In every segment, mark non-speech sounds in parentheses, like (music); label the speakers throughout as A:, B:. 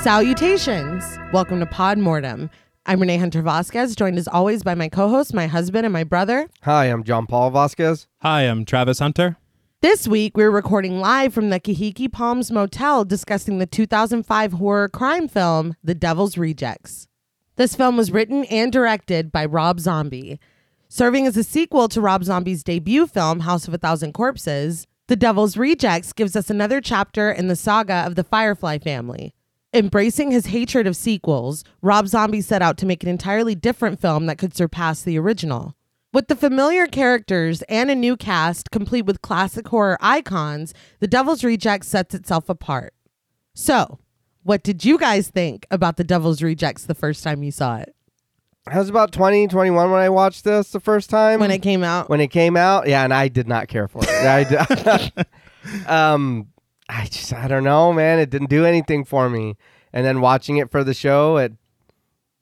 A: Salutations! Welcome to Pod Mortem. I'm Renee Hunter Vasquez, joined as always by my co host, my husband, and my brother.
B: Hi, I'm John Paul Vasquez.
C: Hi, I'm Travis Hunter.
A: This week, we're recording live from the Kahiki Palms Motel discussing the 2005 horror crime film, The Devil's Rejects. This film was written and directed by Rob Zombie. Serving as a sequel to Rob Zombie's debut film, House of a Thousand Corpses, The Devil's Rejects gives us another chapter in the saga of the Firefly family. Embracing his hatred of sequels, Rob Zombie set out to make an entirely different film that could surpass the original. With the familiar characters and a new cast, complete with classic horror icons, The Devil's Rejects sets itself apart. So, what did you guys think about The Devil's Rejects the first time you saw it?
B: I was about 20, 21 when I watched this the first time.
A: When it came out?
B: When it came out, yeah, and I did not
A: (laughs)
B: care for it. I, did, (laughs) um, I just, I don't know, man. It didn't do anything for me. And then watching it for the show, it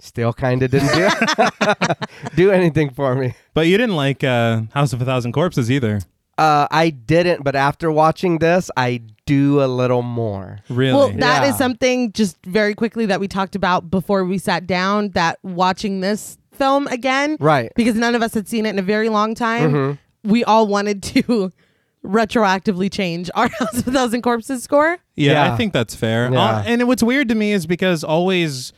B: still kind of didn't do, (laughs) do anything for me.
C: But you didn't like uh, House of a Thousand Corpses either.
B: Uh, I didn't, but after watching this, I do a little more.
C: Really?
A: Well, that is
B: Yeah.
A: something just very quickly that we talked about before we sat down that watching this film again,
B: Right. Mm-hmm.
A: because none of us had seen it in a very long time, we all wanted to (laughs) retroactively change our (laughs) House of a Thousand Corpses score.
C: yeah,
B: Yeah.
C: I think that's fair.
B: Yeah.
C: Uh, and what's weird to me is because always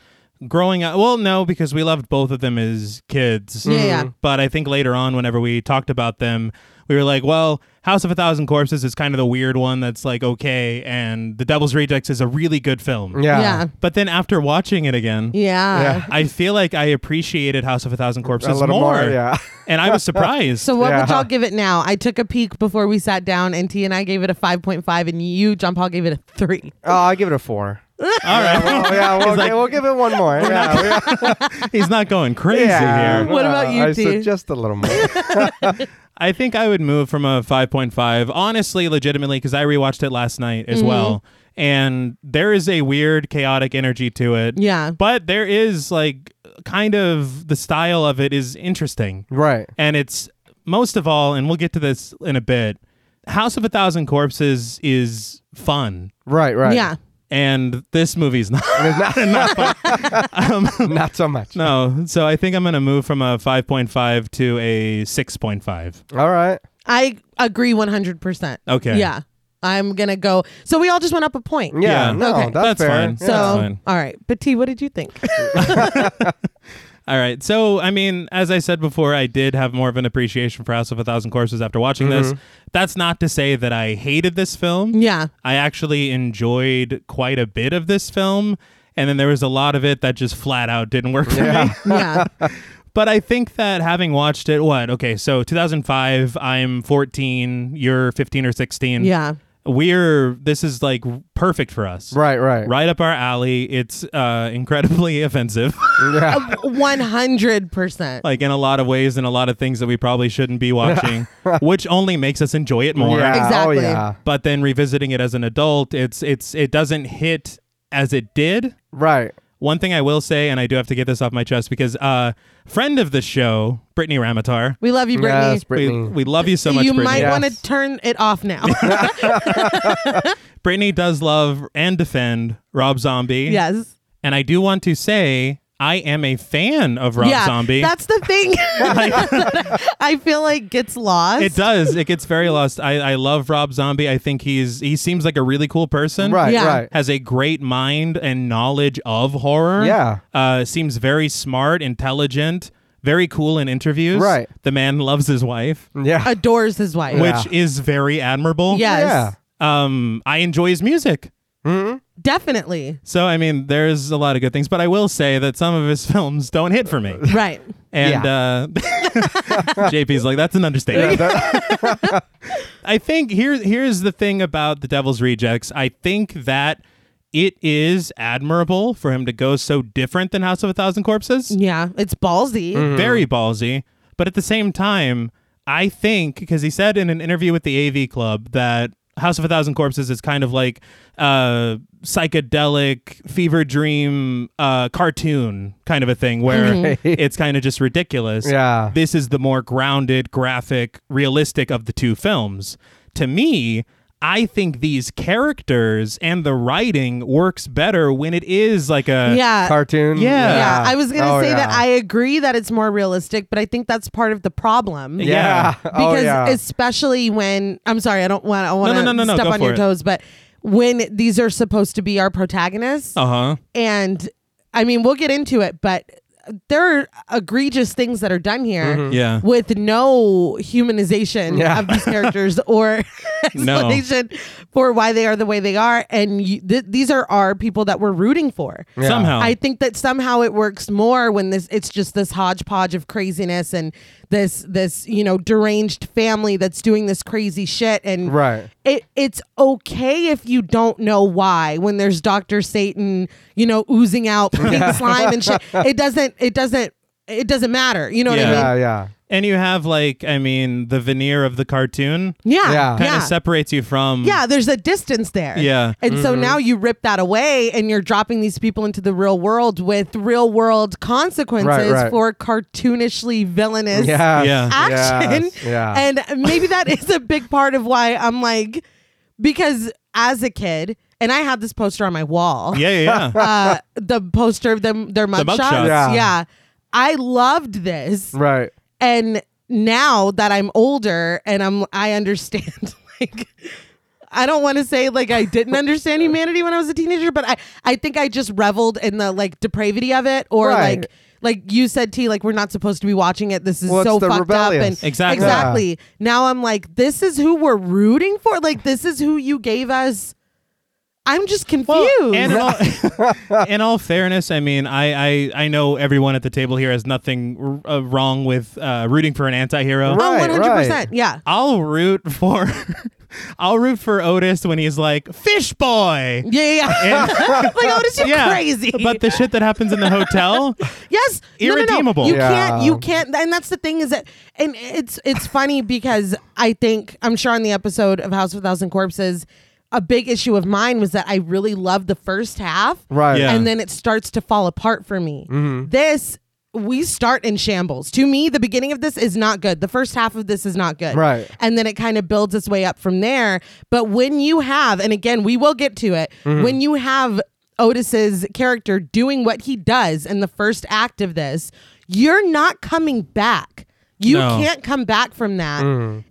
C: growing up, well, no, because we loved both of them as kids.
A: Yeah, yeah. Mhm.
C: But I think later on, whenever we talked about them, we were like, well, House of a Thousand Corpses is kind of the weird one that's like, okay, and The Devil's Rejects is a really good film.
B: Yeah.
A: Yeah.
C: But then after watching it again,
A: Yeah.
B: Yeah.
C: I feel like I appreciated House of a Thousand Corpses
B: A little more, yeah. (laughs)
C: And I was surprised.
A: So what would
B: Yeah.
A: y'all give it now? I took a peek before we sat down, and T and I gave it a five point five, and you, John Paul, gave it a three.
B: Oh, I'll give it a four.
C: (laughs) All right.
B: Oh,
C: (laughs)
B: yeah, we'll,
C: like-
B: we'll give it one more. Yeah, we-
C: He's not going crazy
B: yeah.
C: here.
A: What about you,
B: I said
A: T?
B: Just a little more. (laughs)
C: I think I would move from a 5.5, honestly, legitimately, because I rewatched it last night as well. And there is a weird, chaotic energy to it.
A: Yeah.
C: But there is, like, kind of the style of it is interesting.
B: right.
C: And it's most of all, and we'll get to this in a bit House of a Thousand Corpses is fun.
B: Right, right.
A: Yeah.
C: And this movie's not. (laughs)
B: Not so much.
C: no. So I think I'm going to move from a 5.5 to a
B: (laughs)
C: 6.5.
B: All right.
A: I agree one hundred percent.
C: Okay.
A: Yeah. I'm gonna go. So we all just went up a point.
B: Yeah,
C: Yeah.
B: no,
A: Okay.
B: that's,
C: That's
B: fair.
C: fine.
A: So,
C: Yeah, that's fine.
A: all right, but T, what did you think? (laughs)
C: All right. So, I mean, as I said before, I did have more of an appreciation for House of a Thousand Courses after watching this. That's not to say that I hated this film.
A: yeah,
C: I actually enjoyed quite a bit of this film. And then there was a lot of it that just flat out didn't work for me.
A: yeah,
C: But I think that having watched it, what? Okay. So, 2005, I'm 14, you're 15 or 16.
A: yeah,
C: We're, this is like perfect for us.
B: Right, right.
C: Right up our alley. It's uh, incredibly (laughs) offensive.
B: Yeah.
A: one hundred percent.
C: like in a lot of ways and a lot of things that we probably shouldn't be
B: (laughs)
C: watching, which only makes us enjoy it more.
B: Yeah,
A: Exactly.
B: Oh, yeah.
C: But then revisiting it as an adult, it's it's it doesn't hit as it did.
B: Right.
C: One thing I will say, and I do have to get this off my chest because uh friend of the show, Brittany Ramatar.
A: We love you, Brittany.
B: Yes,
C: We,
B: Brittany.
C: we love you so much,
A: you
C: Brittany.
A: might
B: Yes.
A: want to turn it off
C: (laughs)
A: now.
C: Brittany does love and defend Rob Zombie.
A: yes,
C: And I do want to say I am a fan of Rob
A: yeah.
C: Zombie. (laughs)
A: That's the thing. (laughs) I feel like gets lost.
C: It does. It gets very lost. I, I love Rob Zombie. I think he's he seems like a really cool person.
B: Right,
A: Yeah.
B: right.
C: Has a great mind and knowledge of horror.
B: Yeah.
C: Uh, seems very smart, intelligent, very cool in interviews.
B: Right.
C: The man loves his wife,
B: Yeah.
A: Adores his wife.
B: Yeah.
C: which is very admirable.
A: Yes,
B: Yeah.
C: Um, I enjoy his music.
A: definitely.
C: So I mean, there's a lot of good things, but I will say that some of his (laughs) films don't hit
B: (laughs)
C: for me.
A: Right.
C: And uh, (laughs) JP's like, that's an understatement.
A: (laughs)
C: I think here, here's the thing about the Devil's Rejects. I think that it is admirable for him to go so different than House of a Thousand Corpses.
A: Yeah, it's ballsy.
C: Very ballsy. But at the same time, I think, because he said in an interview with the AV Club that House of a Thousand Corpses is kind of like a psychedelic fever dream uh, cartoon kind of a thing where it's kind of just ridiculous.
B: Yeah.
C: This is the more grounded, graphic, realistic of the two films. To me, I think these characters and the writing works better when it is like a
A: yeah.
B: Cartoon.
C: Yeah.
A: Uh, yeah, I was gonna
B: Oh,
A: say that
B: yeah.
A: I agree that it's more realistic, but I think that's part of the problem.
B: Yeah. oh,
A: because
B: yeah.
A: especially when I'm sorry, I don't want I want to
C: no, no, no, no,
A: step
C: go
A: on
C: for
A: your
C: it.
A: toes, but when these are supposed to be our protagonists,
C: Uh huh.
A: and I mean we'll get into it, but there are egregious things that are done here.
C: Yeah.
A: With no humanization
B: Mm-hmm. Yeah.
A: of these
B: (laughs)
A: characters or
C: No.
A: explanation for why they are the way they are, and you, th- these are our people that we're rooting for.
B: Yeah.
C: Somehow.
A: I think that somehow it works more when this it's just this hodgepodge of craziness and this this you know deranged family that's doing this crazy shit and
B: Right.
A: it it's okay if you don't know why when there's Doctor Satan you know oozing
B: (laughs)
A: out pink slime and shit it doesn't it doesn't it doesn't matter you know what I
B: Yeah.
A: mean
B: Yeah.
C: and you have like I mean the veneer of the cartoon
A: yeah
B: Yeah.
C: kind of
A: yeah.
C: separates you from
A: Yeah, there's a distance there.
C: Yeah.
A: And so
B: Mm-hmm.
A: now you rip that away and you're dropping these people into the real world with real world consequences
B: Right, right.
A: for cartoonishly villainous
B: Yeah.
C: Yeah.
A: action.
B: Yes, yeah.
A: And maybe that is a big part of why I'm like, because as a kid, and I had this poster on my wall,
C: yeah yeah.
A: (laughs)
C: yeah.
A: uh, the poster of them, their mugshots.
C: mugshots.
B: Yeah.
A: yeah. I loved this
B: right.
A: and now that I'm older and I'm I understand (laughs) like I don't want to say like I
B: (laughs)
A: didn't understand humanity when I was a teenager, but I I think I just reveled in the like depravity of it or
B: Right.
A: like like you said T like we're not supposed to be watching it. This is
B: Well, it's
A: so
B: the
A: fucked up and
B: rebellious.
C: Exactly.
A: exactly. Now I'm like this is who we're rooting for. Like this is who you gave us. I'm just confused.
C: and in all, (laughs) in all fairness, I mean, I, I I know everyone at the table here has nothing r- uh, wrong with uh, rooting for an antihero.
B: Right.
A: oh, 100%. Yeah.
C: I'll root for (laughs) I'll root for Otis when he's like fish boy.
A: (laughs) Yeah, yeah, yeah. (laughs) like, oh, this is
C: Yeah,
A: crazy.
C: But the shit that happens in the hotel,
A: Yes, No, no, no.
C: Irredeemable.
A: You
B: Yeah.
A: can't. You can't. And that's the thing is that, and it's it's funny because I think I'm sure on the episode of House of a Thousand Corpses, a big issue of mine was that I really loved the first half,
B: Right.
C: Yeah. Mm-hmm.
A: and then it starts to fall apart for me. This we start in shambles. To me, the beginning of this is not good. The first half of this is not good.
B: Right.
A: And then it kind of builds its way up from there. But when you have, and again, we will get to it,
C: Mm-hmm.
A: when you have Otis's character doing what he does in the first act of this, you're not coming back. You
C: No. Mm.
A: can't come back from that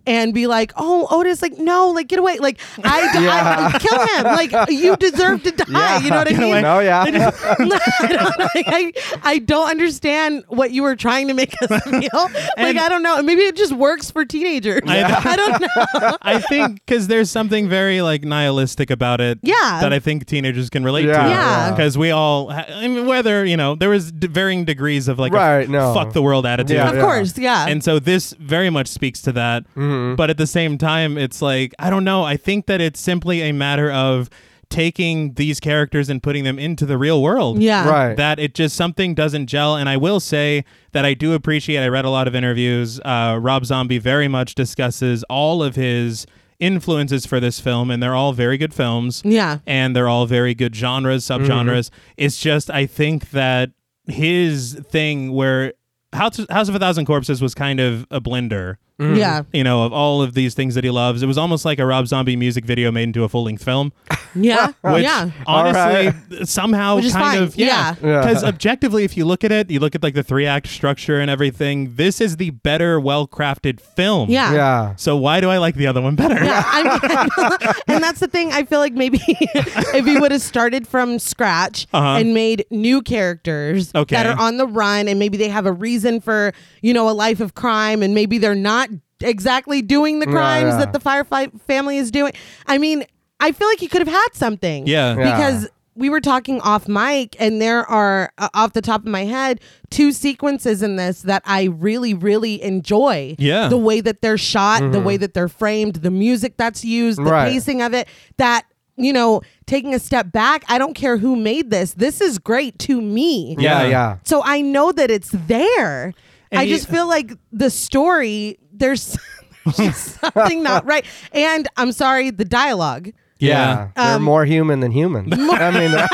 A: and be like, "Oh, Otis, like no, like get away, like I,
C: (laughs)
A: I, I- kill him, like you deserve to die." You know what I
C: Get
A: mean?
C: away.
B: No.
A: (laughs)
B: Oh, Yeah.
A: I, don't, like, I, I don't understand what you were trying to make us feel. like
C: And-
A: I don't know. Maybe it just works for teenagers.
C: Yeah.
A: (laughs) I don't know.
C: I think because there's something very like nihilistic about it.
A: Yeah.
C: that I think teenagers can relate to.
B: Yeah,
A: Yeah. yeah.
C: because we all, ha- I mean, whether you know, there was d- varying degrees of like a
B: Right, no.
C: fuck the world attitude.
B: Yeah,
A: Of course, yeah.
C: And so this very much speaks to that. But at the same time, it's like, I don't know. I think that it's simply a matter of taking these characters and putting them into the real world.
A: yeah.
B: Right.
C: That it just something doesn't gel. And I will say that I do appreciate, I read a lot of interviews. Uh, Rob Zombie very much discusses all of his influences for this film, and they're all very good films
A: Yeah.
C: and they're all very good genres,
A: Mm-hmm.
C: subgenres. It's just I think that his thing where House House of a Thousand Corpses was kind of a blender,
A: Yeah.
C: you know, of all of these things that he loves. It was almost like a Rob Zombie music video made into a full length film,
A: (laughs) Yeah.
C: which
A: yeah.
C: honestly
B: All
C: somehow
A: Which is
C: kind
A: fine.
C: of yeah.
B: Yeah.
C: Because objectively, if you look at it, you look at like the three act structure and everything. This is the better, well crafted film.
A: Yeah.
B: Yeah.
C: So why do I like the other one better? (laughs)
A: Yeah, I mean, and that's the thing. I feel like maybe (laughs) if he would have started from scratch
C: Uh-huh.
A: and made new characters
C: Okay.
A: that are on the run, and maybe they have a reason for you know a life of crime, and maybe they're not exactly doing the crimes
B: yeah.
A: that the Firefly family is doing. I mean, I feel like he could have had something.
C: Yeah.
B: Yeah.
A: because we were talking off mic and there are uh, off the top of my head two sequences in this that i really really enjoy
C: Yeah.
A: the way that they're shot the way that they're framed the music that's used the
B: Right.
A: pacing of it that you know taking a step back i don't care who made this this is great to me
B: Yeah.
C: Yeah.
B: Yeah.
A: so i know that it's there
C: And
A: i
C: you-
A: just feel like the story there's (laughs) just something not right and i'm sorry the dialogue
B: Yeah. They're
A: Um,
B: more human than
A: (laughs)
B: human. I mean, uh,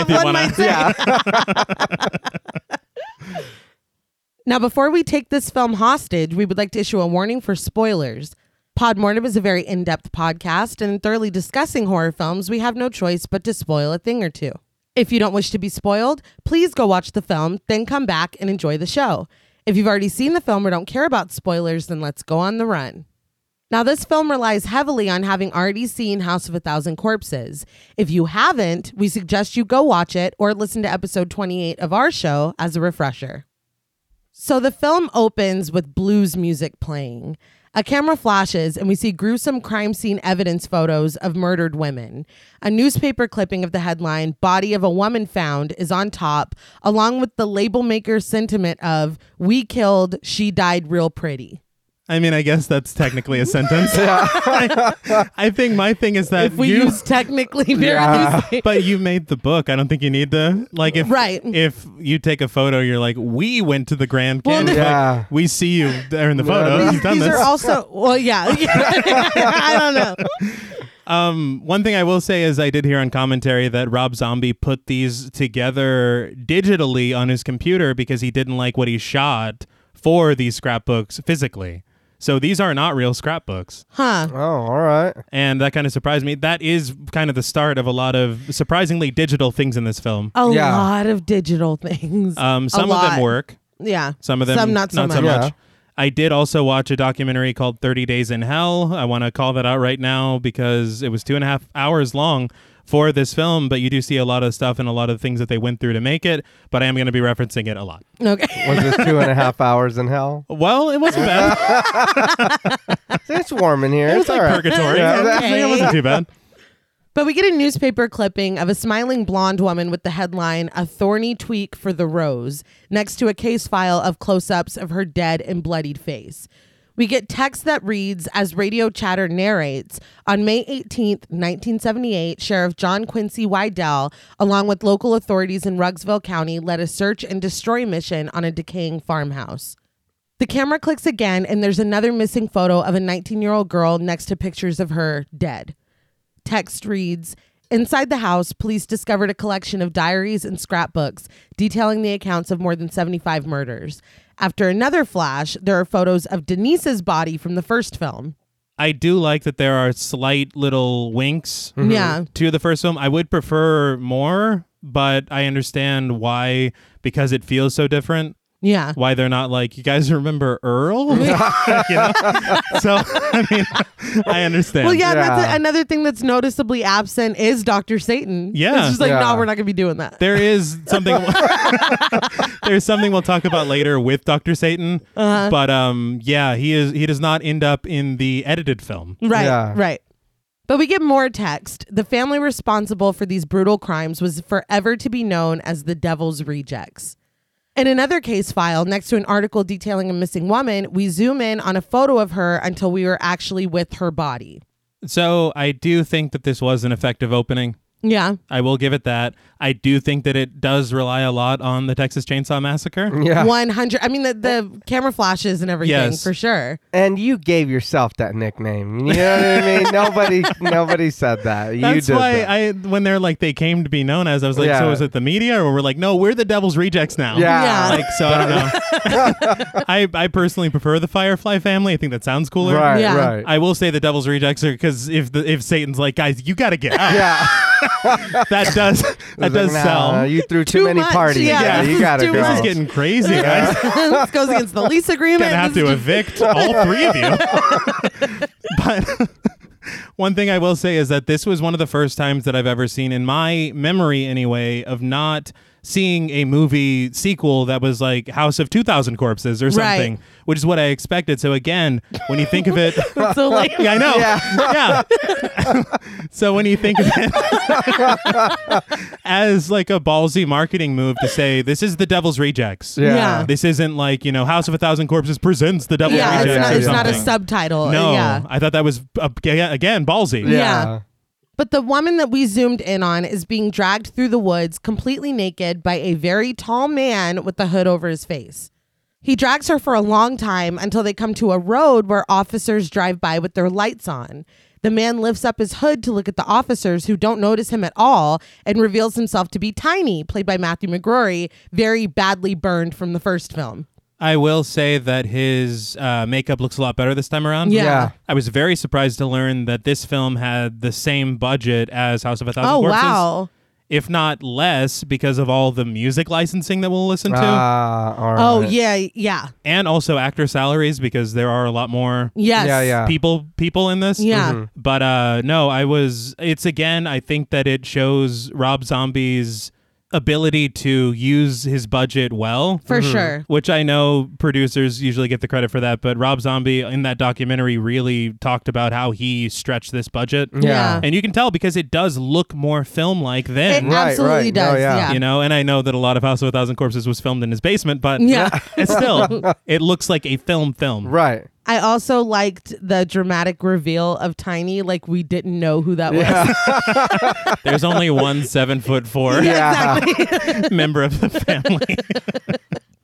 C: If you
A: One
C: wanna- (laughs)
A: might say. Now, before we take this film hostage, we would like to issue a warning for spoilers. Podmortem is a very in depth podcast, and in thoroughly discussing horror films, we have no choice but to spoil a thing or two. If you don't wish to be spoiled, please go watch the film, then come back and enjoy the show. If you've already seen the film or don't care about spoilers, then let's go on the run. Now, this film relies heavily on having already seen House of a Thousand Corpses. If you haven't, we suggest you go watch it or listen to episode 28 of our show as a refresher. So the film opens with blues music playing. A camera flashes, and we see gruesome crime scene evidence photos of murdered women. A newspaper clipping of the headline, Body of a Woman Found, is on top, along with the label maker's sentiment of, We killed, she died real pretty.
C: I mean, I guess that's technically
B: (laughs)
C: a sentence. (laughs) I, I think my thing is that
A: If we
C: you,
A: use
C: (laughs)
A: technically, very loosely.
C: but you made the book. I don't think you need to like if
A: Right.
C: if you take a photo, you're like, we went to the Grand
A: Well,
C: Canyon.
A: the-
B: Yeah.
C: Like, we see you there in the
B: Yeah,
C: photo.
B: these-
C: You've done
A: These
C: this.
A: are also, well,
C: (laughs)
A: yeah. (laughs) I don't know.
C: Um, one thing I will say is I did hear on commentary that Rob Zombie put these together digitally on his computer because he didn't like what he shot for these scrapbooks physically. So these are not real scrapbooks,
A: Huh.
B: Oh, all right.
C: and that kind of surprised me. That is kind of the start of a lot of surprisingly digital things in this film.
A: A
B: Yeah.
A: lot of digital things.
C: Um,
A: Oh, A
C: some of
A: lot.
C: them work,
A: Yeah.
C: some of them
A: Some not so much.
B: Yeah.
C: I did also watch a documentary called 30 Days in Hell. I want to call that out right now because it was two and a half hours long for this film, but you do see a lot of stuff and a lot of things that they went through to make it, but I am going to be referencing it a lot.
A: Okay.
B: Was this two and a half hours in hell?
C: Well, it wasn't bad.
B: It's warm in here.
C: it was
B: it's
C: (laughs) like
B: all right.
C: purgatory.
B: Yeah,
A: that-
C: It wasn't too bad.
A: But we get a newspaper clipping of a smiling blonde woman with the headline, A Thorny Tweak for the Rose, next to a case file of close ups of her dead and bloodied face. We get text that reads, as Radio Chatter narrates, on May 18th, 1978, Sheriff John Quincy Wydell, along with local authorities in Rugsville County, led a search and destroy mission on a decaying farmhouse. The camera clicks again, and there's another missing photo of a 19 year old girl next to pictures of her dead. Text reads Inside the house, police discovered a collection of diaries and scrapbooks detailing the accounts of more than 75 murders. After another flash, there are photos of Denise's body from the first film.
C: I do like that there are slight little winks
A: Yeah.
C: to the first film. I would prefer more, but I understand why, because it feels so different.
A: Yeah.
C: why they're not like you guys (laughs) remember Earl. (laughs) You know? So I mean, I understand.
A: Well, yeah, and That's
B: Yeah.
A: a, another thing that's noticeably absent is Dr. Satan.
C: Yeah.
A: It's just like,
B: Yeah.
A: no, we're not going to be doing that.
C: There is something. (laughs) there's something we'll talk about later with Doctor Satan,
A: Uh-huh.
C: but um, yeah, he is. He does not end up in the edited film.
A: Right.
B: Yeah.
A: Right. But we get more text. The family responsible for these brutal crimes was forever to be known as the Devil's Rejects. In another case file, next to an article detailing a missing woman, we zoom in on a photo of her until we were actually with her body.
C: So I do think that this was an effective opening.
A: Yeah.
C: I will give it that. I do think that it does rely a lot on the Texas Chainsaw Massacre.
B: Yeah.
A: 100. I mean, the, the camera flashes and everything
C: Yes.
A: for sure.
B: And you gave yourself that nickname. You know what I
A: (laughs)
B: mean? Nobody, nobody said that. You
C: That's
B: did.
C: why
B: that.
C: I when they're like they came to be known as I was like,
B: Yeah.
C: so is it the media or we're like, no, we're the Devil's Rejects now.
A: Yeah.
B: yeah.
C: (laughs) Like so, I don't know. (laughs) I I personally prefer the Firefly family. I think that sounds cooler.
B: Right.
A: Yeah.
B: Right.
C: I will say the Devil's Rejects are because if the if Satan's like, guys, you gotta get out. (laughs)
B: yeah. (laughs)
C: That does that
B: It's like,
C: does
B: nah,
C: sell.
B: you threw too,
A: Too
B: many
A: much,
B: parties.
A: yeah.
B: Yeah.
A: This
B: You
A: is (laughs)
B: gotta
A: too
B: go.
C: this is getting crazy, guys.
A: (laughs) this goes against the lease agreement.
C: gonna have
A: This
C: to
A: is- (laughs)
C: evict all three of you. (laughs) but one thing I will say is that this was one of the first times that I've ever seen, in my memory anyway, of not seeing a movie sequel that was like House of 2000 Corpses or
A: Right.
C: something, which is what I expected. So again, when you think of it. (laughs)
A: it's so lame.
C: Yeah, I know.
B: Yeah.
C: (laughs) Yeah. so when you think of it (laughs) as like a ballsy marketing move to say this is the Devil's Rejects,
B: Yeah.
A: Yeah.
C: Uh, this isn't like you know House of a Thousand Corpses presents the Devil
A: (laughs) Yeah, it's,
C: Rejects.
A: not,
C: or
A: it's not a
C: something.
A: subtitle.
C: No,
A: Yeah.
C: I thought that was uh, aga- again ballsy.
B: Yeah.
A: Yeah. But the woman that we zoomed in on is being dragged through the woods completely naked by a very tall man with a hood over his face. He drags her for a long time until they come to a road where officers drive by with their lights on. The man lifts up his hood to look at the officers who don't notice him at all and reveals himself to be Tiny, played by Matthew McGrory, very badly burned from the first film.
C: I will say that his uh, makeup looks a lot better this time around.
A: Yeah.
B: Yeah.
C: I was very surprised to learn that this film had the same budget as House of a Thousand
A: Oh
C: Corpses,
A: wow.
C: if not less, because of all the music licensing that we'll listen to,
B: Ah, all
A: Oh
B: right.
A: yeah, yeah.
C: and also actor salaries because there are a lot more
A: Yes.
B: Yeah, yeah. Mm-hmm.
C: people people in this.
A: Yeah. Mhm.
C: But uh no, I was it's again I think that it shows Rob Zombie's ability to use his budget well.
A: For sure.
C: Which I know producers usually get the credit for that, but Rob Zombie in that documentary really talked about how he stretched this budget.
A: Yeah.
C: And you can tell because it does look more film like
A: It
C: then.
B: Right,
A: absolutely
B: right. No,
A: does.
B: yeah.
A: yeah.
C: You know, and I know that a lot of House of a Thousand Corpses was filmed in his basement, but
A: Yeah. (laughs)
C: and still, it looks like a film film.
B: (laughs) Right.
A: I also liked the dramatic reveal of Tiny, like we didn't know who that was. (laughs)
C: There's only one seven foot four
B: Yeah.
C: (laughs) member of the family. (laughs)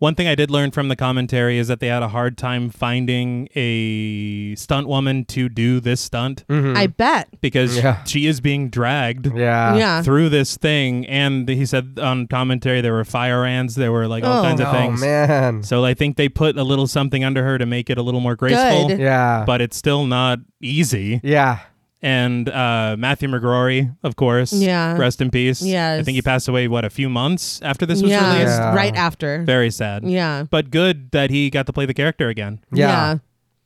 C: one thing I did learn from the commentary is that they had a hard time finding a stunt woman to do this stunt
A: I bet.
C: because
B: Mm-hmm. Yeah.
C: she is being dragged.
B: Yeah.
A: yeah.
C: Through this thing, and he said on commentary there were fire ants, there were like all
A: Oh.
C: kinds of
B: Oh
C: things.
B: man.
C: So I think they put a little something under her to make it a little more graceful,
A: Good.
B: Yeah.
C: but it's still not easy.
B: yeah.
C: and uh, Matthew McGrory, of course.
A: Yeah.
C: Rest in peace.
A: Yes.
C: I think he passed away, what, a few months after this was
A: yeah.
C: released?
B: Yeah.
A: Right after.
C: Very sad.
A: Yeah.
C: But good that he got to play the character again.
B: Yeah.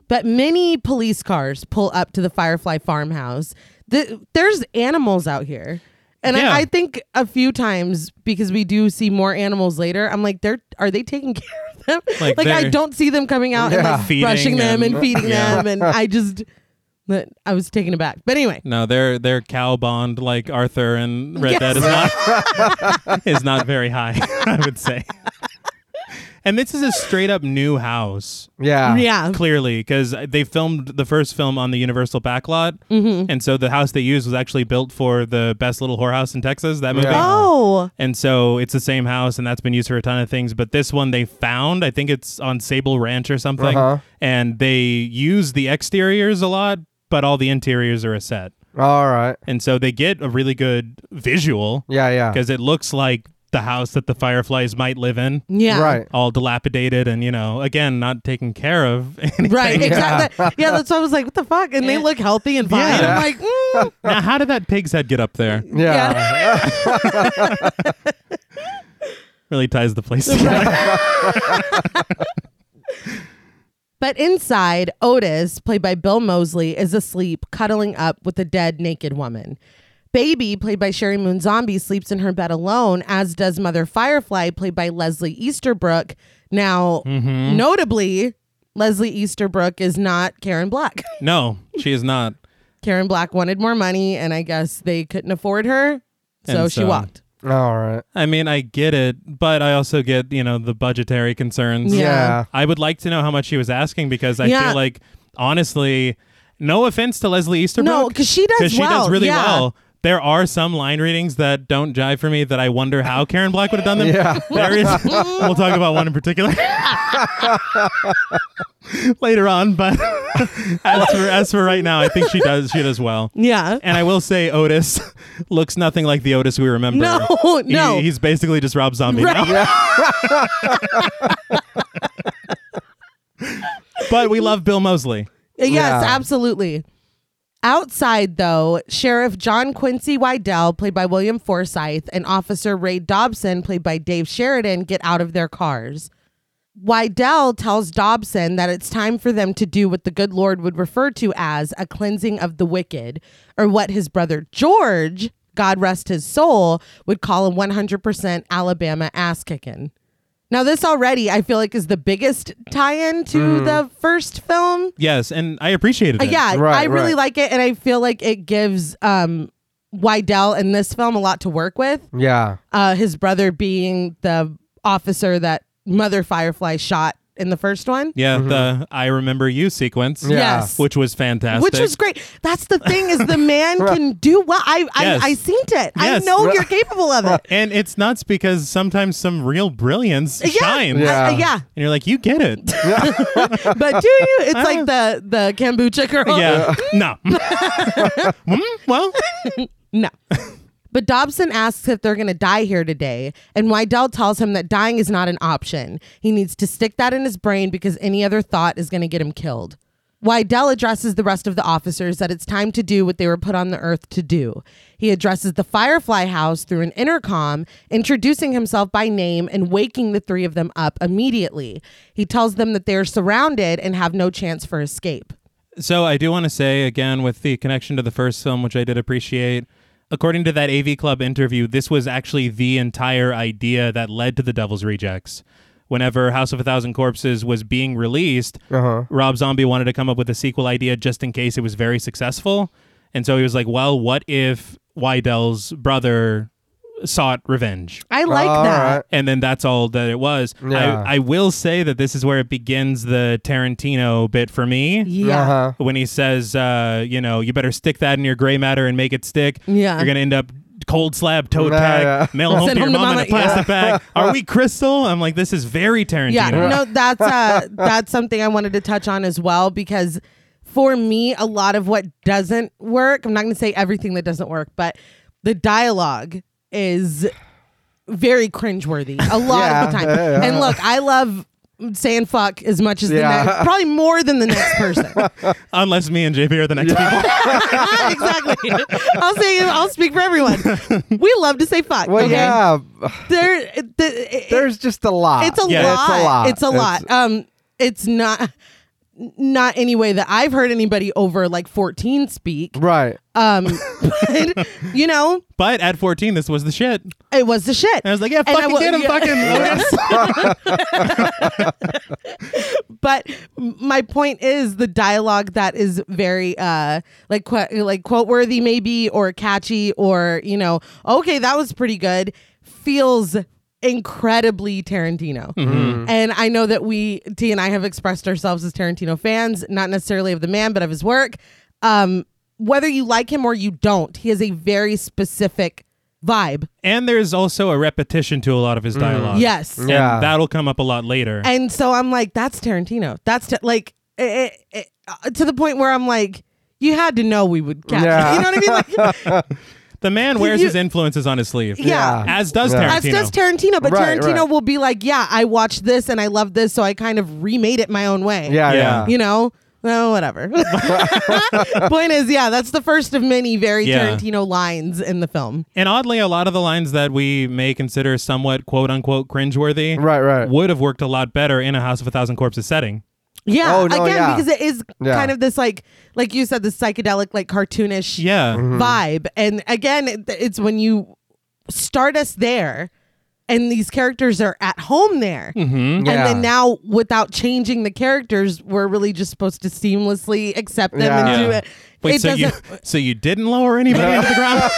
A: But many police cars pull up to the Firefly farmhouse. The, there's animals out here. And
C: Yeah.
A: I, I think a few times because we do see more animals later, I'm like, they're are they taking (laughs) care of them?
C: Like
A: Like, I
C: they're-
A: don't see them coming out and
B: Yeah.
A: like
C: Feeding
A: brushing them and
C: and-
A: feeding
C: Yeah.
A: them, and I just that- I was taken aback. But anyway,
C: No, their their cow bond like Arthur and Red
A: Yes.
C: Dead is not (laughs) is not very high, I would say. And this is a straight up new house.
B: Yeah.
A: yeah,
C: clearly because they filmed the first film on the Universal backlot, mm-hmm. and so the house they used was actually built for the best little whorehouse in Texas. That movie,
B: Yeah.
A: oh,
C: and so it's the same house, and that's been used for a ton of things. But this one they found, I think it's on Sable Ranch or something,
B: Uh-huh.
C: and they use the exteriors a lot, but all the interiors are a set,
B: All right.
C: and so they get a really good visual
B: Yeah. Yeah.
C: because it looks like the house that the fireflies might live in.
A: yeah,
B: Right.
C: All dilapidated and you know, again, not taken care of. (laughs)
A: Right, exactly. (laughs) Yeah, that's why I was like, "What the fuck?" And they look healthy and fine. And I'm like,
C: (laughs)
A: mm,
C: now, how did that pig's head get up there?
B: Yeah.
C: Really ties the
B: (laughs)
C: place together.
A: But inside, Otis, played by Bill Mosley, is asleep, cuddling up with a dead, naked woman. Baby, played by Sherry Moon Zombie, sleeps in her bed alone, as does Mother Firefly, played by Leslie Easterbrook. Now,
C: Mm-hmm.
A: notably, Leslie Easterbrook is not Karen Black. (laughs)
C: no, she is not.
A: Karen Black wanted more money, and I guess they couldn't afford her, so,
C: And
A: she
C: so-
A: walked.
B: (laughs) All right.
C: I mean, I get it, but I also get, you know, the budgetary concerns.
A: Yeah.
B: Yeah.
C: I would like to know how much she was asking because I
A: Yeah.
C: feel like, honestly, no offense to Leslie Easterbrook.
A: No, 'cause she does
C: she
A: well,
C: does really
A: yeah.
C: well. There are some line readings that don't jive for me that I wonder how Karen Black would have done them.
B: Yeah.
C: There
A: (laughs)
C: is, we'll talk about one in particular (laughs) later on, but (laughs) as for, as for right now, I think she does she does well.
A: Yeah.
C: And I will say, Otis (laughs) looks nothing like the Otis we remember.
A: No,
C: He-
A: no.
C: he's basically just Rob Zombie now.
A: Right.
C: (laughs) But we love Bill Mosley.
A: Yes,
B: Yeah.
A: absolutely. Outside, though, Sheriff John Quincy Wydell, played by William Forsyth, and Officer Ray Dobson, played by Dave Sheridan, get out of their cars. Wydell tells Dobson that it's time for them to do what the good Lord would refer to as a cleansing of the wicked, or what his brother George, God rest his soul, would call a 100% Alabama ass kicking. Now, this already, I feel like, is the biggest tie in to the first film.
C: Yes, and I appreciated
A: Uh,
C: it.
A: yeah,
B: Right,
A: I really
B: right.
A: like it, and I feel like it gives um, Wydell in this film a lot to work with.
B: Yeah.
A: Uh, his brother being the officer that Mother Firefly shot in the first one.
C: Yeah, the I remember you sequence.
B: Mm-hmm. Yeah.
A: Yes,
C: Which was fantastic.
A: Which was great. That's the thing is the
B: (laughs)
A: man can do well. I I,
C: Yes.
A: I seen it.
C: Yes.
A: I know you're capable of it.
C: and it's nuts because sometimes some real brilliance
A: Yeah.
C: shines.
B: Yeah.
A: I- yeah.
C: And you're like, you
A: (laughs)
C: get it.
A: But do you? It's like the the
C: (laughs)
A: kombucha girl.
C: yeah. no. Hmm? well,
A: No. But Dobson asks if they're going to die here today, and Wydell tells him that dying is not an option. He needs to stick that in his brain because any other thought is going to get him killed. Wydell addresses the rest of the officers that it's time to do what they were put on the earth to do. He addresses the Firefly House through an intercom, introducing himself by name and waking the three of them up immediately. He tells them that they are surrounded and have no chance for escape.
C: So I do want to say again with the connection to the first film, which I did appreciate. According to that AV Club interview, this was actually the entire idea that led to the Devil's Rejects. Whenever House of a Thousand Corpses was being released, Rob Zombie wanted to come up with a sequel idea just in case it was very successful. And so he was like, well, what if Wydell's brother sought revenge?
A: I like
B: All
A: that.
B: right.
C: and then that's all that it was.
B: Yeah.
C: I, I will say that this is where it begins the Tarantino bit for me.
A: Yeah.
B: Uh-huh.
C: When he says, uh, you know, you better stick that in your gray matter and make it stick.
A: Yeah.
C: You're going to end up cold slab, toe
B: Yeah,
C: tag,
B: yeah.
C: (laughs) mail home
A: Send
C: to your
A: home to
C: mom in a
A: mama,
B: (laughs)
C: plastic bag. Are we crystal? I'm like, this is very Tarantino.
A: Yeah, no, that's uh, that's something I wanted to touch on as well because for me, a lot of what doesn't work. I'm not going to say everything that doesn't work, but the dialogue is very cringeworthy
B: (laughs)
A: a lot of the
B: Yeah.
A: time. And look, I love saying fuck as much as
B: Yeah.
A: the next, probably more than the next
B: (laughs)
A: person.
C: Unless me and JP are the next people. (laughs)
A: Ah, exactly. I'll say I'll speak for everyone. We love to say fuck.
B: Well,
A: okay?
B: yeah,
A: There, it- the, it-
B: there's just a lot.
A: It's a,
C: Yeah.
A: lot.
B: It's a lot.
A: It's a lot. Um, it's not not any way that I've heard anybody over like 14 speak.
B: Right.
A: Um, (laughs) but you know,
C: but at 14, this was the shit.
A: it was the shit.
C: I was like, yeah,
A: And I
C: fucking
A: wa-
C: get him,
A: yeah. (laughs)
C: fucking.
A: but m- my point is the dialogue that is very uh like qu- like quote worthy maybe or catchy or you know okay that was pretty good feels incredibly Tarantino. And I know that we T and I have expressed ourselves as Tarantino fans, not necessarily of the man but of his work. Um whether you like him or you don't, he has a very specific vibe.
C: (laughs) And there's also a repetition to a lot of his dialogue.
A: Yes.
C: And
B: Mm. Yeah.
C: that'll come up a lot later.
A: And so I'm like, that's Tarantino. That's ta- like it, it, it, uh, to the point where I'm like, you had to know we would catch.
B: Yeah.
A: You know what I mean?
B: (laughs)
A: Like,
C: the man wears
A: you-
C: his influences on his sleeve.
A: Yeah.
C: As does
B: Yeah.
A: as
C: Tarantino.
A: does Tarantino, but
B: Right,
A: Tarantino
B: right.
A: will be like, yeah, I watched this and I love this, so I kind of remade it my own way.
B: Yeah,
C: Yeah.
B: yeah.
A: You know. No, whatever. (laughs) Point is, yeah, that's the first of many very
C: Yeah.
A: Tarantino lines in the film.
C: And oddly, a lot of the lines that we may consider somewhat quote unquote cringeworthy
B: Right, right.
C: would have worked a lot better in a House of a Thousand Corpses setting.
A: Yeah,
B: Oh, no,
A: again,
B: yeah.
A: because it is
B: Yeah.
A: kind of this like, like you said, this psychedelic, like cartoonish,
C: Yeah.
B: Mm-hmm.
A: vibe. And again, it- it's when you start us there and these characters are at home there.
C: Mm-hmm.
A: And
B: Yeah.
A: then now, without changing the characters, we're really just supposed to seamlessly accept them
B: Yeah.
A: and do
C: Yeah.
A: it.
C: Wait,
A: it
C: so you
A: doesn't-
C: so you didn't lower anybody into the ground?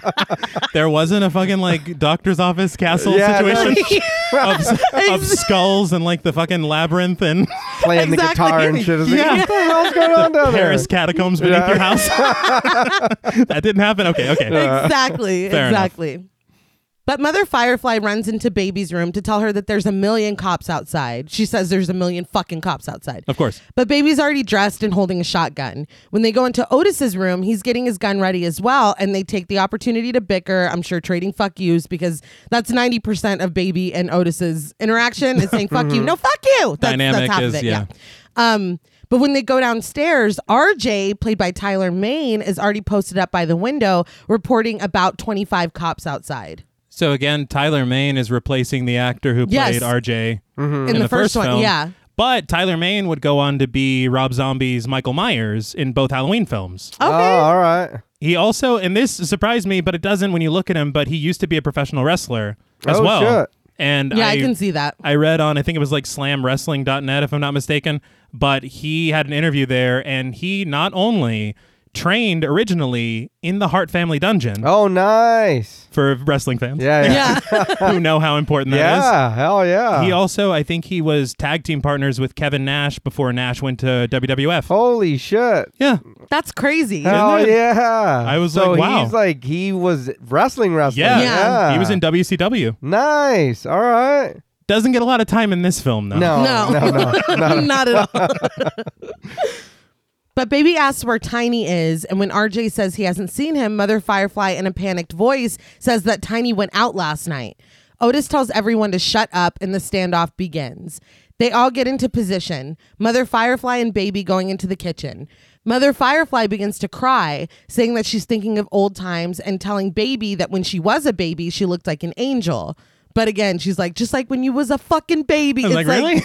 B: (laughs)
C: there wasn't a fucking like doctor's office castle
A: (laughs)
B: Yeah, (laughs)
C: (laughs) situation of, of skulls and like the fucking labyrinth and
B: Playing the
A: Exactly.
B: guitar and shit. It's like,
C: Yeah.
B: What the hell's going on down there?
C: Paris catacombs beneath
B: Oh, Yeah. (laughs)
C: your house. that didn't happen. Okay, okay. (laughs)
A: exactly.
C: Fair enough.
A: exactly. But Mother Firefly runs into Baby's room to tell her that there's a million cops outside. She says there's a million fucking cops outside.
C: Of course.
A: But Baby's already dressed and holding a shotgun. When they go into Otis's room, he's getting his gun ready as well, and they take the opportunity to bicker. I'm sure trading fuck yous because that's 90% of Baby and Otis's interaction is saying fuck
C: (laughs)
A: you, no fuck you. That's,
C: Dynamic
A: that's half
C: is-
A: of it.
C: yeah.
A: Um, but when they go downstairs, RJ, played by Tyler Maine, is already posted up by the window reporting about 25 cops outside.
C: So again, Tyler Maine is replacing the actor who
A: Yes.
C: played RJ
A: In the first one,
C: film.
A: yeah.
C: But Tyler Maine would go on to be Rob Zombie's Michael Myers in both Halloween films.
A: Okay.
B: Oh, all right.
C: He also, and this surprised me, but it doesn't when you look at him. But he used to be a professional wrestler as
B: Oh,
C: well.
B: shit.
C: And
A: yeah,
C: I,
A: I can see that.
C: I read on, I think it was like slamwrestling.net, if I'm not mistaken, but he had an interview there and he not only trained originally in the Hart family dungeon
B: Oh, nice.
C: for wrestling fans
B: Yeah, yeah.
A: (laughs) Yeah.
C: (laughs) who know how important that
B: (laughs)
C: is.
B: Yeah, hell yeah.
C: He also, I think he was tag team partners with Kevin Nash before Nash went to WWF.
B: Holy shit.
C: Yeah.
A: that's crazy.
B: Hell
C: it?
B: yeah.
C: I was
B: so
C: like, wow.
B: he's like, he was wrestling wrestling.
C: Yeah.
A: Yeah.
C: He was in WCW.
B: Nice. All right.
C: Doesn't get
A: (laughs)
C: a lot of time in this film, though.
B: No.
A: No.
B: No, no.
A: Not at all. But Baby asks where Tiny is, and when RJ says he hasn't seen him, Mother Firefly, in a panicked voice, says that Tiny went out last night. Otis tells everyone to shut up, and the standoff begins. They all get into position, Mother Firefly and Baby going into the kitchen. Mother Firefly begins to cry, saying that she's thinking of old times and telling Baby that when she was a baby, she looked like an angel. But again, she's like, just like when you was a fucking baby.
C: was like,
A: ma'am.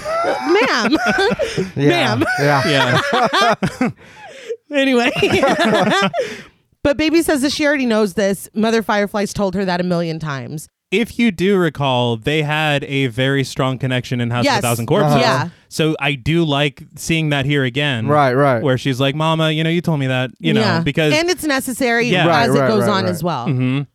B: Yeah.
A: Ma'am.
B: (laughs) Yeah.
C: Yeah.
A: Anyway. (laughs) but Baby says that she already knows this. Mother Firefly's told her that a million times.
C: if you do recall, they had a very strong connection in House of
A: Yes.
C: a Thousand Corpses.
A: Uh-huh. Yeah.
C: So I do like seeing that here again.
B: Right, right.
C: Where she's like, Mama, you know, you told me that, you know, because
A: and it's necessary
C: Yeah. Mm-hmm.
B: Right,
A: as it
B: right,
A: goes
B: right,
A: on
B: right.
A: as well.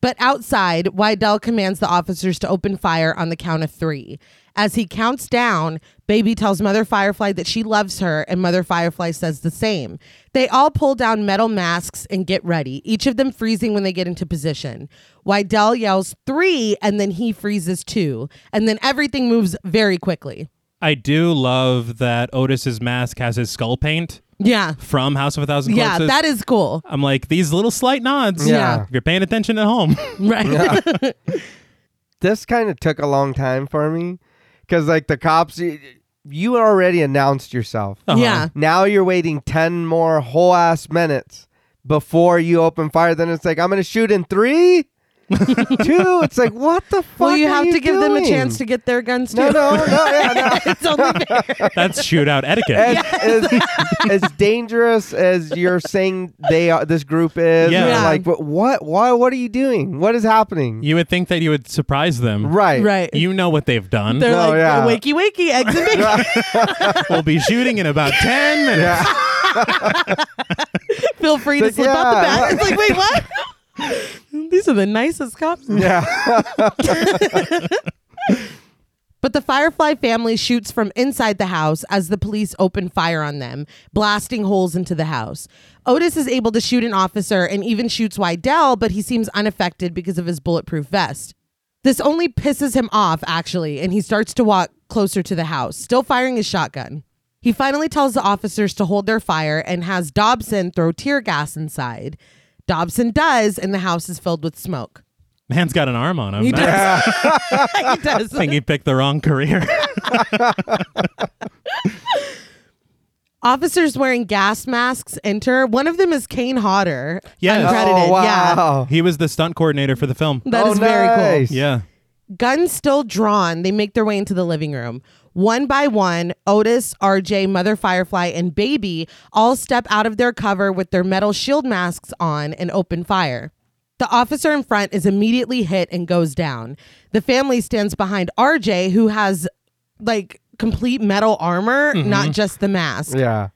A: But outside, Wydell commands the officers to open fire on the count of three. As he counts down, Baby tells Mother Firefly that she loves her, and Mother Firefly says the same. They all pull down metal masks and get ready, each of them freezing when they get into position. Wydell yells three, and then he freezes too. And then everything moves very quickly.
C: I do love that Otis's mask has his skull paint
A: Yeah.
C: from House of a Thousand
A: Yeah,
C: Corpses.
A: that is cool. (laughs)
C: I'm like, these little slight nods.
A: Yeah.
C: If you're paying attention at home.
A: Right.
B: This kind of took a long time for me because, like, the cops, you, you already announced yourself.
A: (laughs) Yeah.
B: Now you're waiting 10 more whole ass minutes before you open fire. Then it's like, I'm going to shoot
A: (laughs)
B: in three, two. It's like, what the fuck?
A: Well, you
B: are
A: have to give them a
B: doing?
A: chance to get their guns too.
B: No, no, no, yeah, no.
A: (laughs) it's only fair.
C: That's shootout etiquette.
B: As, as, as dangerous as you're saying they are, this group is.
C: Yeah.
A: Yeah.
B: Like, what, what, why, what are you doing? What is happening?
C: you would think that you would surprise them.
B: right.
A: Right.
C: You know what they've done.
A: They're
B: No,
A: like
B: yeah.
A: wakey wakey exit.
C: (laughs)
B: (laughs)
C: we'll be shooting
A: (laughs)
C: in about 10 minutes.
A: Feel free to
B: Like,
A: slip out the
B: yeah.
A: back. It's like, wait, what? (laughs) These are the nicest cops.
B: (laughs) Yeah.
A: But the Firefly family shoots from inside the house as the police open fire on them, blasting holes into the house. Otis is able to shoot an officer and even shoots Wydell, but he seems unaffected because of his bulletproof vest. This only pisses him off, actually, and he starts to walk closer to the house, still firing his shotgun. He finally tells the officers to hold their fire and has Dobson throw tear gas inside. Dobson does, and the house is filled with smoke.
C: Man's got an arm on him.
A: He
C: I
A: does. (laughs) he does.
C: think he picked the wrong career. (laughs)
A: Officers wearing gas masks enter. One of them is Kane Hodder.
C: Yes.
A: Uncredited.
B: Oh,
A: Yeah.
B: wow.
C: He was the stunt coordinator for the film.
A: that is
B: Oh,
A: very cool.
B: nice.
C: Yeah.
A: Guns still drawn, they make their way into the living room. One by one, Otis, RJ, Mother Firefly, and Baby all step out of their cover with their metal shield masks on and open fire. The officer in front is immediately hit and goes down. The family stands behind RJ, who has like complete metal armor, not just the mask.
B: Yeah.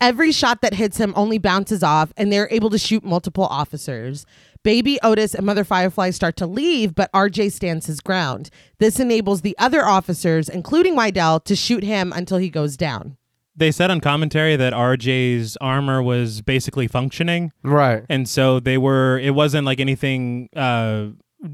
A: Every shot that hits him only bounces off, and they're able to shoot multiple officers. Baby Otis and Mother Firefly start to leave, but RJ stands his ground. This enables the other officers, including Wydell, to shoot him until he goes down.
C: They said on commentary that RJ's armor was basically functioning.
B: Right.
C: And so they were, it wasn't like anything uh,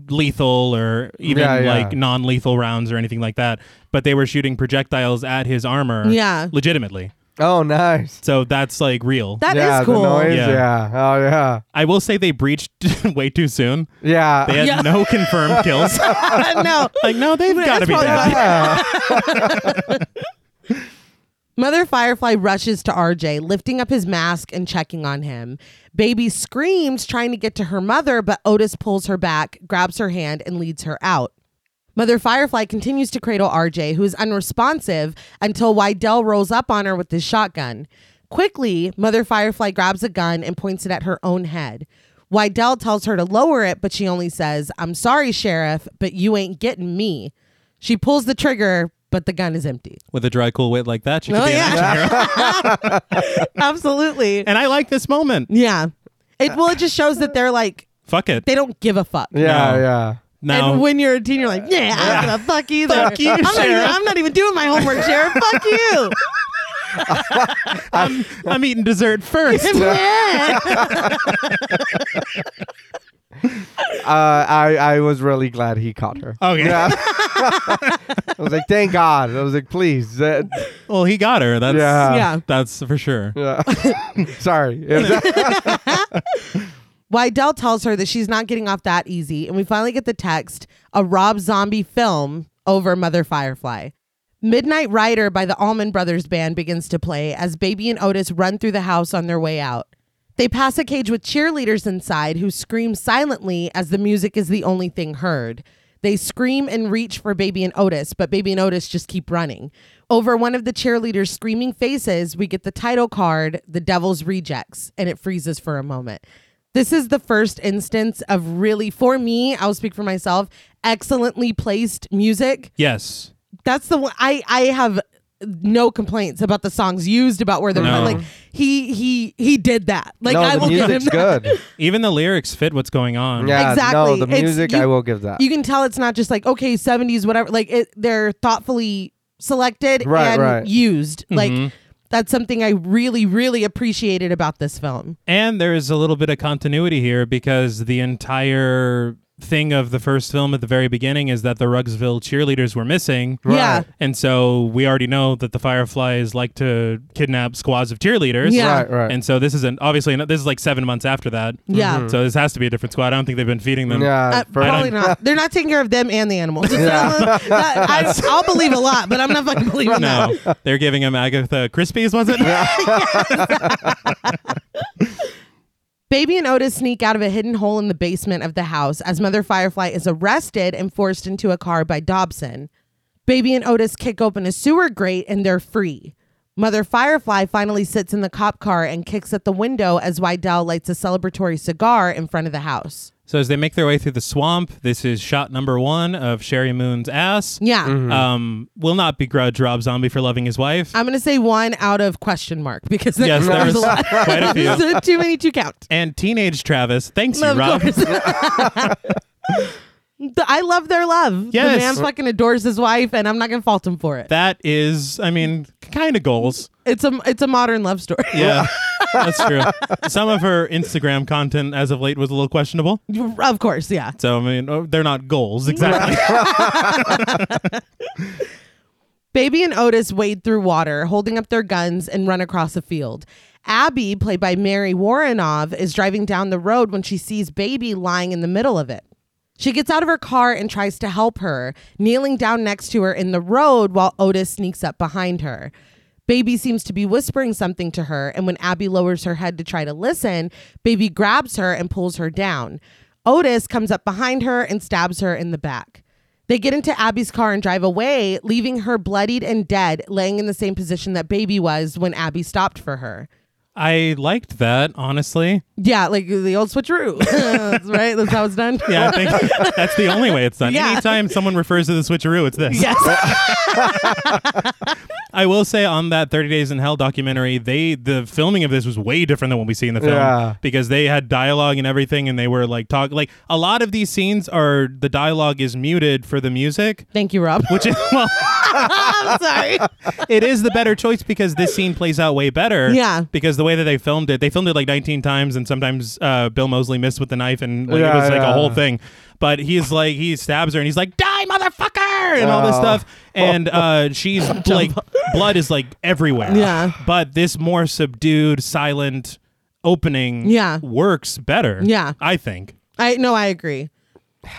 C: lethal or even
B: Yeah, yeah.
C: like non lethal rounds or anything like that. But they were shooting projectiles at his armor.
A: Yeah.
C: Legitimately.
B: Oh, nice.
C: So that's like real.
A: That is
B: yeah, the
A: cool. (laughs)
B: noise,
C: Yeah.
B: yeah. Oh yeah.
C: I will say they breached (laughs) way too soon.
B: Yeah.
C: They had
A: Yeah.
C: no confirmed
A: (laughs)
C: kills.
B: (laughs)
A: no.
C: like, no, they've
A: That's
C: got to be
A: probably
C: dead.
A: why-
C: (laughs)
B: yeah.
A: Mother Firefly rushes to RJ, lifting up his mask and checking on him. Baby screams, trying to get to her mother, but Otis pulls her back, grabs her hand, and leads her out. Mother Firefly continues to cradle RJ, who is unresponsive, until Wydell rolls up on her with his shotgun. Quickly, Mother Firefly grabs a gun and points it at her own head. Wydell tells her to lower it, but she only says, I'm sorry, Sheriff, but you ain't getting me. She pulls the trigger, but the gun is empty.
C: With a dry, cool wit like that, you could
A: Oh,
C: be an
A: yeah.
C: action hero.
A: (laughs) Absolutely.
C: And I like this moment.
A: Yeah. It well, it just shows that they're like
C: Fuck it.
A: they don't give a fuck.
B: Yeah.
C: No.
B: Yeah.
C: Now,
A: And when you're a teen, you're like, yeah, I don't give a fuck either. Fuck you, I'm, Not even,
C: Sheriff.
A: I'm not even doing my homework, Sheriff. fuck you.
C: I'm, I'm eating dessert first.
A: (laughs) Yeah.
B: Uh, I I was really glad he caught her.
C: Okay.
B: Yeah. I was like, thank God. I was like, please. Uh, that-
C: (laughs) Well, he got her. That's
B: Yeah.
A: Yeah.
C: That's for sure.
B: yeah. (laughs) Sorry. It was-
A: Wydell tells her that she's not getting off that easy, and we finally get the text a Rob Zombie film over Mother Firefly. Midnight Rider by the Allman Brothers Band begins to play as Baby and Otis run through the house on their way out. They pass a cage with cheerleaders inside who scream silently as the music is the only thing heard. They scream and reach for Baby and Otis, but Baby and Otis just keep running. Over one of the cheerleaders' screaming faces, we get the title card, The Devil's Rejects, and it freezes for a moment. This is the first instance of really, for me, I'll speak for myself, excellently placed music
C: Yes.
A: that's the one I I have no complaints about the songs used about where they're
C: No.
A: like he he he did that (laughs) like
B: no,
A: I
B: the
A: will give him
B: music's
A: that.
B: good.
C: Even the lyrics fit what's going on.
B: Yeah,
A: Exactly.
B: No, the
A: It's-
B: music,
A: you-
B: I will give that.
A: you can tell it's not just like okay 70s whatever like it, they're thoughtfully selected
B: Right,
A: and
B: right.
A: used like that's something I really really appreciated about this film
C: And there is a little bit of continuity here because the entire thing of the first film at the very beginning is that the Rugsville cheerleaders were missing.
A: yeah
C: And so we already know that the Fireflies like to kidnap squads of cheerleaders.
A: Yeah.
B: Right, right.
C: And so this isn't obviously this is like seven months after that.
A: Yeah. Mhm.
C: So this has to be a different squad. I don't think they've been feeding them.
A: Uh,
B: yeah, for-
A: probably not. They're not taking care of them and the animals. (laughs) That- I, I'll believe a lot, but I'm not fucking believing that.
C: (laughs) No, (laughs) they're giving him Agatha Crispies, was it?
A: Baby and Otis sneak out of a hidden hole in the basement of the house as Mother Firefly is arrested and forced into a car by Dobson. Baby and Otis kick open a sewer grate and they're free. Mother Firefly finally sits in the cop car and kicks at the window as Wydell lights a celebratory cigar in front of the house.
C: (laughs) So as they make their way through the swamp, this is shot number one of Sherry Moon's ass.
A: Yeah.
C: Um, will not begrudge Rob Zombie for loving his wife.
A: I'm going to say one out of question mark because there (laughs)
C: (laughs) Yes,
A: was
C: there's
A: a lot.
C: quite a few.
A: So (laughs) too many to count.
C: (laughs) And teenage Travis, thanks you,
A: of
C: Rob. (laughs)
A: course. The- I love their love. The
C: Yes.
A: man fucking adores his wife, and I'm not going to fault him for it.
C: That is, I mean, kind of goals.
A: It's a it's a modern love story. (laughs)
C: Yeah, that's true. Some of her Instagram content as of late was a little questionable.
A: of course, yeah.
C: So I mean, oh, they're not goals exactly. (laughs)
A: Baby and Otis wade through water, holding up their guns, and run across a field. Abby, played by Mary Warrenov, is driving down the road when she sees Baby lying in the middle of it. She gets out of her car and tries to help her, kneeling down next to her in the road while Otis sneaks up behind her. Baby seems to be whispering something to her, and when Abby lowers her head to try to listen, Baby grabs her and pulls her down. Otis comes up behind her and stabs her in the back. They get into Abby's car and drive away, leaving her bloodied and dead, laying in the same position that Baby was when Abby stopped for her.
C: I liked that honestly.
A: Yeah, like the old switcheroo. (laughs) That's right? That's how it's done.
C: Yeah, I (laughs) think that's the only way it's done.
A: Yeah.
C: Anytime someone refers to the switcheroo, it's this.
A: Yes.
C: I will say on that 30 Days in Hell documentary, they the filming of this was way different than what we see in the film
B: Yeah.
C: because they had dialogue and everything and they were like talk like a lot of these scenes are the dialogue is muted for the music,
A: Thank you, Rob.
C: which is (laughs) well
A: (laughs) I'm sorry.
C: it is the better choice because this scene plays out way better.
A: Yeah.
C: Because the way that they filmed it, they filmed it like 19 times, and sometimes uh, Bill Mosley missed with the knife, and like,
B: Yeah,
C: it was like
B: yeah.
C: a whole thing. But he's like, he stabs her, and he's like, "Die, motherfucker!" and all this
B: Oh.
C: stuff. And
B: (laughs)
C: uh, she's like, blood is like everywhere.
A: Yeah.
C: But this more subdued, silent opening,
A: Yeah.
C: works better.
A: Yeah.
C: I think. (laughs)
A: I no, I agree.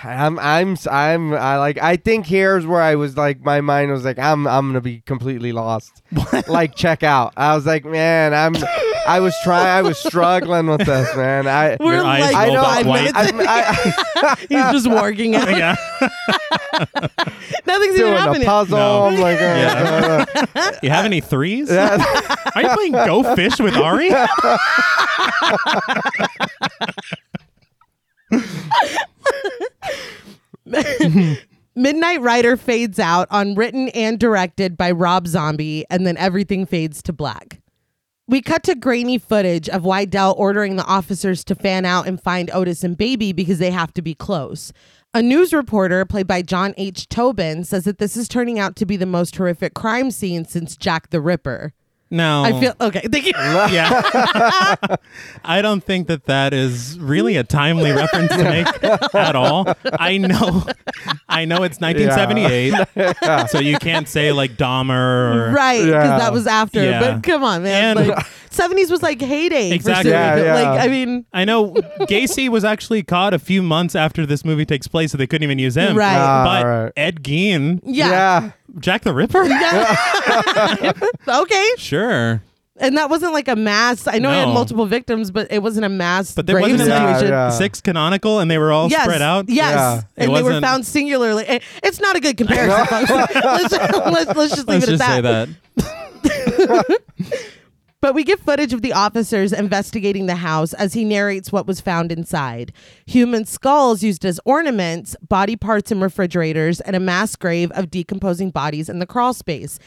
B: I'm, I'm, I'm, I like, I think here's where I was like, my mind was like, I'm, I'm gonna be completely lost. (laughs) like, check out. I was like, man, I'm, I was trying, I was struggling with this, man. (laughs) I,
A: We're
C: Your eyes
A: like
B: I
C: roll
B: know,
C: back
A: five
B: I'm,
C: white.
A: minutes.
B: I'm, (laughs) I,
A: He's just warging
C: (laughs)
A: out.
C: Yeah.
A: Nothing's even
B: doing a
A: happening.
B: puzzle.
C: No.
B: I'm like, uh, (laughs)
C: Yeah. You have any threes? Are you playing Go Fish with Ari?
B: (laughs)
A: Midnight Rider fades out on written and directed by Rob Zombie, and then everything fades to black. We cut to grainy footage of Wydell ordering the officers to fan out and find Otis and Baby because they have to be close. A news reporter, played by John H. Tobin, says that this is turning out to be the most horrific crime scene since Jack the Ripper.
C: No.
A: I feel okay. Thank you.
C: Yeah. I don't think that that is really a timely reference to make at all. I know, I know it's 1978, so you can't say like Dahmer. Or,
A: Right, because
B: Yeah.
A: that was after.
C: Yeah.
A: But come on, man.
C: And-
A: like, 70s was like heyday. for
C: Exactly.
A: serial
B: Yeah,
A: kill-
B: yeah.
A: Like, I mean,
C: I know Gacy was actually caught a few months after this movie takes place, so they couldn't even use him.
A: Right. Ah,
C: But
B: right.
C: Ed Gein,
A: yeah.
C: Jack the Ripper.
A: (laughs) Okay.
C: Sure.
A: And that wasn't like a mass. I know it had
C: No.
A: multiple victims, but it wasn't a mass.
C: But there
A: grave
C: wasn't
B: Yeah,
C: like
A: situation.
B: yeah.
C: six canonical, and they were all
A: Yes.
C: spread out.
A: Yes.
B: Yeah.
C: It
A: And they were
C: wasn't-
A: found singularly. Eh, It's not a good
C: (laughs)
A: comparison, folks. let's, let's, let's just leave
C: Let's
A: it at
C: just say that.
A: But we get footage of the officers investigating the house as he narrates what was found inside human skulls used as ornaments, body parts in refrigerators, and a mass grave of decomposing bodies in the crawl space.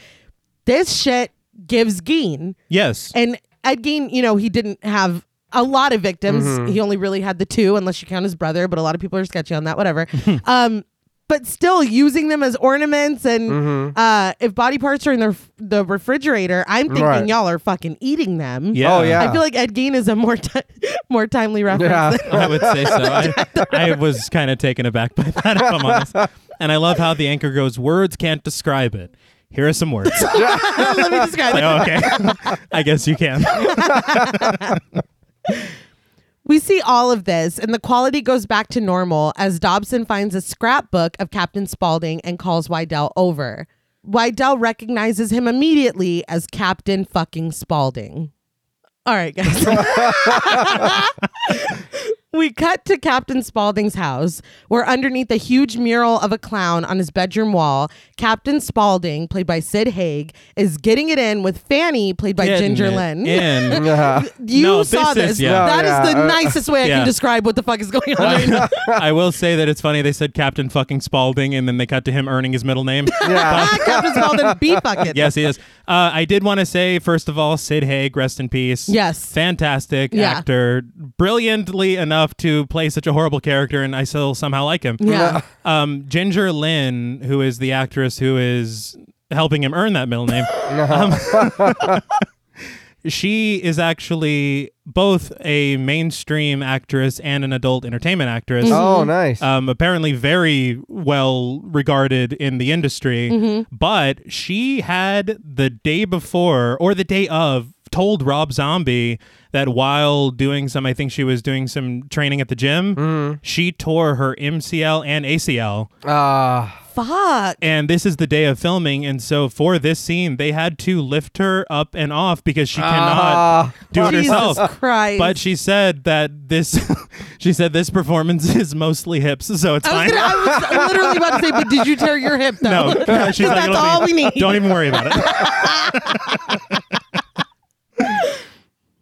A: This shit gives Geen.
C: Yes.
A: And Ed Gein, you know, he didn't have a lot of victims.
B: Mm-hmm.
A: He only really had the two, unless you count his brother, but a lot of people are sketchy on that,
B: (laughs)
A: whatever. um, but still using them as ornaments and
B: Mm-hmm.
A: uh, if body parts are in the, ref- the refrigerator, I'm thinking
B: Right.
A: y'all are fucking eating them.
C: Yeah.
B: Oh, yeah.
A: I feel like Ed Gein is a more ti (laughs) more timely reference.
B: Yeah.
A: than-
C: I would say so. I, I was kind of taken aback by that, if I'm honest. And I love how the anchor goes, words can't describe it. Here are some words.
A: (laughs) (laughs) Let me describe it.
C: oh, okay. (laughs) I guess you can.
A: We see all of this, and the quality goes back to normal as Dobson finds a scrapbook of Captain Spaulding and calls Wydell over. Wydell recognizes him immediately as Captain fucking Spaulding. All right, guys. (laughs) we cut to Captain Spaulding's house, where underneath a huge mural of a clown on his bedroom wall, Captain Spaulding, played by Sid Haig, is getting it in with Fanny, played by
C: Getting
A: Ginger
C: it
A: Lynn.
C: in.
A: (laughs)
B: (laughs) Yeah.
A: You
C: No,
A: saw
C: this
A: this.
C: is- yeah.
A: That is
B: No,
A: the
B: yeah, uh,
A: nicest way I
C: yeah.
A: can describe what the fuck is
C: (laughs)
A: going on. right now.
C: I, I will say that it's funny they said Captain fucking Spaulding and then they cut to him earning his
A: (laughs)
C: middle name.
B: (laughs) Yeah.
A: Ah, Captain Spaulding B bucket.
C: Yes, he is. Uh, I did want to say, first of all, Sid Haig, rest in peace.
A: Yes.
C: Fantastic
A: Yeah.
C: actor. Brilliantly enough to play such a horrible character, and I still somehow like him.
A: Yeah.
C: (laughs) Um, Ginger Lynn, who is the actress who is helping him earn that middle name, um, (laughs) she is actually both a mainstream actress and an adult entertainment actress
B: Oh, nice.
C: um, apparently very well regarded in the industry.
A: Mm-hmm.
C: But she had the day before or the day of told Rob Zombie that while doing some, I think she was doing some training at the gym,
A: Mm-hmm.
C: she tore her MCL and ACL.
B: Ah.
A: Fuck.
C: And this is the day of filming. And so for this scene, they had to lift her up and off because she cannot
B: Ah.
C: do it
A: Jesus
C: herself.
A: Christ.
C: But she said that this, (laughs) she said this performance is mostly hips, so it's
A: I
C: fine. (laughs)
A: was, gonna, I was literally about to say, but did you tear your hip though? (laughs)
C: No, she's like,
A: that's
C: "It'll be-
A: all we need.
C: Don't even worry about it.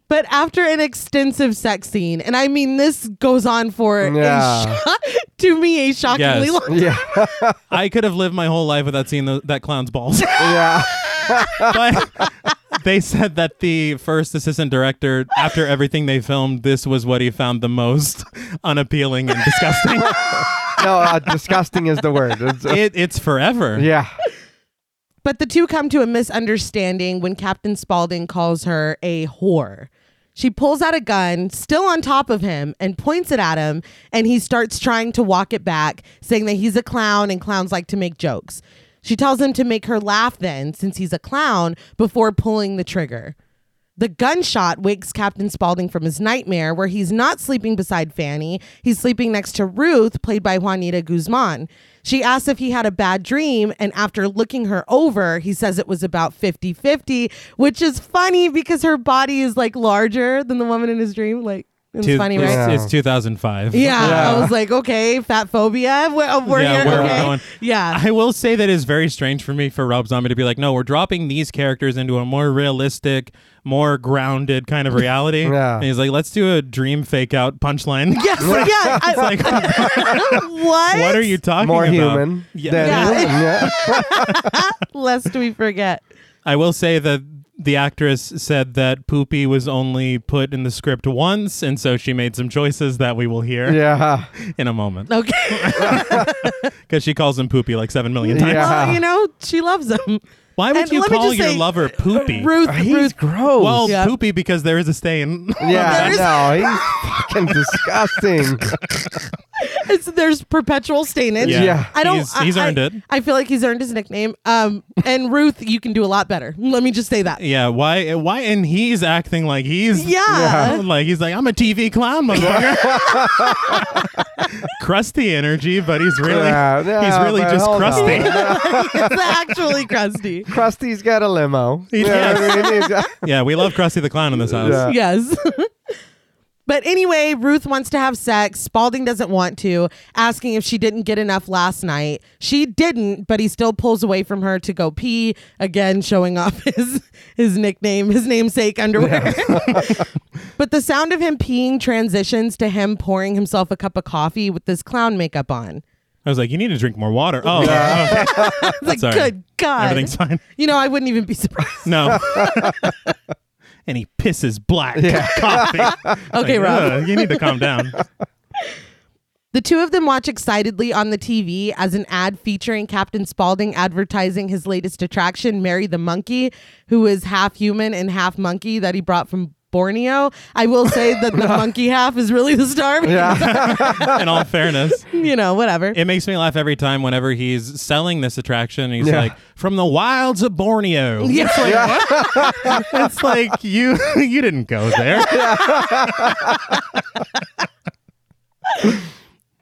A: But after an extensive sex scene, and I mean this goes on for
B: Yeah.
A: a sho- (laughs) to me a shockingly
C: Yes.
A: long.
B: Yeah.
C: (laughs)
B: (laughs)
C: I could have lived my whole life without seeing tho- that clown's (laughs) balls.
B: Yeah.
C: but they said that the first assistant director, after everything they filmed, this was what he found the most (laughs) unappealing and (laughs) disgusting.
B: No, uh, disgusting is the word. It's, uh,
C: it, it's forever.
B: yeah.
A: But the two come to a misunderstanding when Captain Spaulding calls her a whore. She pulls out a gun, still on top of him, and points it at him, and he starts trying to walk it back, saying that he's a clown and clowns like to make jokes. She tells him to make her laugh then, since he's a clown, before pulling the trigger. The gunshot wakes Captain Spaulding from his nightmare, where he's not sleeping beside Fanny. He's sleeping next to Ruth, played by Juanita Guzman. She asks if he had a bad dream, and after looking her over, he says it was about 50 50, which is funny because her body is like larger than the woman in his dream. Like, it's
C: Two-
A: funny, right?
C: it's,
A: Yeah.
B: Yeah.
C: it's 2005.
A: I was like, okay, fat phobia. We're, oh, we're
C: Yeah,
A: here.
C: where are we
A: okay.
C: going?
A: Yeah.
C: I will say that is very strange for me for Rob Zombie to be like, no, we're dropping these characters into a more realistic, more grounded kind of reality.
B: Yeah.
C: And he's like, let's do a dream fake out punchline. (laughs)
A: Yes, yeah. I, (laughs) what?
C: What are you talking
B: More
C: about?
B: human
C: Yeah.
B: than
A: Yeah.
B: Yeah.
A: Lest we forget.
C: I will say that the actress said that Poopy was only put in the script once, and so she made some choices that we will
B: (laughs)
C: hear
B: Yeah.
C: in a moment.
A: Okay.
C: Because she calls him Poopy like seven million times.
B: Yeah.
A: Well, you know, she loves him.
C: Why would
A: And
C: you
A: let me
C: call
A: just
C: your
A: say,
C: lover poopy?
A: Ruth,
B: He's
A: Ruth,
B: gross.
C: well,
A: Yeah.
C: poopy because there is a stain.
B: yeah,
A: there is-
B: I know. He's fucking disgusting.
C: (laughs)
A: it's, (laughs) there's perpetual stainage.
B: Yeah. Yeah.
A: I don't.
C: He's-
A: I-
C: he's earned
A: I-
C: it.
A: I feel like he's earned his nickname. Um, and Ruth, you can do a lot better. Let me just say
C: (laughs)
A: that.
C: yeah. Why? Why? And he's acting like he's
A: Yeah. Yeah.
C: Like he's like I'm a
B: (laughs)
C: TV clown, motherfucker. crusty energy, but he's really
B: Yeah,
C: he's
B: yeah,
C: really
B: but
C: just
A: (laughs)
B: hold
C: crusty.
B: on.
A: it's actually crusty.
B: Krusty's got a limo.
C: He
B: what I mean? He's
C: (laughs)
B: got-
C: yeah, we love Krusty the clown in this house.
B: Yeah.
A: Yes. (laughs) But anyway, Ruth wants to have sex. Spalding doesn't want to, asking if she didn't get enough last night. She didn't, but he still pulls away from her to go pee, again showing off (laughs) his his nickname, his namesake underwear. (laughs)
C: (laughs)
A: but the sound of him peeing transitions to him pouring himself a cup of coffee with this clown makeup on.
C: I was like, you need to drink more water. Oh, okay.
A: It's like,
C: Sorry.
A: good God.
C: everything's fine. (laughs)
A: you know, I wouldn't even be (laughs) surprised.
C: No. and he pisses black coffee.
A: (laughs) Okay,
C: Like,
A: Rob.
C: "Ugh, you need to
A: (laughs)
C: calm down.
A: The two of them watch excitedly on the TV as an ad featuring Captain Spaulding advertising his latest attraction, Mary the Monkey, who is half human and half monkey that he brought from Borneo. I will say that the monkey half is really the star.
B: yeah.
C: In all fairness,
A: (laughs) you know, whatever.
C: it makes me laugh every time whenever he's selling this attraction. And he's
B: Yeah.
C: like, from the wilds of Borneo.
A: (laughs) Yeah.
C: It's like, what? it's like you (laughs) you didn't go
A: (laughs)
C: there.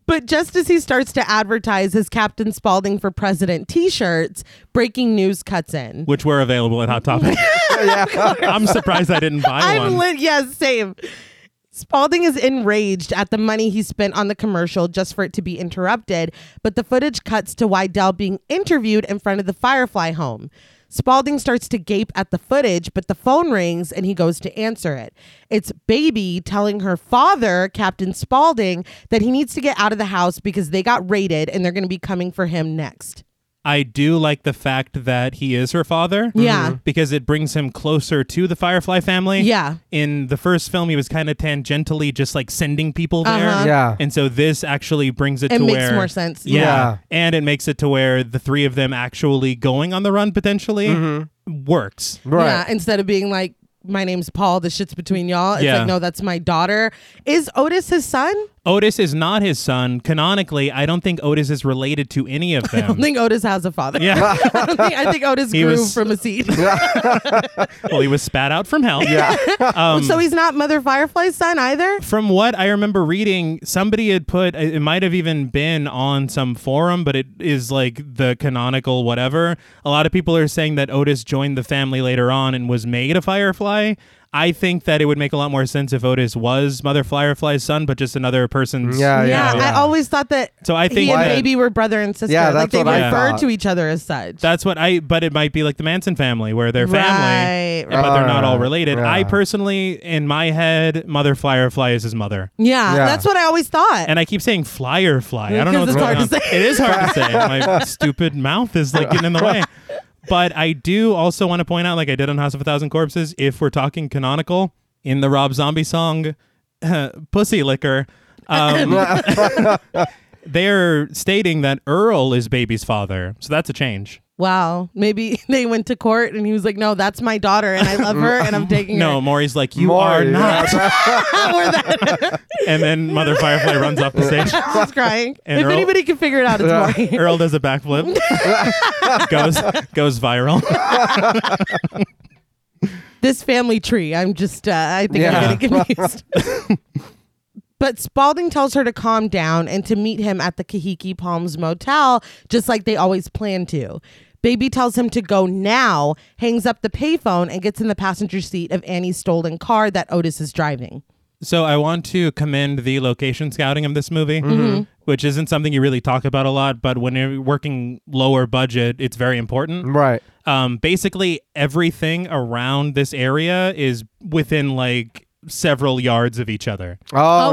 A: But just as he starts to advertise his Captain Spaulding for President t shirts, breaking news cuts in.
C: Which were available at
A: (laughs)
C: Hot Topic. I'm surprised I didn't buy
A: I'm
C: one.
A: lit. Yes, same. Spalding is enraged at the money he spent on the commercial just for it to be interrupted, but the footage cuts to Wydell being interviewed in front of the Firefly home. Spalding starts to gape at the footage, but the phone rings and he goes to answer it. It's Baby telling her father, Captain Spalding, that he needs to get out of the house because they got raided and they're going to be coming for him next.
C: I do like the fact that he is her father.
A: Yeah.
B: Mm-hmm.
A: Mhm.
C: Because it brings him closer to the Firefly family.
A: Yeah.
C: In the first film, he was kind of tangentially just like sending people there.
A: Uh-huh.
B: Yeah.
C: And so this actually brings it,
A: It
C: to
A: makes
C: where.
A: more sense.
C: Yeah.
B: Yeah.
C: And it makes it to where the three of them actually going on the run potentially
B: Mm-hmm.
C: works.
B: Right.
A: Yeah, instead of being like, my name's Paul, this shit's between y'all. It's
C: Yeah.
A: like, no, that's my daughter. Is Otis his son?
C: Otis is not his son. Canonically, I don't think Otis is related to any of
A: (laughs) I don't
C: them.
A: think Otis has a father.
B: (laughs)
C: yeah.
A: (laughs) I, don't think, I think Otis
C: He
A: grew
C: was-
A: from a
C: (laughs)
A: seed.
C: well, he was spat out from hell.
B: Yeah.
A: (laughs)
C: um,
A: so he's not Mother Firefly's son either?
C: from what I remember reading, somebody had put it it might have even been on some forum, but it is like the canonical whatever. A lot of people are saying that Otis joined the family later on and was made a Firefly. I think that it would make a lot more sense if Otis was Mother Firefly's son, but just another person's.
B: Yeah,
A: Yeah,
B: yeah.
A: I always thought that
C: So I think
A: he and
C: that-
A: Baby were brother and sister.
B: Yeah,
A: like
B: that's
A: they
B: what I
A: refer
B: thought.
A: to each other as such.
C: That's what I. But it might be like the Manson family, where they're
A: Right,
C: family, but they're not all
B: right,
C: related.
B: right.
C: I personally, in my head, Mother Firefly is his mother.
A: yeah,
B: Yeah.
A: that's what I always thought.
C: And I keep saying flyer fly. I don't know what's
A: Because
C: going
A: it's
C: on.
A: hard to say.
C: It is hard
A: (laughs)
C: to say. My stupid mouth is like getting in the way. But I do also want to point out, like I did on House of a Thousand Corpses, if we're talking canonical in the Rob Zombie song, (laughs) "Pussy Liquor,"
A: (laughs)
C: um, they're stating that Earl is Baby's father, so that's a change.
A: wow, maybe (laughs) they went to court and he was like, "No, that's my daughter, and I
C: (laughs)
A: love her, and I'm taking
C: No,
A: her."
C: Maury's like you
B: More,
C: are
B: yeah.
C: not,
A: (laughs) or
C: (laughs)
A: that
C: and then Mother Firefly runs off the
A: (laughs)
C: stage.
A: she's crying.
C: (laughs) And
A: if
C: Earl-
A: anybody can figure it out, it's (laughs)
B: Yeah.
A: Maury.
C: Earl does
A: (laughs)
C: a backflip, goes goes viral.
A: this family tree. I'm just, uh, I think
B: Yeah.
A: I'm getting
C: (laughs)
A: confused. but Spalding tells her to calm down and to meet him at the Kahiki Palms Motel, just like they always plan to. Baby tells him to go now, hangs up the payphone, and gets in the passenger seat of Annie's stolen car that Otis is driving.
C: So I want to commend the location scouting of this movie, which isn't something you really talk about a lot, but when you're working lower budget, it's very important.
B: Right.
C: Um, basically, everything around this area is within like several yards of each other.
B: Oh,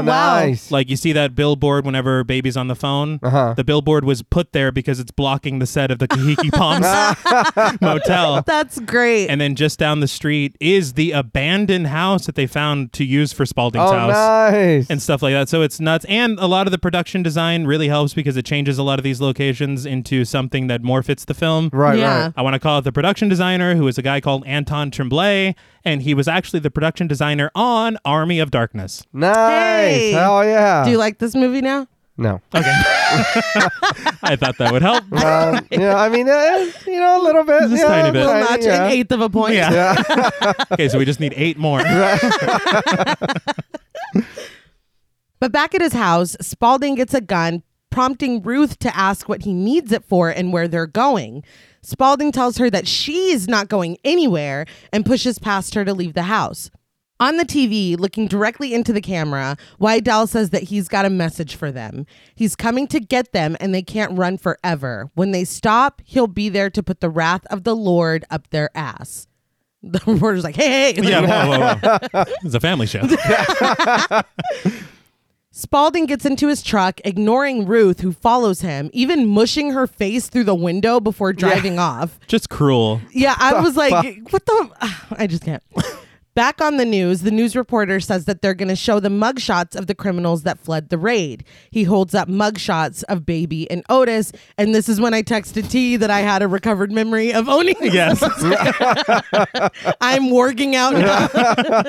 A: wow.
B: nice.
C: Like you see that billboard whenever baby's on the phone.
B: Uh-huh.
C: The billboard was put there because it's blocking the set of
B: (laughs)
C: the Kahiki Palms motel.
A: That's great.
C: And then just down the street is the abandoned house that they found to use for Spalding's
B: oh,
C: house
B: nice.
C: and stuff like that. So it's nuts. And a lot of the production design really helps because it changes a lot of these locations into something that more fits the film.
B: right,
A: Yeah.
B: right.
C: I want to call out the production designer, who is a guy called Anton Tremblay, and he was actually the production designer on Army of Darkness.
B: Nice.
A: Hey.
B: Hell yeah.
A: Do you like this movie now?
B: no.
C: I thought that
B: (laughs)
C: would help.
B: Um, yeah, I mean, eh, you know, a little bit.
C: Just
B: yeah,
C: tiny bit.
A: Little
B: tiny,
A: notch,
B: yeah.
A: an eighth of a point.
C: Yeah.
B: Yeah.
C: (laughs) Okay, so we just need eight more.
A: But back at his house, Spalding gets a gun, prompting Ruth to ask what he needs it for and where they're going. Spalding tells her that she's not going anywhere and pushes past her to leave the house. On the TV, looking directly into the camera, Wydell says that he's got a message for them. He's coming to get them and they can't run forever. When they stop, he'll be there to put the wrath of the Lord up their ass. (laughs) The reporter's like, hey, hey.
C: Yeah, whoa,
B: (laughs)
C: whoa, whoa. It's a family show.
A: Spalding gets into his truck, ignoring Ruth, who follows him, even mushing her face through the window before driving off.
C: Just cruel.
A: (laughs) Yeah, I was like, (laughs) what the? (sighs) I just can't. Back on the news, the news reporter says that they're going to show the mugshots of the criminals that fled the raid. He holds up mugshots of Baby and Otis, and this is when I texted T that I had a recovered memory of owning. this.
C: Yes.
A: (laughs) I'm working out (laughs) now.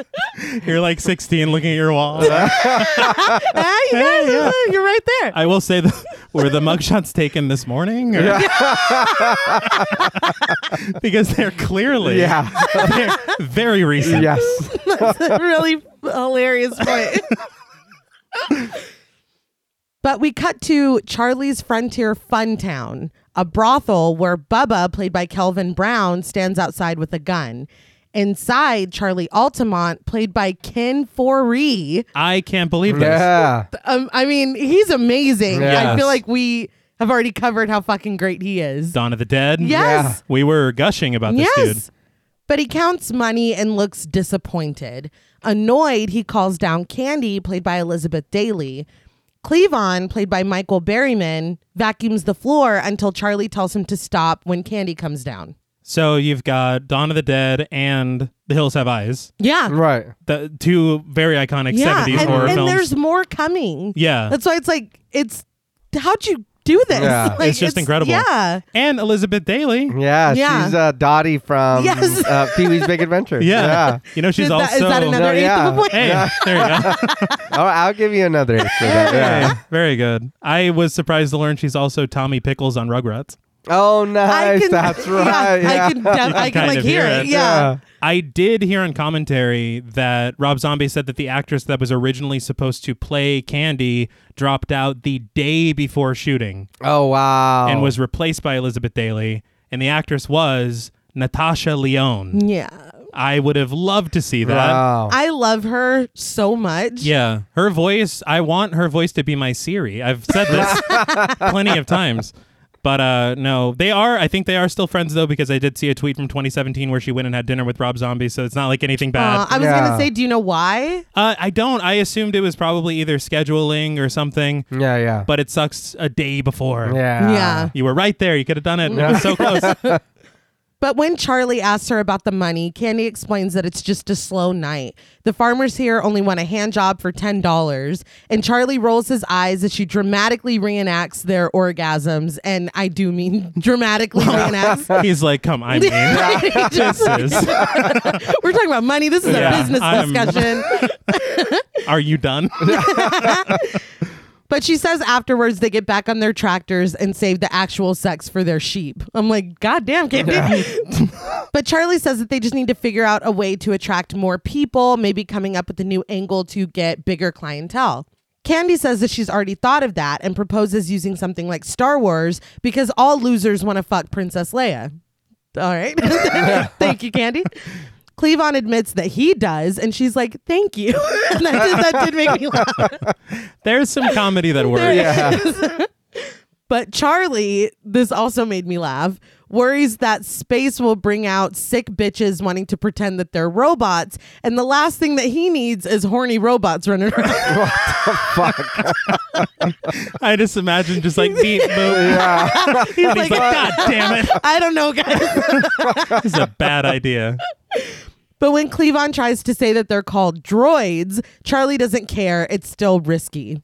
C: You're like 16 looking at your wall.
A: Ah, you guys,
C: yeah.
A: You're right there.
C: I will say that were the (laughs) mugshots taken this morning? Or? (laughs) because they're clearly
B: yeah.
C: they're
A: (laughs)
C: very recent.
B: yes.
A: That's a (laughs) really hilarious point. but we cut to Charlie's Frontier Fun Town, a brothel where Bubba, played by Kelvin Brown, stands outside with a gun. Inside, Charlie Altamont, played by Ken Foree.
C: I can't believe this.
B: Yeah.
A: Um, I mean, he's amazing. I
C: Yes.
A: feel like we have already covered how fucking great he is.
C: Dawn of the Dead.
A: Yes.
C: We were gushing about this
A: yes.
C: dude.
A: But he counts money and looks disappointed. Annoyed, he calls down Candy, played by Elizabeth Daly. Cleavon, played by Michael Berryman, vacuums the floor until Charlie tells him to stop when Candy comes down.
C: So you've got Dawn of the Dead and The Hills Have Eyes,
A: Yeah.
B: Right.
C: the two very iconic
A: Yeah.
C: 70s
A: And,
C: horror
A: and
C: films.
A: there's more coming.
C: yeah.
A: That's why it's like, it's how'd you do this?
B: Yeah.
A: (laughs) Like,
C: It's just incredible.
A: Yeah.
C: and Elizabeth Daly.
B: Yeah,
A: Yeah.
B: she's uh, Dottie from
A: Yes.
B: uh, Pee Wee's Big Adventure.
C: (laughs) Yeah. You know, she's
A: Is that-
C: also.
A: is that another
B: No,
A: eighth of
B: yeah.
A: a point?
C: Hey, there you go.
B: All right, Oh, I'll give you another. eight for that, (laughs) Yeah.
C: Hey, very good. I was surprised to learn she's also Tommy Pickles on Rugrats.
B: Oh, nice. That's
A: yeah,
B: right. Yeah.
A: I can, def- I can
C: kind
A: like
C: of
A: hear,
C: hear
A: it.
C: it.
A: Yeah.
C: I did hear on commentary that Rob Zombie said that the actress that was originally supposed to play Candy dropped out the day before shooting
B: Oh wow.
C: and was replaced by Elizabeth Daly, and the actress was Natasha Leone.
A: Yeah.
C: I would have loved to see that.
B: wow.
A: I love her so much.
C: Yeah, her voice. I want her voice to be my Siri. I've said this plenty of times, but uh, no, they are. I think they are still friends though, because I did see a tweet from 2017 where she went and had dinner with Rob Zombie. So it's not like anything
A: Uh,
C: bad.
A: I was gonna
B: Yeah.
A: say, do you know why?
C: Uh, I don't. I assumed it was probably either scheduling or something,
B: yeah, yeah.
C: but it sucks a day before.
B: Hmm. yeah.
A: yeah.
C: You were right there. You could have done it. It was so close.
A: But when Charlie asks her about the money, Candy explains that it's just a slow night. The farmers here only want a hand job for ten dollars, and Charlie rolls his eyes as she dramatically reenacts their orgasms, and I do mean (laughs)
C: (laughs)
A: dramatically reenacts.
C: He's like, come,
A: (laughs)
C: I mean, (laughs) this is.
A: We're talking about money. This is
C: Yeah,
A: a business
C: I'm- (laughs)
A: discussion.
C: Are you done?
A: But she says afterwards they get back on their tractors and save the actual sex for their sheep. I'm like, God damn, Candy. (laughs) but Charlie says that they just need to figure out a way to attract more people, maybe coming up with a new angle to get bigger clientele. Candy says that she's already thought of that and proposes using something like Star Wars because all losers want to fuck Princess Leia. All right. (laughs) Thank you, Candy. Cleavon admits that he does, and she's like, Thank you. (laughs) and that did, that did make me laugh.
C: There's some Oh, comedy that works.
A: But Charlie, this also made me laugh, worries that space will bring out sick bitches wanting to pretend that they're robots. And the last thing that he needs is horny robots running around. (laughs)
C: I just imagine just like beep boop.
A: He's
C: (laughs) He's like, God damn it.
A: I don't know, guys.
C: This is a bad idea.
A: But when Cleavon tries to say that they're called droids, Charlie doesn't care. It's still risky.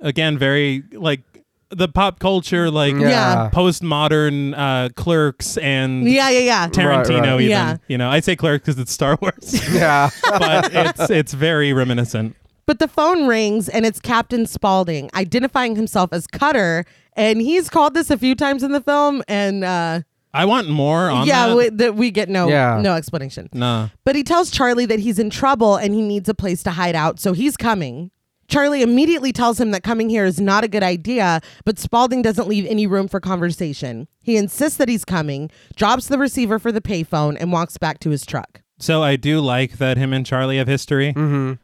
C: Again, very like the pop culture, like
A: Yeah.
C: postmodern uh, clerks and
A: Yeah, yeah, yeah.
C: Tarantino.
B: Right, right.
C: Even
A: Yeah.
C: you know, I say clerks because it's Star Wars,
B: Yeah. (laughs)
C: but it's it's very reminiscent.
A: But the phone rings and it's Captain Spaulding identifying himself as Cutter. And he's called this a few times in the film. And uh,
C: I want more on
A: yeah,
C: that.
A: we, that we get no,
B: Yeah.
A: no explanation.
C: nah.
A: But he tells Charlie that he's in trouble and he needs a place to hide out, so he's coming. Charlie immediately tells him that coming here is not a good idea, but Spaulding doesn't leave any room for conversation. He insists that he's coming, drops the receiver for the payphone, and walks back to his truck.
C: So I do like that him and Charlie have history.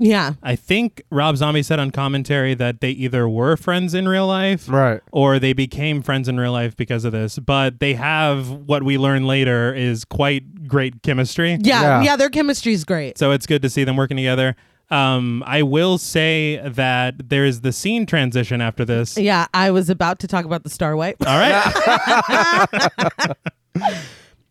A: Yeah.
C: I think Rob Zombie said on commentary that they either were friends in real life
B: Right.
C: or they became friends in real life because of this. But they have what we learn later is quite great chemistry.
A: Yeah. Yeah,
B: Yeah.
A: their chemistry's great.
C: So it's good to see them working together. Um, I will say that there is the scene transition after this.
A: Yeah, I was about to talk about the star wipe. (laughs)
C: All right.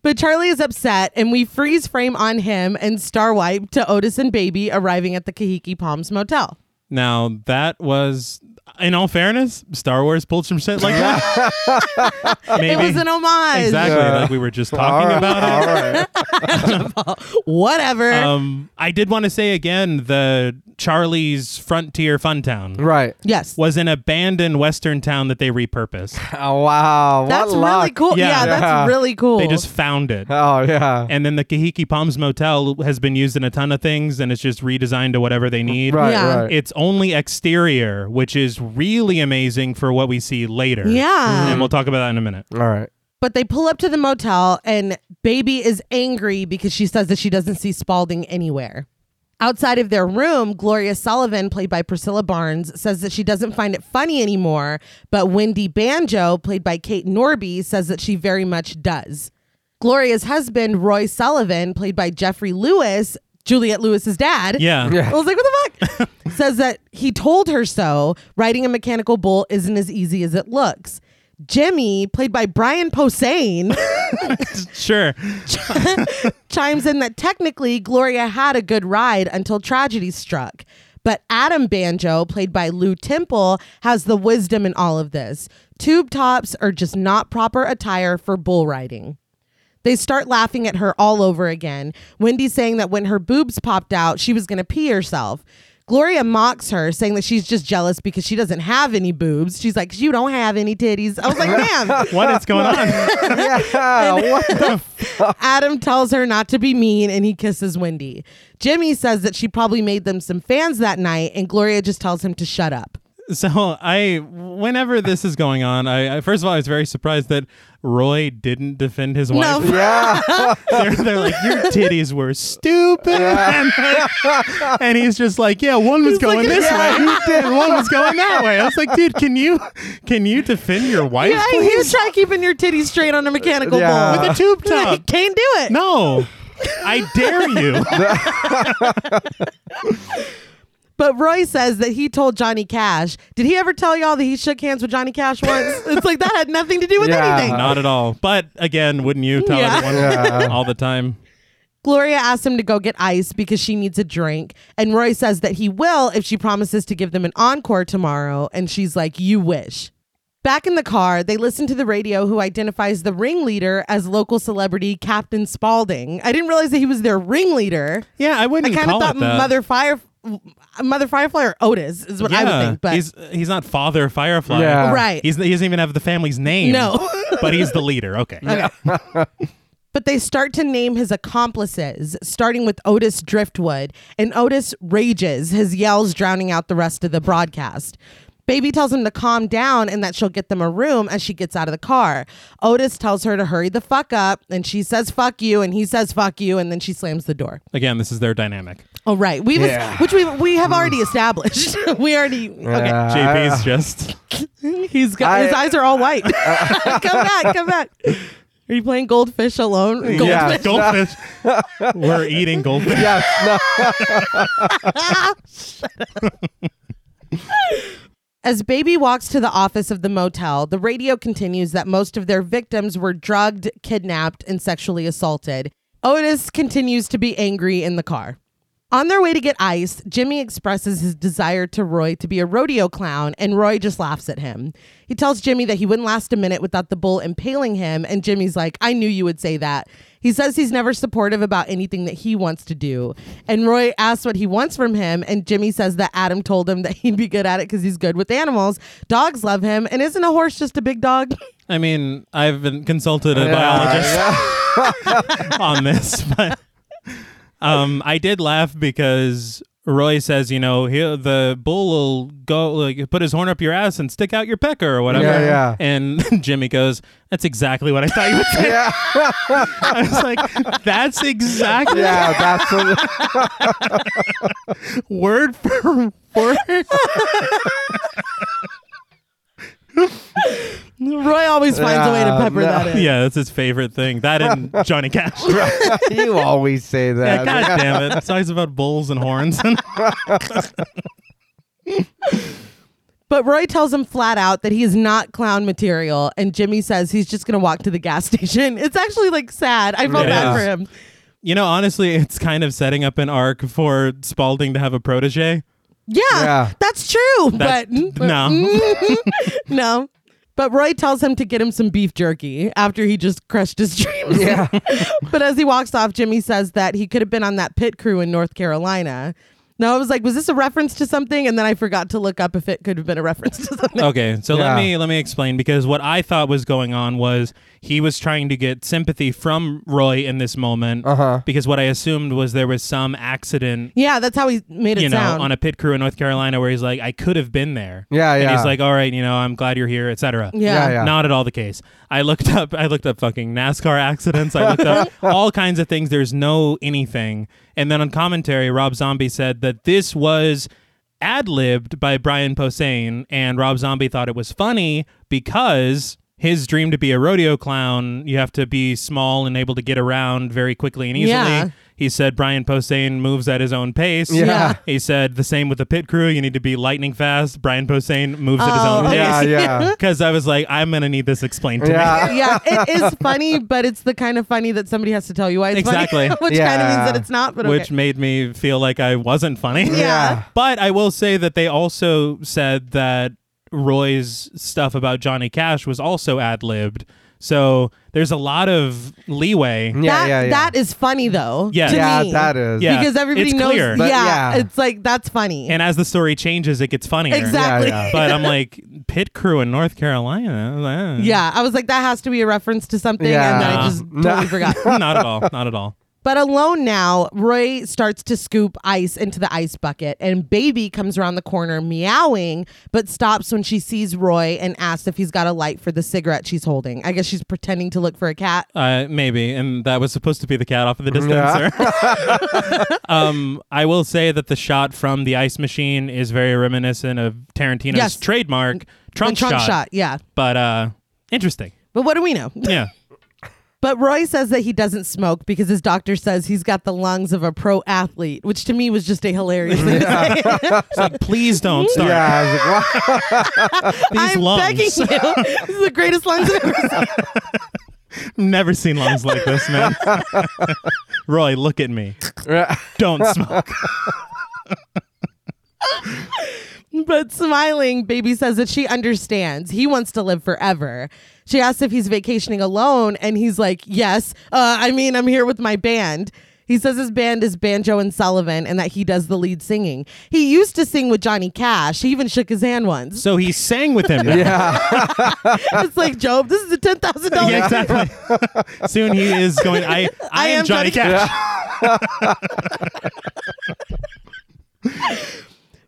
A: But Charlie is upset, and we freeze frame on him and star wipe to Otis and Baby arriving at the Kahiki Palms Motel.
C: now, that was, in all fairness, Star Wars pulled some shit like that.
A: (laughs)
C: Maybe.
A: It was an homage.
C: Exactly. Like we were just talking about it.
B: All right.
A: Whatever.
C: Um, I did want to say again the Charlie's Frontier Funtown
B: Right.
A: yes.
C: was an abandoned Western town that they repurposed.
B: Oh, wow.
A: That's
B: what
A: really
B: luck.
A: cool. Yeah,
C: Yeah.
A: that's
B: Yeah.
A: really cool.
C: They just found it.
B: Oh, yeah.
C: And then the Kahiki Palms Motel has been used in a ton of things and it's just redesigned to whatever they need.
B: right,
A: Yeah.
B: right.
C: It's only exterior, which is really amazing for what we see later.
A: Yeah.
C: And we'll talk about that in a minute.
A: (laughs)
B: All right. (laughs)
A: but they pull up to the motel and baby is angry because she says that she doesn't see Spalding anywhere. Outside of their room, Gloria Sullivan, played by Priscilla Barnes, says that she doesn't find it funny anymore, but Wendy Banjo, played by Kate Norby, says that she very much does. Gloria's husband, Roy Sullivan, played by Jeffrey Lewis, Juliet Lewis's dad,
C: Yeah.
B: Yeah.
A: I was like, what the fuck? Says that he told her so. Riding a mechanical bull isn't as easy as it looks. Jimmy, played by Brian Posehn,
C: Sure.
A: chimes in that technically Gloria had a good ride until tragedy struck. But Adam Banjo, played by Lou Temple, has the wisdom in all of this. Tube tops are just not proper attire for bull riding. They start laughing at her all over again. Wendy saying that when her boobs popped out, she was going to pee herself. Gloria mocks her, saying that she's just jealous because she doesn't have any boobs. She's like, You don't have any titties. I was like, Ma'am.
C: What is
A: (laughs)
C: going on? (laughs)
B: Yeah. what the
A: Adam tells her not to be mean and he kisses Wendy. Jimmy says that she probably made them some fans that night, and Gloria just tells him to shut up.
C: So I, whenever this is going on, I, I first of all I was very surprised that Roy didn't defend his
A: (laughs)
C: wife.
A: No.
B: Yeah.
C: they're, they're like, your titties were stupid. (laughs) And, and he's just like, yeah, one was going
A: like,
C: this
B: yeah,
C: way, and one was going that way. I was like, dude, can you can you defend your wife?
A: Yeah,
C: please?
A: you try keeping your titties straight on a mechanical
B: Yeah.
A: bull
B: With
C: a
A: (laughs)
C: tube top.
A: Can't do it.
C: No, I
A: (laughs)
C: dare you.
A: But Roy says that he told Johnny Cash. Did he ever tell y'all that he shook hands with Johnny Cash
C: (laughs)
A: once? it's like that had nothing to do with
B: Yeah.
A: anything.
C: Not at all. But again, wouldn't you tell
A: Yeah.
C: everyone
B: Yeah.
C: all the time?
A: Gloria asks him to go get ice because she needs a drink. And Roy says that he will if she promises to give them an encore tomorrow. And she's like, You wish. Back in the car, they listen to the radio who identifies the ringleader as local celebrity Captain Spaulding. I didn't realize that he was their ringleader.
C: Yeah, I
A: I
C: wouldn't
A: kind of
C: call
A: thought
C: it that.
A: Mother Fire Mother Firefly or Otis is what I would
C: Yeah.
A: think, but
C: he's he's not Father Firefly.
B: Yeah.
A: Right.
C: He's, he doesn't even have the family's name.
A: No.
C: (laughs) but he's the leader. Okay.
A: But they start to name his accomplices, starting with Otis Driftwood, and Otis rages, his yells drowning out the rest of the broadcast. Baby tells him to calm down and that she'll get them a room as she gets out of the car. Otis tells her to hurry the fuck up, and she says fuck you, and he says fuck you, and then she slams the door.
C: Again, this is their dynamic.
A: Oh right, we've
B: Yeah.
A: which we we have already established. (laughs) we already okay.
B: Yeah,
C: JP's just
A: He's got his (laughs)
B: I- (laughs)
A: eyes are all white. come back, come back. Are you playing goldfish alone? Goldfish.
B: Yeah.
C: goldfish. We're eating goldfish.
B: Yes, no.
A: As Baby walks to the office of the motel, the radio continues that most of their victims were drugged, kidnapped, and sexually assaulted. Otis continues to be angry in the car. On their way to get ice, Jimmy expresses his desire to Roy to be a rodeo clown, and Roy just laughs at him. He tells Jimmy that he wouldn't last a minute without the bull impaling him, and Jimmy's like, I knew you would say that. He says he's never supportive about anything that he wants to do. And Roy asks what he wants from him, and Jimmy says that Adam told him (laughs) that he'd be good at it because he's good with animals. Dogs love him, and isn't a horse just a big dog? (laughs)
C: I mean, I've been consulted a biologist (laughs) on this, but um, I did laugh because Roy says, you know, he, the bull will go like put his horn up your ass and stick out your pecker or whatever.
B: Yeah, yeah.
C: And (laughs) Jimmy goes, "That's exactly what I thought you would say."
B: Yeah.
C: (laughs) I was like, "That's exactly (laughs)
B: Yeah, that's
A: (laughs)
B: what, (laughs)
C: word for word."
A: (laughs) Roy always finds a way to
B: Yeah,
A: pepper
B: no.
A: that in.
C: yeah, that's his favorite thing. That and Johnny Cash.
B: (laughs) (laughs) you always say
C: Yeah,
B: that.
C: God damn it. It's always about bulls and horns.
A: But Roy tells him flat out that he is not clown material, and Jimmy says he's just gonna walk to the gas (laughs) station. It's actually like sad. I felt
C: It
A: bad
C: is.
A: for him.
C: you know, honestly, it's kind of setting up an arc for Spalding to have a protege.
A: Yeah,
B: Yeah.
A: that's true.
C: That-
A: but mm,
C: no.
A: (laughs) no. But Roy tells him to get him some beef jerky after he just crushed his (laughs) dreams.
B: Yeah.
A: but as he walks off, Jimmy says that he could have been on that pit crew in North Carolina. Now I was like, was this a reference to something? And then I forgot to look up if it could have been a reference to (laughs) something.
C: (laughs) Okay, so
B: Yeah.
C: let me let me explain because what I thought was going on was he was trying to get sympathy from Roy in this moment
B: Uh-huh.
C: because what I assumed was there was some accident,
A: Yeah, that's how he made it
C: you know,
A: sound.
C: on a pit crew in North Carolina where he's like, I could have been there.
B: Yeah,
C: And
B: yeah.
C: he's like, All right, you know, I'm glad you're here, etc.
A: (laughs) yeah.
B: Yeah, yeah.
C: Not at all the case. I looked (laughs) up I looked up fucking NASCAR accidents. I
B: (laughs)
C: looked up all kinds of things. There's no anything. And then on commentary, Rob Zombie said that this was ad libbed by Brian Posehn, and Rob Zombie thought it was funny because his dream to be a rodeo clown, you have to be small and able to get around very quickly and easily.
A: Yeah.
C: He said Brian Posehn moves at his own pace.
B: Yeah. Yeah.
C: He said the same with the pit crew. You need to be lightning fast. Brian Posehn moves at his own
A: Oh,
C: pace.
B: Yeah, yeah.
C: Because I was like, I'm gonna need this explained to me.
A: (laughs)
B: Yeah.
A: yeah, it is funny, but it's the kind of funny that somebody has to tell you why it's
C: Exactly.
A: funny, (laughs) which kind of
B: Yeah.
A: means that it's not. But
C: Which
A: okay.
C: made me feel like I wasn't funny.
A: Yeah.
C: But I will say that they also said that Roy's stuff about Johnny Cash was also ad libbed. So there's a lot of leeway.
B: Yeah,
A: that,
B: yeah, yeah.
A: that is funny though.
C: Yeah.
A: to
B: Yeah,
A: me.
B: that is.
C: Yeah.
A: because everybody
C: It's
A: knows.
C: clear.
A: Yeah,
B: But yeah.
A: it's like that's funny.
C: And as the story changes, it gets funnier.
A: exactly.
B: Yeah,
A: Yeah,
B: yeah.
C: But I'm like, pit crew in North Carolina. eh.
A: I was like, that has to be a reference to something, and then I
C: Yeah.
A: just
B: No.
A: totally forgot.
C: (laughs) Not at all. Not at all.
A: But alone now, Roy starts to scoop ice into the ice bucket, and Baby comes around the corner meowing, but stops when she sees Roy and asks if he's got a light for the cigarette she's holding. I guess she's pretending to look for a cat.
C: Uh, maybe, and that was supposed to be the cat off of the dispenser. (laughs) um, I will say that the shot from the ice machine is very reminiscent of Tarantino's
A: Yes.
C: trademark
A: The
C: trunk,
A: trunk
C: shot,
A: shot, yeah.
C: But uh, interesting,
A: But what do we know?
C: (laughs) yeah.
A: But Roy says that he doesn't smoke because his doctor says he's got the lungs of a pro athlete, which to me was just a hilarious thing to say.
C: It's like, please don't start
B: Yeah, I was like, wow.
C: (laughs) these
A: I'm begging you. (laughs)
C: lungs.
A: This is the greatest lungs I've ever seen.
C: (laughs) Never seen lungs like this, man. Roy, look at me. Don't smoke.
A: But smiling, Baby says that she understands. He wants to live forever. She asks if he's vacationing alone, and he's like, Yes. Uh, I mean, I'm here with my band. He says his band is Banjo and Sullivan and that he does the lead singing. He used to sing with Johnny Cash. He even shook his hand once.
C: So he sang with him. Yeah,
B: yeah.
A: it's like, Job, this is a $10,000
C: exactly. Soon he is going. I, I, am, Johnny, Cash.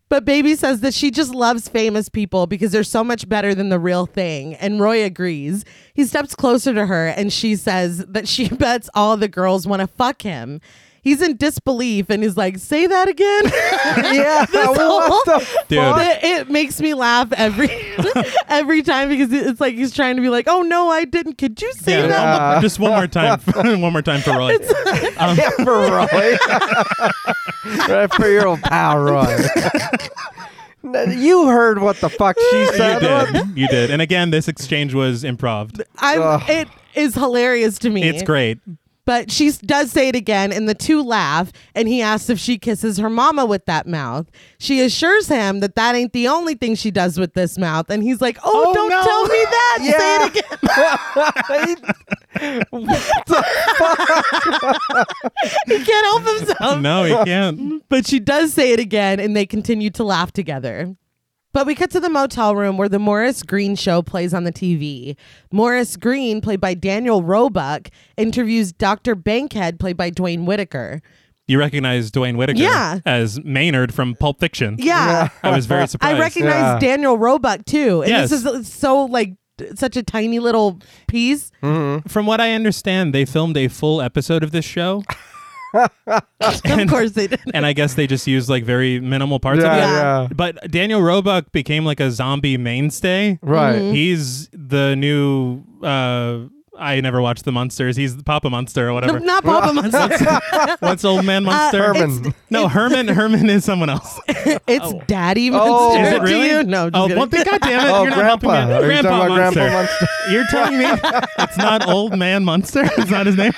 A: But Baby says that she just loves famous people because they're so much better than the real thing. And Roy agrees. (laughs) He steps closer to her and she says that she bets all the girls want to fuck him. he's in disbelief and is like, "Say that again."
B: (laughs) yeah. what the fuck?
C: (laughs) Dude.
A: It, it makes me laugh every (laughs) every time because it's like he's trying to be like, "Oh no, I didn't." Could you say
C: Yeah.
A: that?
B: Uh,
C: Just one more time. (laughs) one more time for Roy.
B: yeah, for Roy. (laughs) right for your old pal, Roy. N- you heard what the fuck she
C: you
B: said. What-
C: did. You did. And again, this exchange was improv.
A: I'm,
B: Ugh.
A: it is hilarious to me.
C: It's great.
A: But she s- does say it again, and the two laugh, and he asks if she kisses her mama with that mouth. She assures him that that ain't the only thing she does with this mouth, and he's like, "Oh,
C: Oh,
A: don't
C: no."
A: tell me
C: (laughs)
A: that. Say it again." He can't help himself.
C: No, you can't.
A: But she does say it again, and they continue to laugh together. But we cut to the motel room where the Morris Green show plays on the TV. Morris Green, played by Daniel Roebuck, interviews Dr. Bankhead, played by Dwayne Whitaker.
C: You recognize Dwayne Whitaker
A: Yeah.
C: as Maynard from Pulp Fiction.
A: Yeah.
C: I
B: (laughs)
C: was very surprised.
A: I recognize
B: Yeah.
A: Daniel Roebuck too. And
C: Yes.
A: this is uh, so like d- such a tiny little piece.
C: From what I understand, they filmed a full episode of
A: (laughs)
C: this show, Mm.
A: of course they
C: (laughs)
A: did.
C: and I guess they just used like very minimal parts
B: yeah,
C: of it.
A: Yeah.
B: yeah.
C: But Daniel Roebuck became like a zombie mainstay.
B: (laughs)
A: Mm-hmm.
B: Right. Mm-hmm.
C: He's the new. Uh, I never watched the monsters. He's Papa Monster
A: (laughs) No, Uh,
C: or whatever.
A: not Papa
C: (laughs)
A: Munson.
C: What's old man monster?
B: Herman.
A: (laughs)
C: No, Herman. Herman is someone else.
A: It's Daddy
B: Oh.
A: Munster. (laughs)
C: Is it
A: Do
C: really?
A: you? No, just
C: oh,
A: kidding.
C: well, then, God damn it!
B: Oh,
C: you're not
B: Grandpa.
C: helping me.
B: Are you
C: Grandpa
B: talking about
C: Munster.
B: Grandpa Munster?
C: You're telling me it's not old man Munster. (laughs) It's not his name.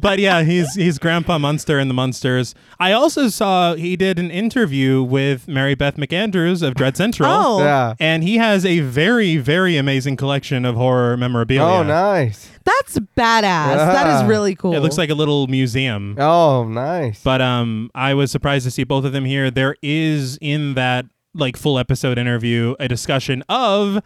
C: But yeah, he's he's Grandpa Munster in the Munsters. I also saw he did an interview with Mary Beth McAndrews of Dread Central.
A: Oh.
B: Yeah.
C: And he has a very, very amazing collection of horror memorabilia.
B: Oh, nice.
A: That's badass. That is
B: Yeah.
A: really cool.
C: It looks like a little museum.
B: Oh, nice.
C: But um, I was surprised to see both of them here. There is in that like full episode interview a discussion of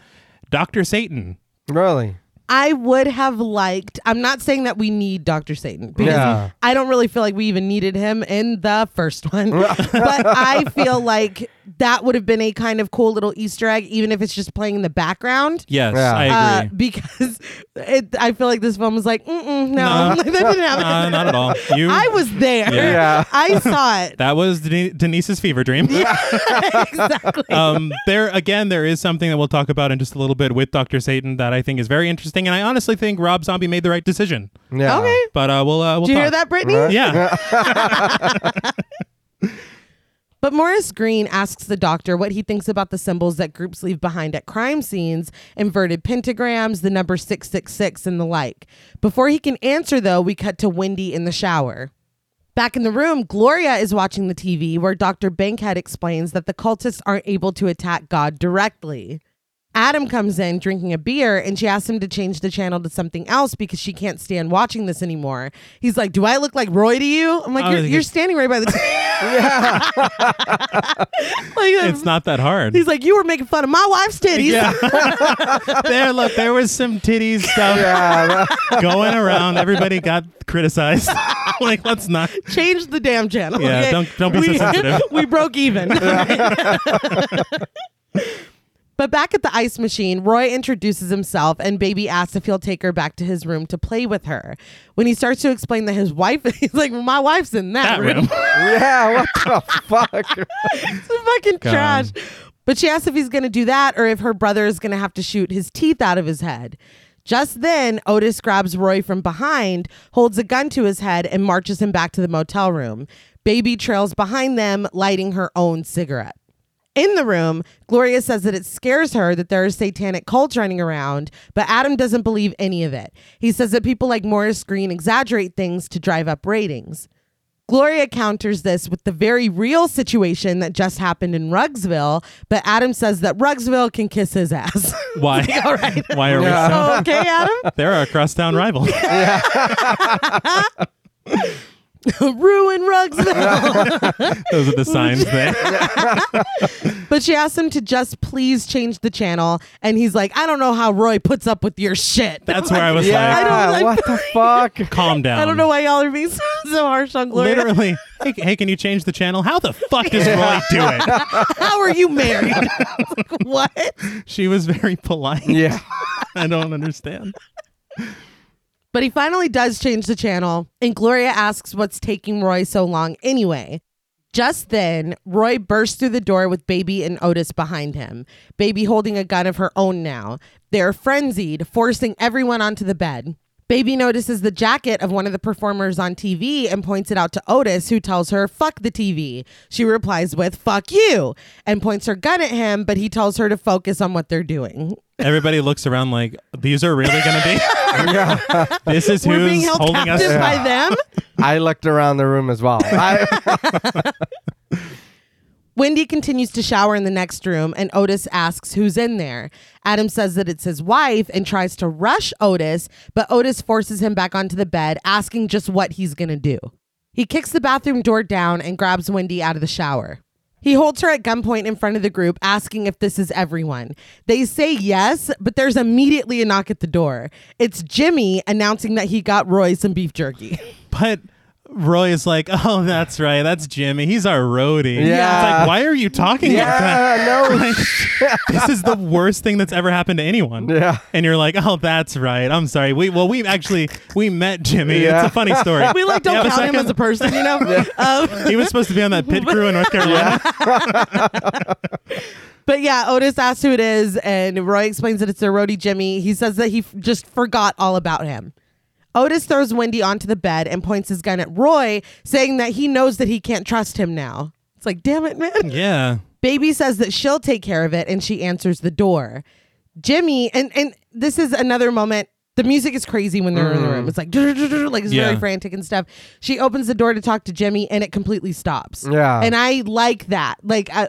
C: Doctor Satan.
B: really?
A: I would have liked. I'm not saying that we need Doctor Satan because
B: Yeah.
A: I don't really feel like we even needed him in the first
C: (laughs)
A: one. but I feel like that would have been a kind of cool little Easter egg, even if it's just playing in the background.
C: Yes,
B: Yeah.
C: I agree.
A: Uh, because (laughs) it, I feel like this film was like, Mm-mm, no,
C: No.
A: (laughs) that didn't happen.
C: (laughs) Uh, not at all. You.
A: I was there.
C: Yeah.
B: Yeah.
A: I saw
C: (laughs)
A: it.
C: that was Deni- Denise's fever
A: (laughs)
C: dream.
A: exactly.
C: (laughs) um, there again, there is something that we'll talk about in just a little bit with Doctor Satan that I think is very interesting, and I honestly think Rob Zombie made the right decision.
B: Yeah.
A: Okay.
C: But uh, we'll uh, we'll
A: Do you
C: talk.
A: hear that, Brittany?
C: Yeah,
A: (laughs) But Morris Green asks the doctor what he thinks about the symbols that groups leave behind at crime scenes inverted pentagrams, the number 666, and the like. Before he can answer, though, we cut to Wendy in the shower. Back in the room, Gloria is watching the TV where Dr. Bankhead explains that the cultists aren't able to attack God directly. Adam comes in drinking a beer and she asks him to change the channel to something else because she can't stand watching this anymore. He's like, Do I look like Roy to you? I'm like,
C: I
A: You're,
C: think
A: you're
C: it's-
A: standing right by
C: (laughs)
A: the TV. like,
C: it's not that hard.
A: He's like, you were making fun of my wife's titties.
C: yeah. there, look, there was some titties stuff
B: Yeah.
C: going around. Everybody got criticized. (laughs) like, let's not.
A: (laughs) Change the damn channel.
C: Yeah,
A: okay?
C: don't- don't be so
A: we,
C: sensitive.
A: (laughs) we broke
C: (laughs)
A: even. but back at the ice machine, Roy introduces himself and Baby asks if he'll take her back to his room to play with her. When he starts to explain that his wife, (laughs) he's like, well, my wife's in that,
C: That room.
B: yeah. What the (laughs) fuck?
A: it's fucking trash. But she asks if he's going to do that or if her brother is going to have to shoot his teeth out of his head. Just then, Otis grabs Roy from behind, holds a gun to his head, and marches him back to the motel room. Baby trails behind them, lighting her own cigarette. In the room, Gloria says that it scares her that there is satanic cults running around, but Adam doesn't believe any of it. He says that people like Morris Green exaggerate things to drive up ratings. Gloria counters this with the very real situation that just happened in Rugsville, but Adam says that Rugsville can kiss his ass. (laughs)
C: Why?
A: All right.
C: Why are we? So,
A: okay, Adam. (laughs)
C: they're our crosstown rival.
A: Ruin Rugsville.
C: Those are the signs there.
A: but she asks him to just please change the channel, and he's like, "I don't know how Roy puts up with your shit."
C: That's where I was
B: Yeah.
C: like,
A: I don't like-
B: what the fuck? (laughs)
C: calm down.
A: I don't know why y'all are being (laughs) so, so harsh on Gloria.
C: Literally, hey, c- hey, can you change the channel? How the fuck does Roy do
A: (laughs)
C: it?
A: How are you married? (laughs) It's like, what?
C: (laughs) She was very polite.
B: Yeah.
C: I don't understand.
A: But he finally does change the channel, and Gloria asks what's taking Roy so long anyway. Just then, Roy bursts through the door with Baby and Otis behind him, Baby holding a gun of her own now. They're frenzied, forcing everyone onto the bed. Baby notices the jacket of one of the performers on TV and points it out to Otis, who tells her, fuck the TV. She replies with, fuck you, and points her gun at him, but he tells her to focus on what they're doing.
C: Everybody looks around like these are really
A: (laughs)
C: going to
B: Yeah.
C: be. (laughs) This is
A: We're being
C: who's
A: held
C: holding us.
A: captive by
C: (laughs)
A: them?
B: I looked around the room as well. I,
A: Wendy continues to shower in the next room, and Otis asks who's in there. Adam says that it's his wife and tries to rush Otis, but Otis forces him back onto the bed, asking just what he's gonna do. He kicks the bathroom door down and grabs Wendy out of the shower. He holds her at gunpoint in front of the group, asking if this is everyone. They say yes, but there's immediately a knock at the door. It's Jimmy announcing that he got Roy some beef jerky.
C: But Roy is like, (laughs) oh, that's right, that's Jimmy. He's our
B: Yeah.
C: roadie. It's like, why are you talking (laughs) like that?
B: yeah, no.
C: This is the worst thing that's ever happened to anyone.
B: Yeah.
C: And you're like, oh, that's right. I'm sorry. We well, we actually we met Jimmy.
B: Yeah.
C: It's a funny
B: (laughs)
C: story.
A: We
C: (laughs)
A: like
C: Yeah,
A: don't
C: but
A: count him
C: second-
A: as a person, you
C: (laughs)
A: know. Um,
C: he was supposed to be on that pit crew in North Carolina.
A: But yeah, Otis asks who it is, and Roy explains that it's their roadie Jimmy. He says that he f- just forgot all about him. Otis throws Wendy onto the bed and points his gun at Roy, saying that he knows that he can't trust him now. It's like, damn it, man.
C: Yeah.
A: Baby says that she'll take care of it, and she answers the door. Jimmy, and and this is another moment. The music is crazy when they're in the room. It's like, like it's very
C: Mm. Yeah.
A: frantic and stuff. She opens the door to talk to Jimmy, and it completely stops.
B: Yeah.
A: and I like that. Like, I,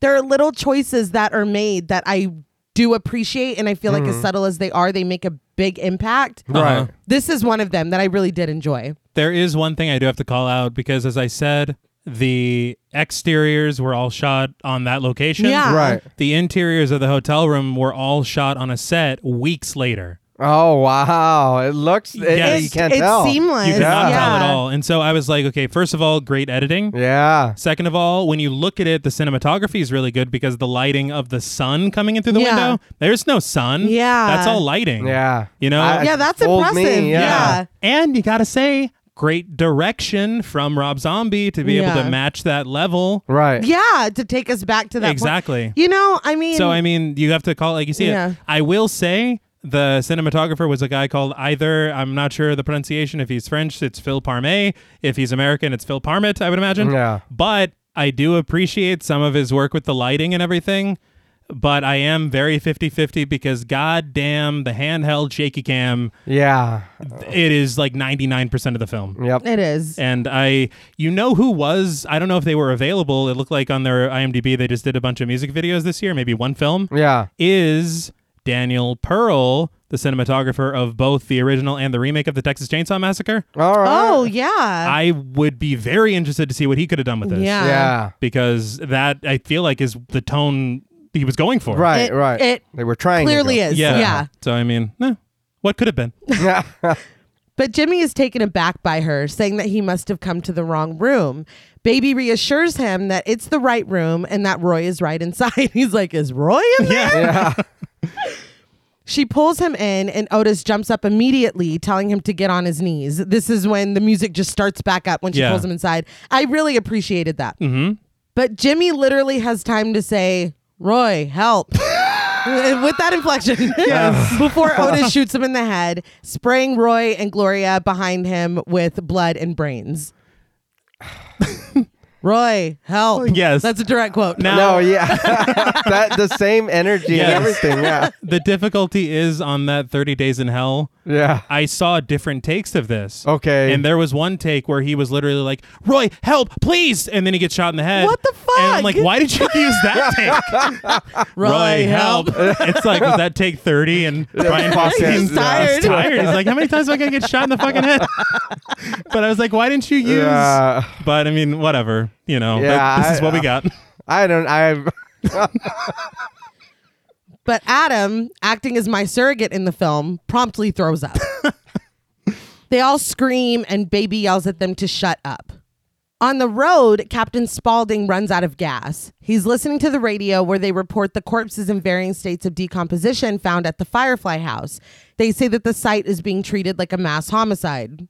A: there are little choices that are made that I do appreciate, and I feel
C: Mm-hmm.
A: like as subtle as they are, they make a big impact.
B: Right.
A: This is one of them that I really did enjoy.
C: Uh-huh. There is one thing I do have to call out because, as I said, the exteriors were all shot on that location.
A: Yeah.
B: Right.
C: The interiors of the hotel room were all shot on a set weeks later.
B: Oh wow! It looks. It,
C: Yes.
B: You can't
A: it's
B: tell.
A: seamless.
C: You could not
A: yeah.
C: tell at all. And so I was like, okay, first of all, great editing.
B: Yeah.
C: Second of all, when you look at it, the cinematography is really good because the lighting of the sun coming in through the
A: Yeah.
C: window, there's no sun.
A: Yeah.
C: That's all lighting.
B: Yeah.
C: Mm. You know?
B: I-
A: Yeah, that's
B: Fooled me,
A: impressive.
B: yeah.
A: yeah.
C: And you got to say, great direction from Rob Zombie to be able
A: Yeah.
C: to match that level.
B: Right.
A: yeah to take us back to that point.
C: Exactly.
A: you know i mean
C: So I mean, you have to call it like you see
A: Yeah.
C: it. I will say the cinematographer was a guy called either I'm not sure the pronunciation. If he's French, it's Phil Parmet. If he's American, it's Phil Parmet. I would imagine.
B: Yeah.
C: But I do appreciate some of his work with the lighting and everything. But I am very 50-50 because goddamn the handheld shaky cam.
B: Yeah.
C: It is like ninety nine percent of the film.
B: Yep.
A: it is
C: And I, you know, who was? I don't know if they were available. It looked like on their IMDb they just did a bunch of music videos this year, maybe one film.
B: Yeah.
C: Is Daniel Pearl, the cinematographer of both the original and the remake of the Texas Chainsaw Massacre?
B: All right.
A: oh yeah
C: I would be very interested to see what he could have done with this.
A: Yeah.
B: Yeah.
C: Because that I feel like is the tone he was going for.
B: Right.
A: It-
B: right.
A: it
B: they were trying. to
A: clearly
B: go-
A: is
C: Yeah.
A: yeah.
C: So I mean, eh, what could have been?
B: Yeah.
A: but jimmy is taken aback by her saying that he must have come to the wrong room baby reassures him that it's the right room and that roy is right inside (laughs) he's like is roy in there
C: yeah.
B: yeah.
A: (laughs) she pulls him in and otis jumps up immediately telling him to get on his knees this is when the music just starts back up when she
C: Yeah.
A: pulls him inside i really appreciated that
C: hmm
A: But Jimmy literally has time to say, Roy, help. And (laughs) With that inflection, before Otis shoots him in the head, spraying Roy and Gloria behind him with blood and brains. Roy, help.
C: Yes.
A: That's a direct quote.
C: Now-
B: (laughs) No.
C: (laughs)
B: Yeah. that the same energy
C: Uh, Yes.
B: and everything. Yeah.
C: The difficulty is on that Thirty Days in Hell.
B: Yeah.
C: I saw different takes of this.
B: Okay.
C: And there was one take where he was literally like, Roy, help, please. And then he gets shot in the head.
A: What the
C: And I'm
A: fuck?
C: like, why did you use that take?
A: Roy, help.
C: (laughs) it's like, was that take
B: (laughs)
C: 30? And Brian
B: fuck
C: Fox
B: it.
C: seems
B: He's
A: tired.
C: tired. He's like, how many times am I going to get shot in the fucking head? (laughs) but I was like, why didn't you use.
B: Yeah.
C: But I mean, whatever. You know,
B: Yeah,
C: but this is
B: I-
C: what we got.
B: I don't. I.
A: But Adam, acting as my surrogate in the film, promptly throws up. they all scream, and Baby yells at them to shut up. On the road, Captain Spaulding runs out of gas. He's listening to the radio where they report the corpses in varying states of decomposition found at the Firefly House. They say that the site is being treated like a mass homicide.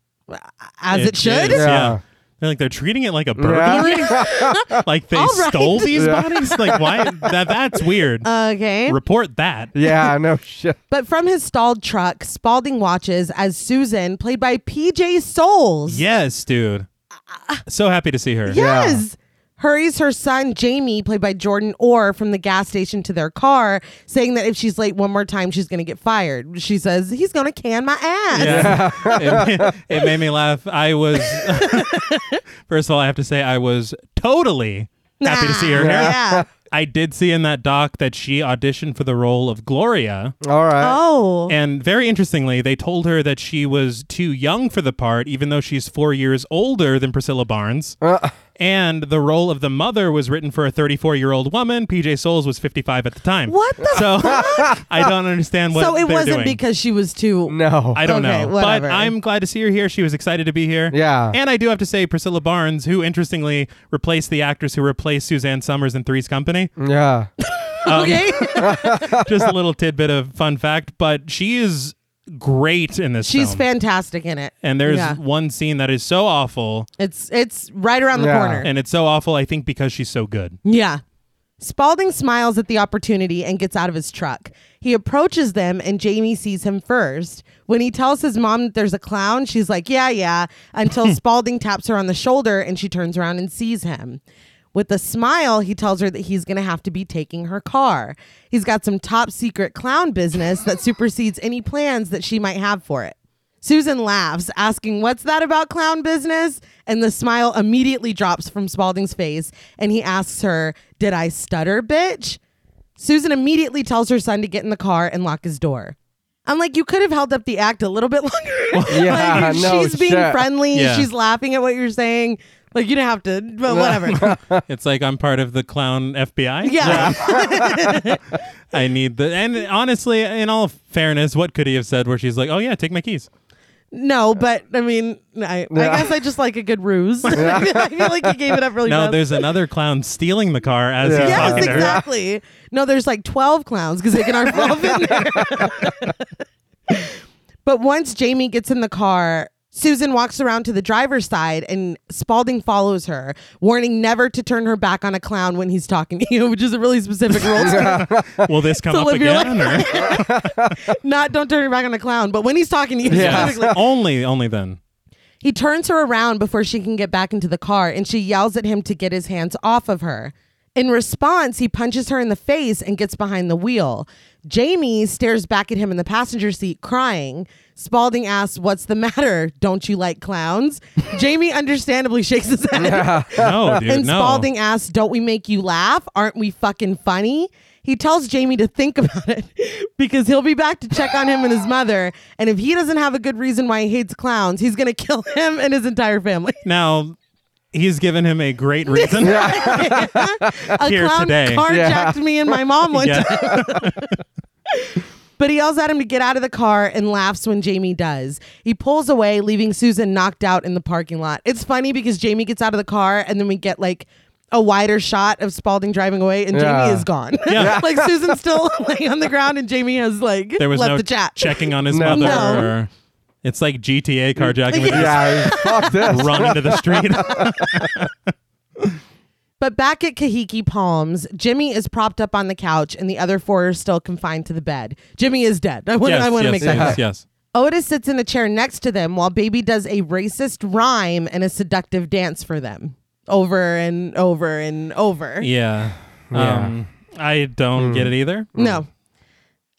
A: As it, should.
C: is, Yeah.
B: Yeah.
C: They're like they're treating it like a burglary. (laughs) like they
A: All right. Uh,
C: stole these
B: Yeah.
C: bodies. Like why? That
A: (laughs)
C: that's weird.
A: Okay.
C: Report that.
B: yeah, no shit.
A: But from his stalled truck, Spaulding watches as Susan, played by PJ Souls,
C: Yes, dude.
A: Uh,
C: So happy to see her.
A: yes, hurries her son Jamie, played by Jordan Orr, from the gas station to their car, saying that if she's late one more time, she's going to get fired. She says, He's going to can my (laughs) ass.
C: Yeah. it, ma- it made me laugh. I was, (laughs) first of all, I have to say, I was totally happy to see her here.
A: Yeah.
C: I did see in that doc that she auditioned for the role of Gloria.
B: All right.
A: (laughs) Oh.
C: And very interestingly, they told her that she was too young for the part, even though she's four years older than Priscilla Barnes.
B: Uh,
C: And the role of the mother was written for a 34 year old woman. PJ Souls was 55 at the time.
A: What the
C: So (laughs) I don't understand what
A: so it
C: they're
A: wasn't
C: doing.
A: because she was too.
B: no.
C: I don't
A: Okay,
C: know.
A: whatever.
C: But I'm glad to see her here. She was excited to be here.
B: Yeah.
C: And I do have to say, Priscilla Barnes, who interestingly replaced the actress who replaced Suzanne Summers in Three's
B: (laughs)
C: Company.
B: yeah.
A: (laughs)
C: (laughs)
A: Okay.
C: Just a little tidbit of fun fact, but she is great in this
A: She's
C: film.
A: fantastic in it.
C: and there's
A: Yeah.
C: one scene that is so awful,
A: It's it's right around the
B: Yeah.
A: corner.
C: and it's so awful, I think, because she's
A: (laughs)
C: so good.
A: Yeah. Spalding smiles at the opportunity and gets out of his truck. He approaches them and Jamie sees him first. When he tells his mom that there's a clown, she's like, Yeah, yeah, until Spalding taps her on the shoulder and she turns around and sees him. With a smile, he tells her that he's going to have to be taking her car. He's got some top secret clown business that supersedes any plans that she might have for it. Susan laughs, asking, What's that about clown business? And the smile immediately drops from Spalding's face, and he asks her, Did I stutter, bitch? Susan immediately tells her son to get in the car and lock his door. I'm like, you could have held up the act a little bit (laughs) longer.
B: (laughs) Yeah,
A: like,
B: no
A: she's being
B: shit.
A: friendly.
C: Yeah.
A: She's laughing at what you're saying. Like, you didn't have to, but whatever.
B: (laughs)
C: it's like I'm part of the clown FBI.
A: yeah.
C: I need the. And honestly, in all fairness, what could he have said where she's like, oh, yeah, take my keys?
A: No, but I mean, I, I guess I just like a good ruse. (laughs) I feel like he gave it up really
C: No,
A: fast.
C: there's another clown stealing the car as
B: Yeah.
C: he's
A: Yes,
C: talking to her.
A: exactly. No, there's like 12 clowns because they can
C: (laughs)
A: are 12 in there. but once Jamie gets in the car, Susan walks around to the driver's side and Spaulding follows her, warning never to turn her back on a clown when he's talking to you, which is a really specific
C: (laughs)
A: rule.
C: Will this come
A: So
C: up
A: if you're
C: again? or?
A: Not don't turn your back on a clown, but when he's talking to you (laughs) specifically.
C: yeah. only, only then.
A: He turns her around before she can get back into the car and she yells at him to get his hands off of her. In response, he punches her in the face and gets behind the wheel. Jamie stares back at him in the passenger seat, crying. Spalding asks, What's the matter? Don't you like clowns? (laughs) Jamie understandably shakes his head. (laughs)
C: No, dude,
A: And
C: no.
A: Spalding asks, Don't we make you laugh? Aren't we fucking funny? He tells Jamie to think (laughs) about it because he'll be back to check on him and his mother. And if he doesn't have a good reason why he hates clowns, he's going to kill (laughs) him and his entire family. (laughs)
C: Now, he's given him a great reason.
A: A
C: Here
A: clown
C: today.
A: carjacked me and my mom
C: (laughs)
A: one
C: Yeah.
A: time. But he yells at him to get out of the car and laughs when Jamie does. He pulls away, leaving Susan knocked out in the parking lot. It's funny because Jamie gets out of the car and then we get like a wider shot of Spalding driving away and
B: Yeah.
A: Jamie is gone.
C: (laughs) Yeah.
A: (laughs) like Susan's still laying on the ground and Jamie has like
C: There was
A: left
C: no
A: the chat.
C: checking on his
B: No.
C: mother.
A: No.
C: Or, it's like GTA carjacking.
A: (laughs)
C: We just
B: yeah. Fuck this.
C: run into the street.
A: But back at Kahiki Palms, Jimmy is propped up on the couch and the other four are still confined to the bed. Jimmy is dead. I want
C: yes,
A: I want to
C: yes,
A: make that clear.
C: yes, yes.
A: Otis sits in a chair next to them while Baby does a racist rhyme and a seductive dance for them over and over and over.
C: Yeah.
B: Yeah.
C: Um, I don't get it either.
A: No.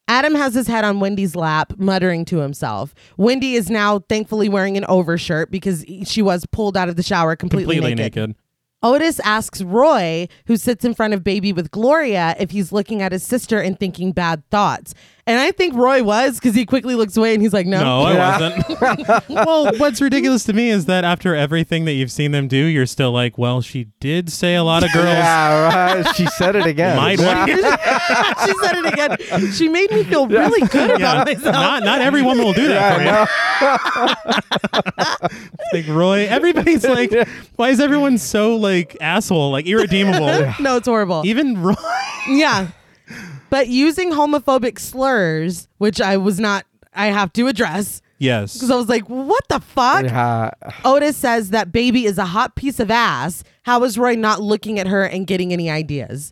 A: Adam has his head on Wendy's lap, muttering to himself. Wendy is now thankfully wearing an overshirt because e, she was pulled out of the shower completely,
C: Completely
A: naked.
C: naked.
A: Otis asks Roy, who sits in front of Baby with Gloria, if he's looking at his sister and thinking bad thoughts. And I think Roy was because he quickly looks away and he's like, no.
C: No,
B: Yeah.
C: I wasn't. (laughs) well, what's ridiculous to me is that after everything that you've seen them do, you're still like, well, she did say
A: (laughs)
C: a lot of girls
B: Yeah, right. she said it again.
C: might
B: Yeah.
C: want.
A: she said it again. She made me feel really good
C: (laughs) Yeah,
A: about myself.
C: not not every woman will do that for you. (laughs) like Roy,
A: (laughs)
C: everybody's like, why is everyone so like asshole,
A: (laughs)
C: like irredeemable?
A: no, it's horrible.
C: Even Roy.
A: yeah. But using homophobic slurs, which I was not, I have to address
C: Yes.
A: because I was like, what the fuck?
B: Yeah.
A: Otis says that baby is a hot piece of ass. How is Roy not looking at her and getting any ideas?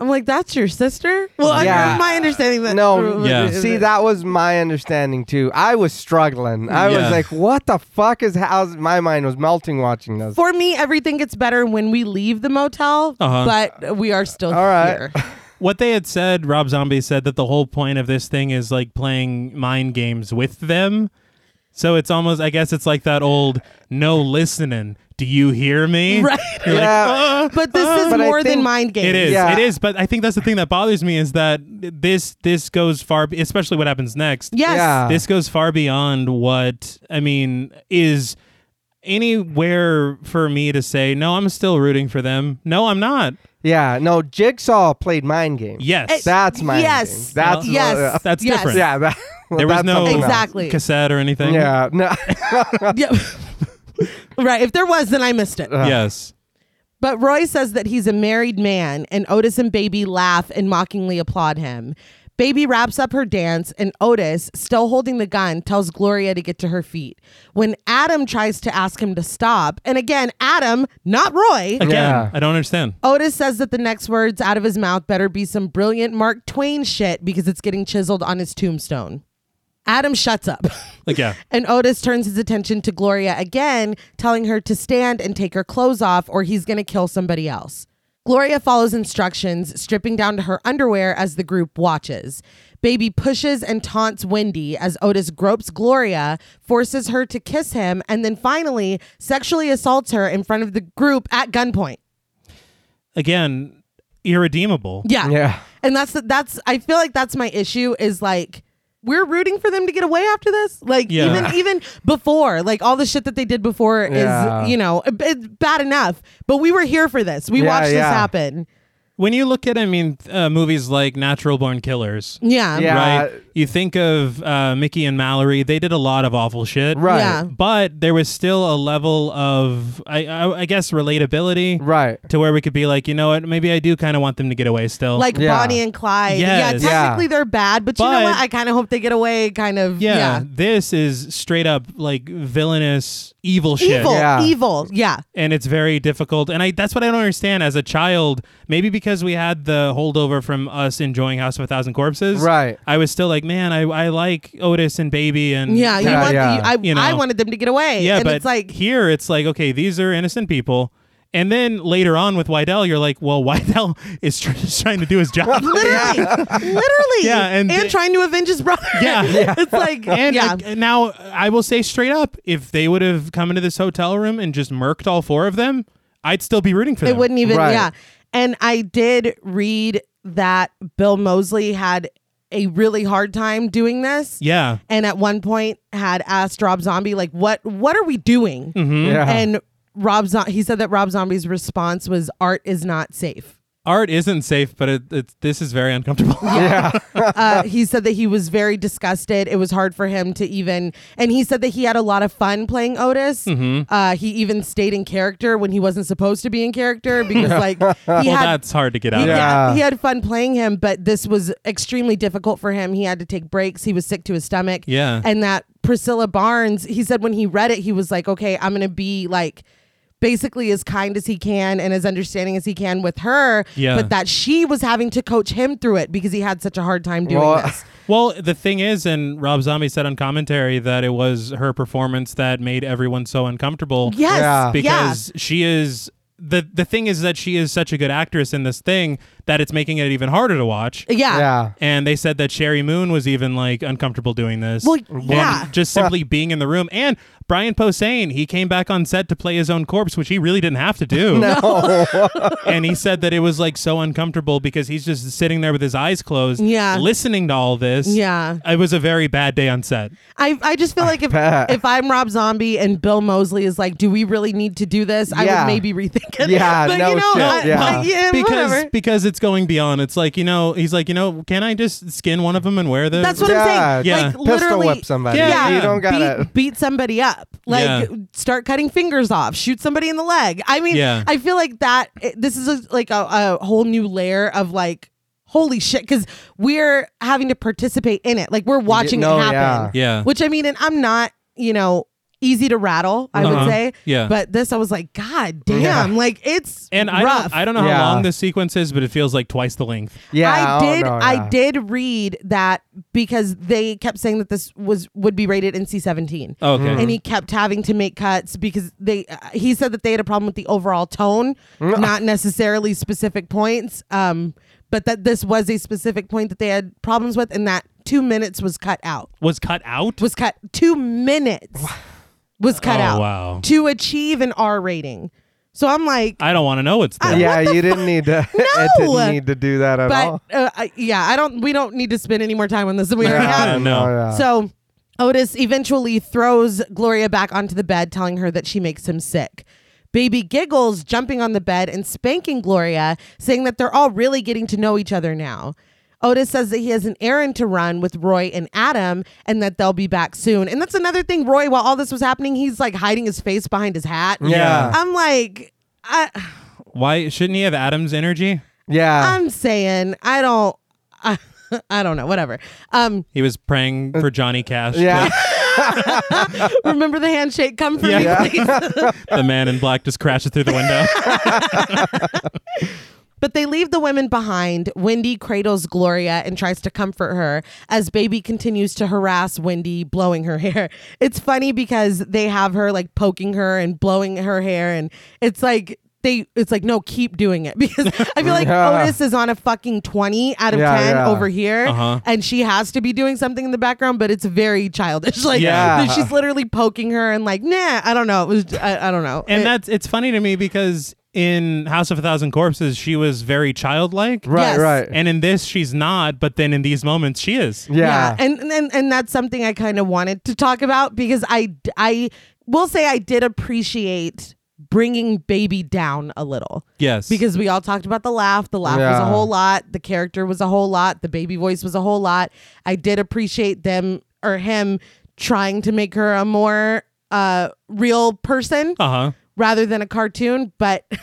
A: I'm like, that's your sister? Well,
B: Yeah.
A: I, my understanding that.
B: No,
C: Yeah.
B: see, that was my understanding too. I was struggling. I
C: Yeah.
B: was like, what the fuck is how's my mind was melting watching this.
A: For me, everything gets better when we leave the motel,
C: Uh-huh.
A: but we are still
B: All right.
A: here.
C: What they had said, Rob Zombie said that the whole point of this thing is like playing mind games with them. So it's almost, I guess, it's like that old no listening. Do you hear me?
A: (laughs) Right.
C: You're like,
B: Yeah.
C: "Uh,
A: But this is
B: But I
A: more than
B: think
A: mind games.
C: It is.
B: Yeah.
C: It is. But I think that's the thing that bothers me is that this this goes far, especially what happens next.
A: Yes.
B: Yeah.
C: this goes far beyond what I mean is anywhere for me to say no. I'm still rooting for them. No, I'm not.
B: Yeah, no, Jigsaw played mind games.
C: Yes,
A: It-
B: That's mind
A: Eh, Yes.
B: games. That's uh,
C: Well,
A: yes.
C: that's
A: yes.
B: (laughs)
C: different.
B: Yeah, that,
C: there was
B: that's
C: no uh,
B: something else.
A: Exactly.
C: cassette or anything.
B: Yeah, Uh-huh. no, (laughs)
A: Yeah. (laughs) right. If there was, then I missed it.
C: Yes.
A: But Roy says that he's a married man, and Otis and Baby laugh and mockingly applaud him. Baby wraps up her dance, and Otis, still holding the gun, tells Gloria to get to her feet. When Adam tries to ask him to stop, and again, Adam, not Roy,
C: Again,
B: Yeah.
C: I don't understand.
A: Otis says that the next words out of his mouth better be some brilliant Mark Twain shit because it's getting chiseled on his tombstone. Adam shuts up. (laughs)
C: Like yeah.
A: And Otis turns his attention to Gloria again, telling her to stand and take her clothes off or he's going to kill somebody else. Gloria follows instructions, stripping down to her underwear as the group watches. Baby pushes and taunts Wendy as Otis gropes Gloria, forces her to kiss him, and then finally sexually assaults her in front of the group at gunpoint.
C: Again, irredeemable.
A: Yeah.
B: yeah,
A: And that's that's I feel like that's my issue is like we're rooting for them to get away after this. Like
C: Yeah.
A: even even before, like all the shit that they did before
B: Yeah.
A: is you know it- it's bad enough. But we were here for this. We
B: Yeah,
A: watched this
B: yeah.
A: happen.
C: When you look at, I mean, th- uh, movies like Natural Born Killers.
A: Yeah.
B: Yeah.
C: Right. You think of uh, Mickey and Mallory. They did a lot of awful shit.
B: right,
A: Yeah.
C: But there was still a level of, I, I, I guess, relatability.
B: right.
C: to where we could be like, you know what, maybe I do kind of want them to get away still.
A: Like
B: Yeah.
A: Bonnie and Clyde.
C: Yes.
A: Yeah,
B: Yeah.
A: technically they're bad, but, you know
C: But-
A: what? I kind of hope they get away. Kind of.
C: yeah,
A: Yeah.
C: this is straight up like villainous evil shit.
A: Evil.
B: Yeah.
A: Evil. Yeah.
C: And it's very difficult. And I that's what I don't understand as a child, maybe because we had the holdover from us enjoying House of a Thousand Corpses.
B: Right.
C: I was still like, man, I, I like Otis and Baby and
A: Yeah. You
B: Yeah,
A: want,
B: yeah.
A: You, I,
C: You know.
A: I wanted them to get away.
C: Yeah,
A: and
C: but
A: it's like
C: here it's like, okay, these are innocent people. And then later on with Wydell, you're like, well, (laughs) Wydell is tr- trying to do his job.
A: literally, literally.
C: Yeah, and they-
A: trying to avenge his brother. (laughs)
C: Yeah. Yeah.
A: it's like
C: And
A: yeah.
C: uh, now I will say straight up, if they would have come into this hotel room and just murked all four of them, I'd still be rooting for
A: It
C: them.
A: wouldn't even,
B: Right.
A: yeah. And I did read that Bill Mosley had a really hard time doing this,
C: Yeah.
A: and at one point had asked Rob Zombie, like, "What, what are we doing?"
C: Mm-hmm.
B: Yeah,
A: And Rob, Zo- he said that Rob Zombie's response was, "Art is not safe."
C: Art isn't safe, but it, it's this is very uncomfortable. Yeah.
A: uh, he said that he was very disgusted. It was hard for him to even, and he said that he had a lot of fun playing Otis. Uh, he even stayed in character when he wasn't supposed to be in character because, like, he
C: (laughs) well,
A: had
C: that's hard to get out
A: He-
C: of.
A: yeah,
B: Yeah.
A: he had fun playing him, but this was extremely difficult for him. He had to take breaks. He was sick to his stomach.
C: Yeah.
A: And that Priscilla Barnes, he said when he read it, he was like, okay, I'm going to be like basically as kind as he can and as understanding as he can with her.
C: Yeah.
A: But that she was having to coach him through it because he had such a hard time doing
B: Well,
A: this.
C: Well, the thing is, and Rob Zombie said on commentary that it was her performance that made everyone so uncomfortable.
A: Yes.
B: Yeah.
A: Yeah.
C: because she is the the thing is that she is such a good actress in this thing that it's making it even harder to watch.
B: Yeah.
A: Yeah.
C: And they said that Sherry Moon was even like uncomfortable doing this.
A: Well,
C: And
A: yeah.
C: Just simply being in the room. And Brian Posehn, he came back on set to play his own corpse, which he really didn't have
A: (laughs)
C: to do. (laughs) and he said that it was like so uncomfortable because he's just sitting there with his eyes closed,
A: Yeah.
C: listening to all this.
A: Yeah.
C: It was a very bad day on set.
A: I, I just feel like if
B: bet.
A: if I'm Rob Zombie and Bill Mosley is like, do we really need to do this? I
B: Yeah.
A: would maybe rethink it. (laughs)
B: Yeah,
A: but
B: no
A: you know,
B: shit,
A: I,
B: yeah.
A: like, yeah,
C: (laughs) because
A: whatever.
C: because it's going beyond. It's like you know, he's like you know, can I just skin one of them and wear the?
A: That's what
B: Yeah,
A: I'm saying.
C: yeah.
A: Like
C: Pistol
B: Pistol
A: literally,
B: whip somebody.
C: Yeah.
B: You don't
A: beat,
B: gotta.
A: beat somebody up. Like
C: Yeah.
A: start cutting fingers off, shoot somebody in the leg. I mean,
C: Yeah.
A: I feel like that. it- this is a, like a, a whole new layer of like, holy shit, because we're having to participate in it. Like we're watching
B: no,
A: it happen.
C: Yeah.
A: Which I mean, and I'm not, you know, easy to rattle. I
C: Uh-huh.
A: would say.
C: Yeah.
A: But this, I was like, God damn! Like it's
C: and I
A: rough.
C: don't, I don't know
B: Yeah.
C: how long this sequence is, but it feels like twice the length.
B: yeah.
A: I
B: oh,
A: did.
B: no, yeah.
A: I did read that because they kept saying that this was would be rated NC seventeen.
C: Oh, Okay.
A: and he kept having to make cuts because they uh, he said that they had a problem with the overall tone
B: Mm.
A: not necessarily specific points um but that this was a specific point that they had problems with and that two minutes was cut out
C: was cut out.
A: was cut two minutes was cut
C: Oh,
A: out
C: wow.
A: to achieve an r rating so i'm like
C: I don't want to know what's there.
B: Yeah, you didn't need to. (laughs) it
A: No!
B: didn't need to do that at
A: but
B: all.
A: uh, I, yeah i don't we don't need to spend any more time on this than we already
B: Yeah,
A: have
C: I don't know.
B: yeah.
A: So Otis eventually throws Gloria back onto the bed, telling her that she makes him sick. Baby giggles, jumping on the bed and spanking Gloria, saying that they're all really getting to know each other now. Otis says that he has an errand to run with Roy and Adam and that they'll be back soon. And that's another thing, Roy, while all this was happening, he's like hiding his face behind his hat.
B: Yeah.
A: I'm like, I,
C: Why shouldn't he have Adam's energy?
B: yeah.
A: I'm saying, I don't, (laughs) I, I don't know, whatever. Um,
C: He was praying for Johnny Cash,
B: Uh, yeah.
A: remember the handshake come from
C: Yeah.
A: me, please.
C: the man in black just crashes through the window.
B: (laughs)
A: But they leave the women behind. Wendy cradles Gloria and tries to comfort her as Baby continues to harass Wendy, blowing her (laughs) hair. It's funny because they have her like poking her and blowing her hair, and it's like they, it's like no, keep doing it (laughs) because I feel like
B: Yeah.
A: Otis is on a fucking twenty out of
B: Yeah,
A: ten
B: yeah.
A: over here,
C: Uh-huh.
A: and she has to be doing something in the background, but it's very childish. (laughs) Like
B: Yeah.
A: she's literally poking her and like, nah, I don't know. It was, I, I don't know.
C: and
A: It-
C: that's it's funny to me because in House of a Thousand Corpses, she was very childlike,
B: Right.
A: Yes.
B: Right.
C: and in this, she's not. But then in these moments, she is.
B: yeah.
A: and and and that's something i kind of wanted to talk about because i i will say i did appreciate bringing baby down a little
C: Yes,
A: because we all talked about the laugh the laugh was a
B: Yeah.
A: whole lot the character was a whole lot the baby voice was a whole lot i did appreciate them or him trying to make her a more uh real person
C: uh huh.
A: rather than a cartoon but (laughs)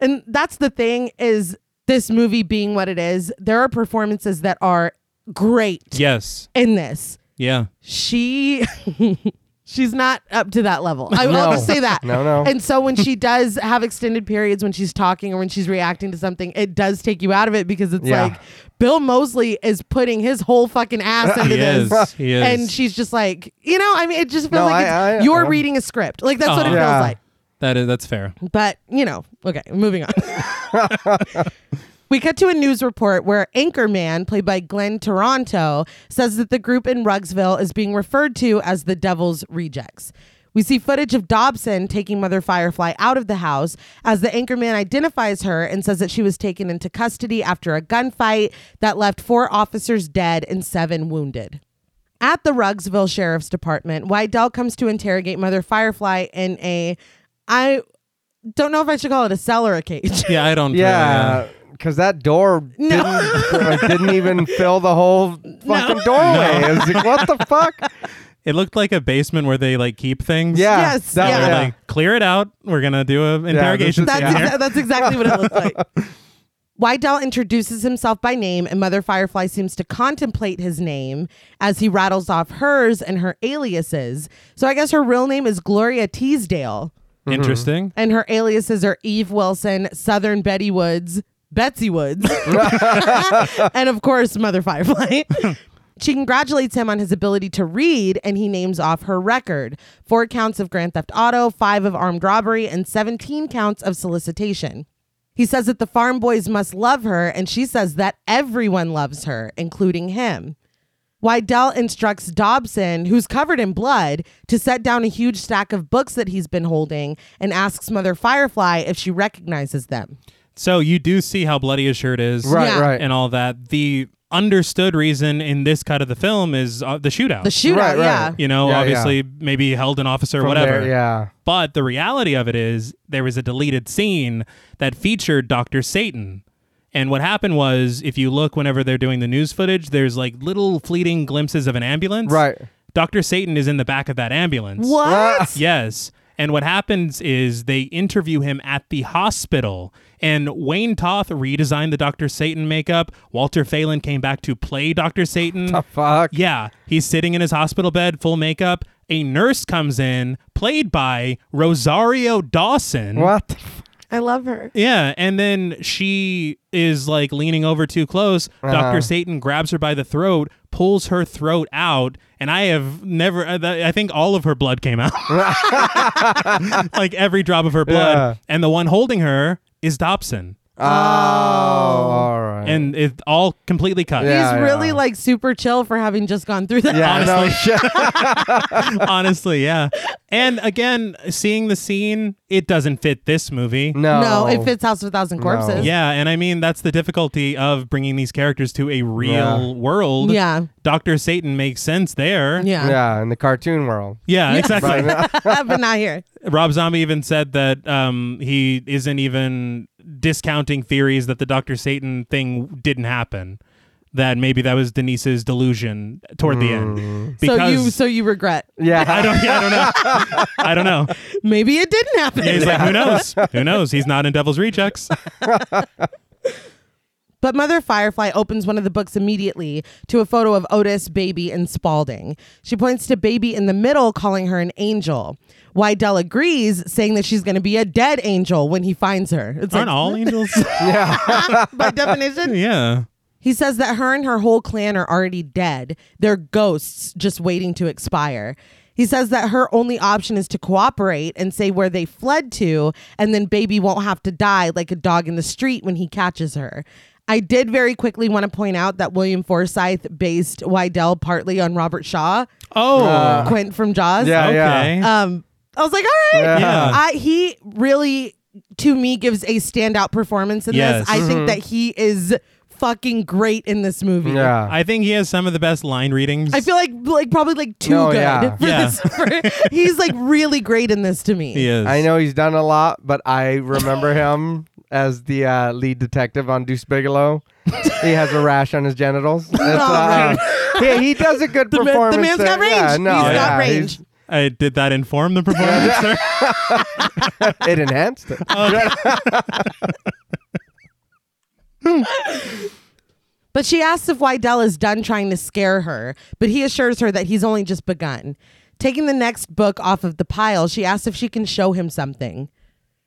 A: and that's the thing is this movie being what it is there are performances that are great
C: Yes.
A: in this.
C: Yeah.
A: She (laughs) she's not up to that level. I will
B: No.
A: just say that.
B: No, no.
A: And so when she does have extended periods when she's talking or when she's reacting to something, it does take you out of it because it's
B: Yeah.
A: like Bill Mosley is putting his whole fucking
B: (laughs)
A: ass into
C: He
A: this.
C: is. He is.
A: And she's just like, you know, I mean, it just feels
B: No,
A: like
B: I-
A: it's,
B: I-
A: you're
B: I-
A: reading a script. Like that's what it
C: Uh-huh.
B: Yeah.
A: feels like.
C: that is that's fair.
A: But, you know, okay, moving on. (laughs) we cut to a news report where Anchorman, played by Glenn Toronto, says that the group in Rugsville is being referred to as the Devil's Rejects. We see footage of Dobson taking Mother Firefly out of the house as the anchorman identifies her and says that she was taken into custody after a gunfight that left four officers dead and seven wounded. At the Rugsville Sheriff's Department, Wydell comes to interrogate Mother Firefly in a I don't know if I should call it a cell or a cage. (laughs)
C: Yeah, I don't. uh,
B: Yeah, because that door didn't, like,
A: (laughs)
B: didn't even fill the whole fucking doorway. It was like, what the
A: (laughs)
B: fuck?
C: It looked like a basement where they like keep things.
B: Yeah,
A: Yes,
B: that-
C: They're
A: yeah.
C: like, clear it out. We're gonna do an interrogation.
B: this
A: That's,
B: is-
C: scene
B: Yeah.
A: exa- that's exactly what it looks like. Wydell introduces himself by name, and Mother Firefly seems to contemplate his name as he rattles off hers and her aliases. So I guess her real name is Gloria Teasdale,
B: Mhm.
C: here. Interesting.
A: and her aliases are Eve Wilson, Southern Betty Woods, Betsy Woods, (laughs) and of course, Mother Firefly. (laughs) She congratulates him on his ability to read, and he names off her record four counts of grand theft auto, five of armed robbery, and 17 counts of solicitation. He says that the farm boys must love her, and she says that everyone loves her, including him. Wydell instructs Dobson, who's covered in blood, to set down a huge stack of books that he's been holding and asks Mother Firefly if she recognizes them.
C: So you do see how bloody his shirt is,
B: Right,
A: Yeah.
B: right.
C: And all that. The understood reason in this cut of the film is uh, the shootout.
A: The shootout,
B: Right, right.
A: yeah.
C: you know,
B: Yeah,
C: obviously,
B: yeah.
C: maybe held an officer, or
B: From
C: whatever.
B: there, yeah.
C: But the reality of it is, there was a deleted scene that featured Dr. Satan. And what happened was, if you look whenever they're doing the news footage, there's like little fleeting glimpses of an ambulance.
B: Right.
C: Dr. Satan is in the back of that ambulance.
A: What?
C: Yes. And what happens is they interview him at the hospital. And Wayne Toth redesigned the Dr. Satan makeup. Walter Phelan came back to play Dr. Satan.
B: The Oh, fuck.
C: Yeah, he's sitting in his hospital bed, full makeup. A nurse comes in, played by Rosario Dawson.
B: What? the f-
A: I love her.
C: Yeah, and then she is like leaning over too close.
B: Uh-huh.
C: Dr. Satan grabs her by the throat, pulls her throat out, and I have never, I I think all of her blood
B: (laughs)
C: came out. (laughs) like every drop of her blood.
B: Yeah.
C: And the one holding her is Dobson.
B: Oh, all right.
C: And it all completely cut.
B: Uh-huh. Yeah,
A: he's
B: yeah.
A: really like super chill for having just gone through that.
B: yeah, no shit.
C: Honestly, yeah. And again, seeing the scene, it doesn't fit this movie.
B: no.
A: (laughs) No, it fits House of a Thousand Corpses.
C: Yeah, and I mean that's the difficulty of bringing these characters to a real world.
A: Yeah.
C: Doctor Satan makes sense there.
A: Yeah.
B: Yeah, in the cartoon world.
C: Yeah, exactly.
A: (laughs) but not here.
C: (laughs) Rob Zombie even said that um, he isn't even discounting theories that the Doctor Satan thing didn't happen. That maybe that was Denise's delusion toward the end.
A: Mm.
C: Because
A: so you so you regret.
B: Yeah.
C: (laughs) I don't. Yeah, I don't know. I don't know.
A: Maybe it didn't happen.
C: He's like, who knows? Who knows? He's not in Devil's Rejects.
A: But Mother Firefly opens one of the books immediately to a photo of Otis, Baby, and Spaulding. She points to Baby in the middle, calling her an angel. Wydell agrees, saying that she's going to be a dead angel when he finds her. It's
C: Aren't
A: like,
C: all angels?
A: (laughs) by definition.
C: yeah.
A: He says that her and her whole clan are already dead. They're ghosts just waiting to expire. He says that her only option is to cooperate and say where they fled to, and then baby won't have to die like a dog in the street when he catches her. I did very quickly want to point out that William Forsythe based Wydell partly on Robert Shaw,
C: Oh.
A: Quint from Jaws.
B: Yeah,
C: okay.
A: (laughs) Um, I was like, all right.
B: Yeah.
A: I, he really, to me, gives a standout performance in
C: Yes.
A: this. I
B: Mm-hmm.
A: think that he is fucking great in this movie.
B: Yeah.
C: I think he has some of the best line readings.
A: I feel like like probably like too
B: No,
A: good
B: yeah.
A: for
C: Yeah.
A: this. (laughs) for- he's like really great in this to me.
C: he is.
B: I know he's done a lot, but I
A: (laughs)
B: remember him as the uh, lead detective on Deuce Bigelow. he has a rash on his
A: (laughs)
B: genitals. It's, uh, (laughs) yeah, he does a good
A: Oh, The man- the man's
B: performance. there.
A: got range.
B: Yeah, no,
A: He's got
B: yeah,
A: range.
B: he's-
C: I did that inform the performance. sir?
B: (laughs) It enhanced
A: (laughs)
B: it.
A: But she asks if Wydell is done trying to scare her, but he assures her that he's only just begun. Taking the next book off of the pile, she asks if she can show him something.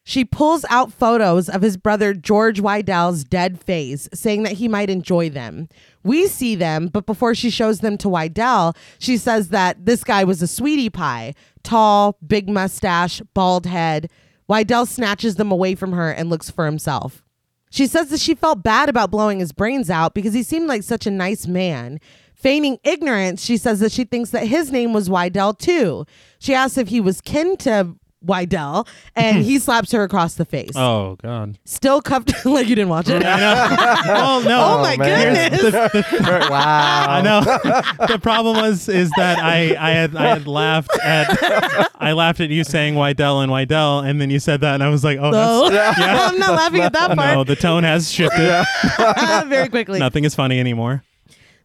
A: She pulls out photos of his brother George Wydell's dead face, saying that he might enjoy them. We see them, but before she shows them to Wydell, she says that this guy was a sweetie pie tall, big mustache, bald head. Wydell snatches them away from her and looks for himself. She says that she felt bad about blowing his brains out because he seemed like such a nice man. Feigning ignorance, she says that she thinks that his name was Wydell too. She asks if he was kin to Wydell, and
C: (laughs)
A: he slaps her across the face.
C: Oh God.
A: Still cuffed, (laughs) like you didn't watch it.
C: I
B: (laughs)
C: know. well, no.
A: Oh, my
B: man.
C: (laughs)
A: goodness!
B: wow. (laughs)
C: I know. the problem was is that I I had I had laughed at I laughed at you saying Wydell and Wydell, and then you said that, and I was like, oh,
A: No,
C: (laughs) that's-
A: (laughs) I'm not laughing at that
C: (laughs) no,
A: part.
C: the tone has shifted.
A: (laughs) Very quickly.
C: Nothing is funny anymore.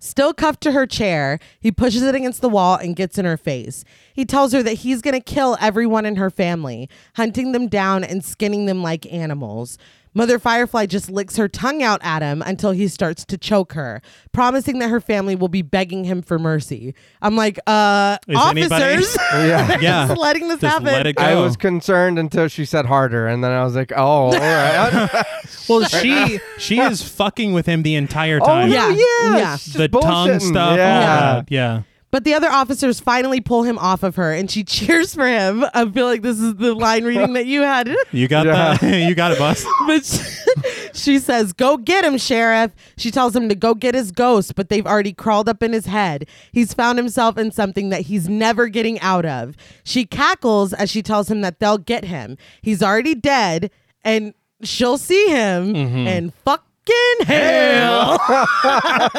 A: Still cuffed to her chair, he pushes it against the wall and gets in her face. He tells her that he's going to kill everyone in her family, hunting them down and skinning them like animals. Mother Firefly just licks her tongue out at him until he starts to choke her, promising that her family will be begging him for mercy. I'm like, uh,
C: Is anybody-
A: officers,
B: Yeah.
C: (laughs)
A: (laughs)
C: Yeah.
A: just letting this
C: Just
A: happen.
C: let it go.
B: I was concerned until she said harder, and then I was like, "Oh,
A: (laughs)
B: all right."
C: well, she (laughs) she is fucking with him the entire
B: oh,
C: time.
A: Yeah.
B: yeah, yeah.
A: Yeah.
B: It's just
C: The tongue
B: bullshitting.
C: stuff, all
B: Yeah.
C: that. Yeah.
A: But the other officers finally pull him off of her and she (laughs) cheers for him. I feel like this is the line reading that you had. (laughs)
C: You got
B: Yeah.
C: that? (laughs) you got it, boss.
A: But (laughs) she, she says, Go get him, Sheriff. She tells him to go get his ghost, but they've already crawled up in his head. He's found himself in something that he's never getting out of. She cackles as she tells him that they'll get him. He's already dead, and she'll see him and fucking Mm-hmm. hell.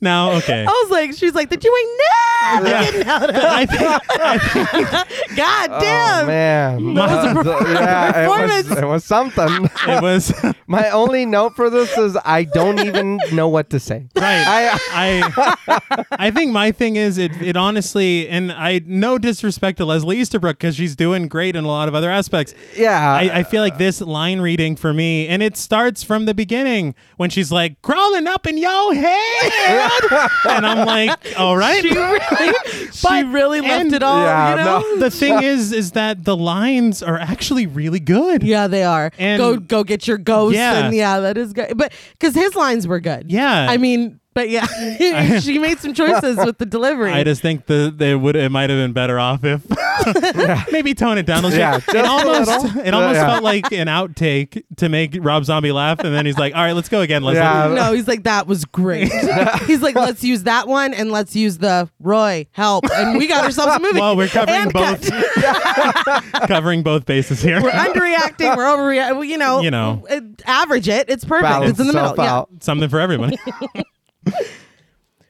C: Now, okay.
A: I was like, She's like, That you ain't never
C: Yeah.
A: getting out of.
C: (laughs) I think, I think
A: God damn.
B: Oh, man.
C: That
B: Uh, the- yeah, it was,
A: performance.
B: it
A: (laughs)
B: was something.
C: (laughs) it was (laughs)
B: My only note for this is I don't even know what to say.
C: Right. I, I think my thing is it it honestly and I no disrespect to Leslie Easterbrook because she's doing great in a lot of other aspects.
B: Yeah.
C: I, I feel like this line reading for me, and it starts from the beginning when she's like crawling up in your head, (laughs) and I'm like, all right.
A: She really, (laughs) she
C: But-
A: really left
C: and-
A: it all,
B: Yeah,
A: Oh, you know?
B: no.
C: the thing is, is that the lines are actually really good.
A: Yeah, they are.
C: And-
A: go go get your ghost.
C: Yeah.
A: And yeah, that is good. But because his lines were good.
C: Yeah.
A: I mean, but yeah, (laughs)
C: (laughs)
A: she made some choices with the delivery.
C: I just think the they would it might have been better off if
B: (laughs)
C: (laughs) maybe tone it down. a little
B: Yeah,
C: bit.
B: just
C: it
B: a
C: almost
B: little.
C: it almost
B: Yeah.
C: felt like an outtake to make Rob Zombie laugh, and then he's like, "All right, let's go again, Leslie."
B: Yeah.
A: no, he's like, that was
C: (laughs)
A: great. he's like, let's use that one and let's use the Roy help. And we got ourselves a movie.
C: Well, we're covering
A: And cut.
C: both (laughs) covering both bases here.
A: We're underreacting. We're overreacting. Well, you know,
C: You know.
A: uh, average it. It's perfect. (laughs)
B: Balance
A: it's in the middle.
B: itself
A: Yeah.
B: out.
C: (laughs) Something
B: (laughs)
C: for everybody.
B: Mm-hmm.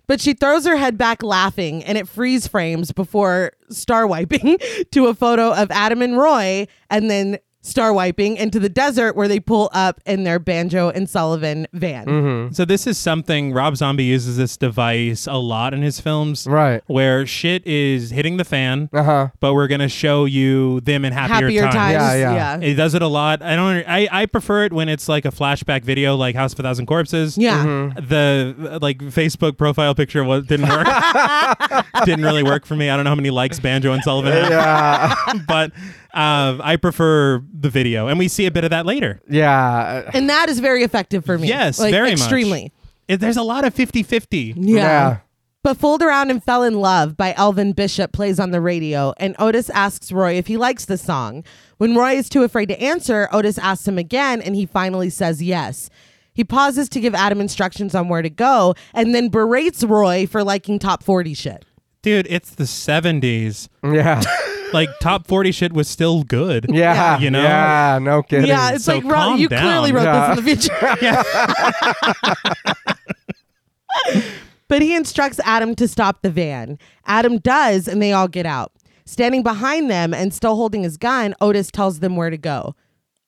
A: But she throws her head back laughing and it freeze frames before star wiping (laughs) to a photo of Adam and Roy and then star wiping into the desert where they pull up in their Banjo and Sullivan van.
C: So this is something Rob Zombie uses this device a lot in his films,
B: Right.
C: Where shit is hitting the fan,
B: Uh huh.
C: but we're gonna show you them in happier,
A: Happier times.
B: Yeah, yeah.
A: Yeah.
C: It does it a lot. I don't. I, I prefer it when it's like a flashback video, like House of a Thousand Corpses.
A: Yeah.
C: The like Facebook profile picture was didn't (laughs) work. didn't really work for me. I don't know how many likes Banjo and Sullivan had,
B: Yeah.
A: (laughs)
C: but uh, I prefer the video, and we see a bit of that later.
B: Yeah.
A: And that is very effective for me.
C: Yes,
A: Like,
C: very much.
A: extremely.
C: It, there's a lot of 50-50.
A: Yeah.
B: Yeah.
A: But Fooled Around and Fell in Love by Elvin Bishop plays on the radio, and Otis asks Roy if he likes the song. When Roy is too afraid to answer, Otis asks him again, and he finally says yes. He pauses to give Adam instructions on where to go and then berates Roy for liking top 40 shit.
C: Dude, it's the 70s.
B: Yeah.
C: Like top 40 shit was still good.
B: Yeah.
C: You know?
B: Yeah. No kidding.
A: yeah, it's
C: so
A: like, Ro-
C: calm
A: you
C: down.
A: clearly wrote
B: Yeah.
A: this in the (laughs) future. But he instructs Adam to stop the van. Adam does, and they all get out. Standing behind them and still holding his gun, Otis tells them where to go.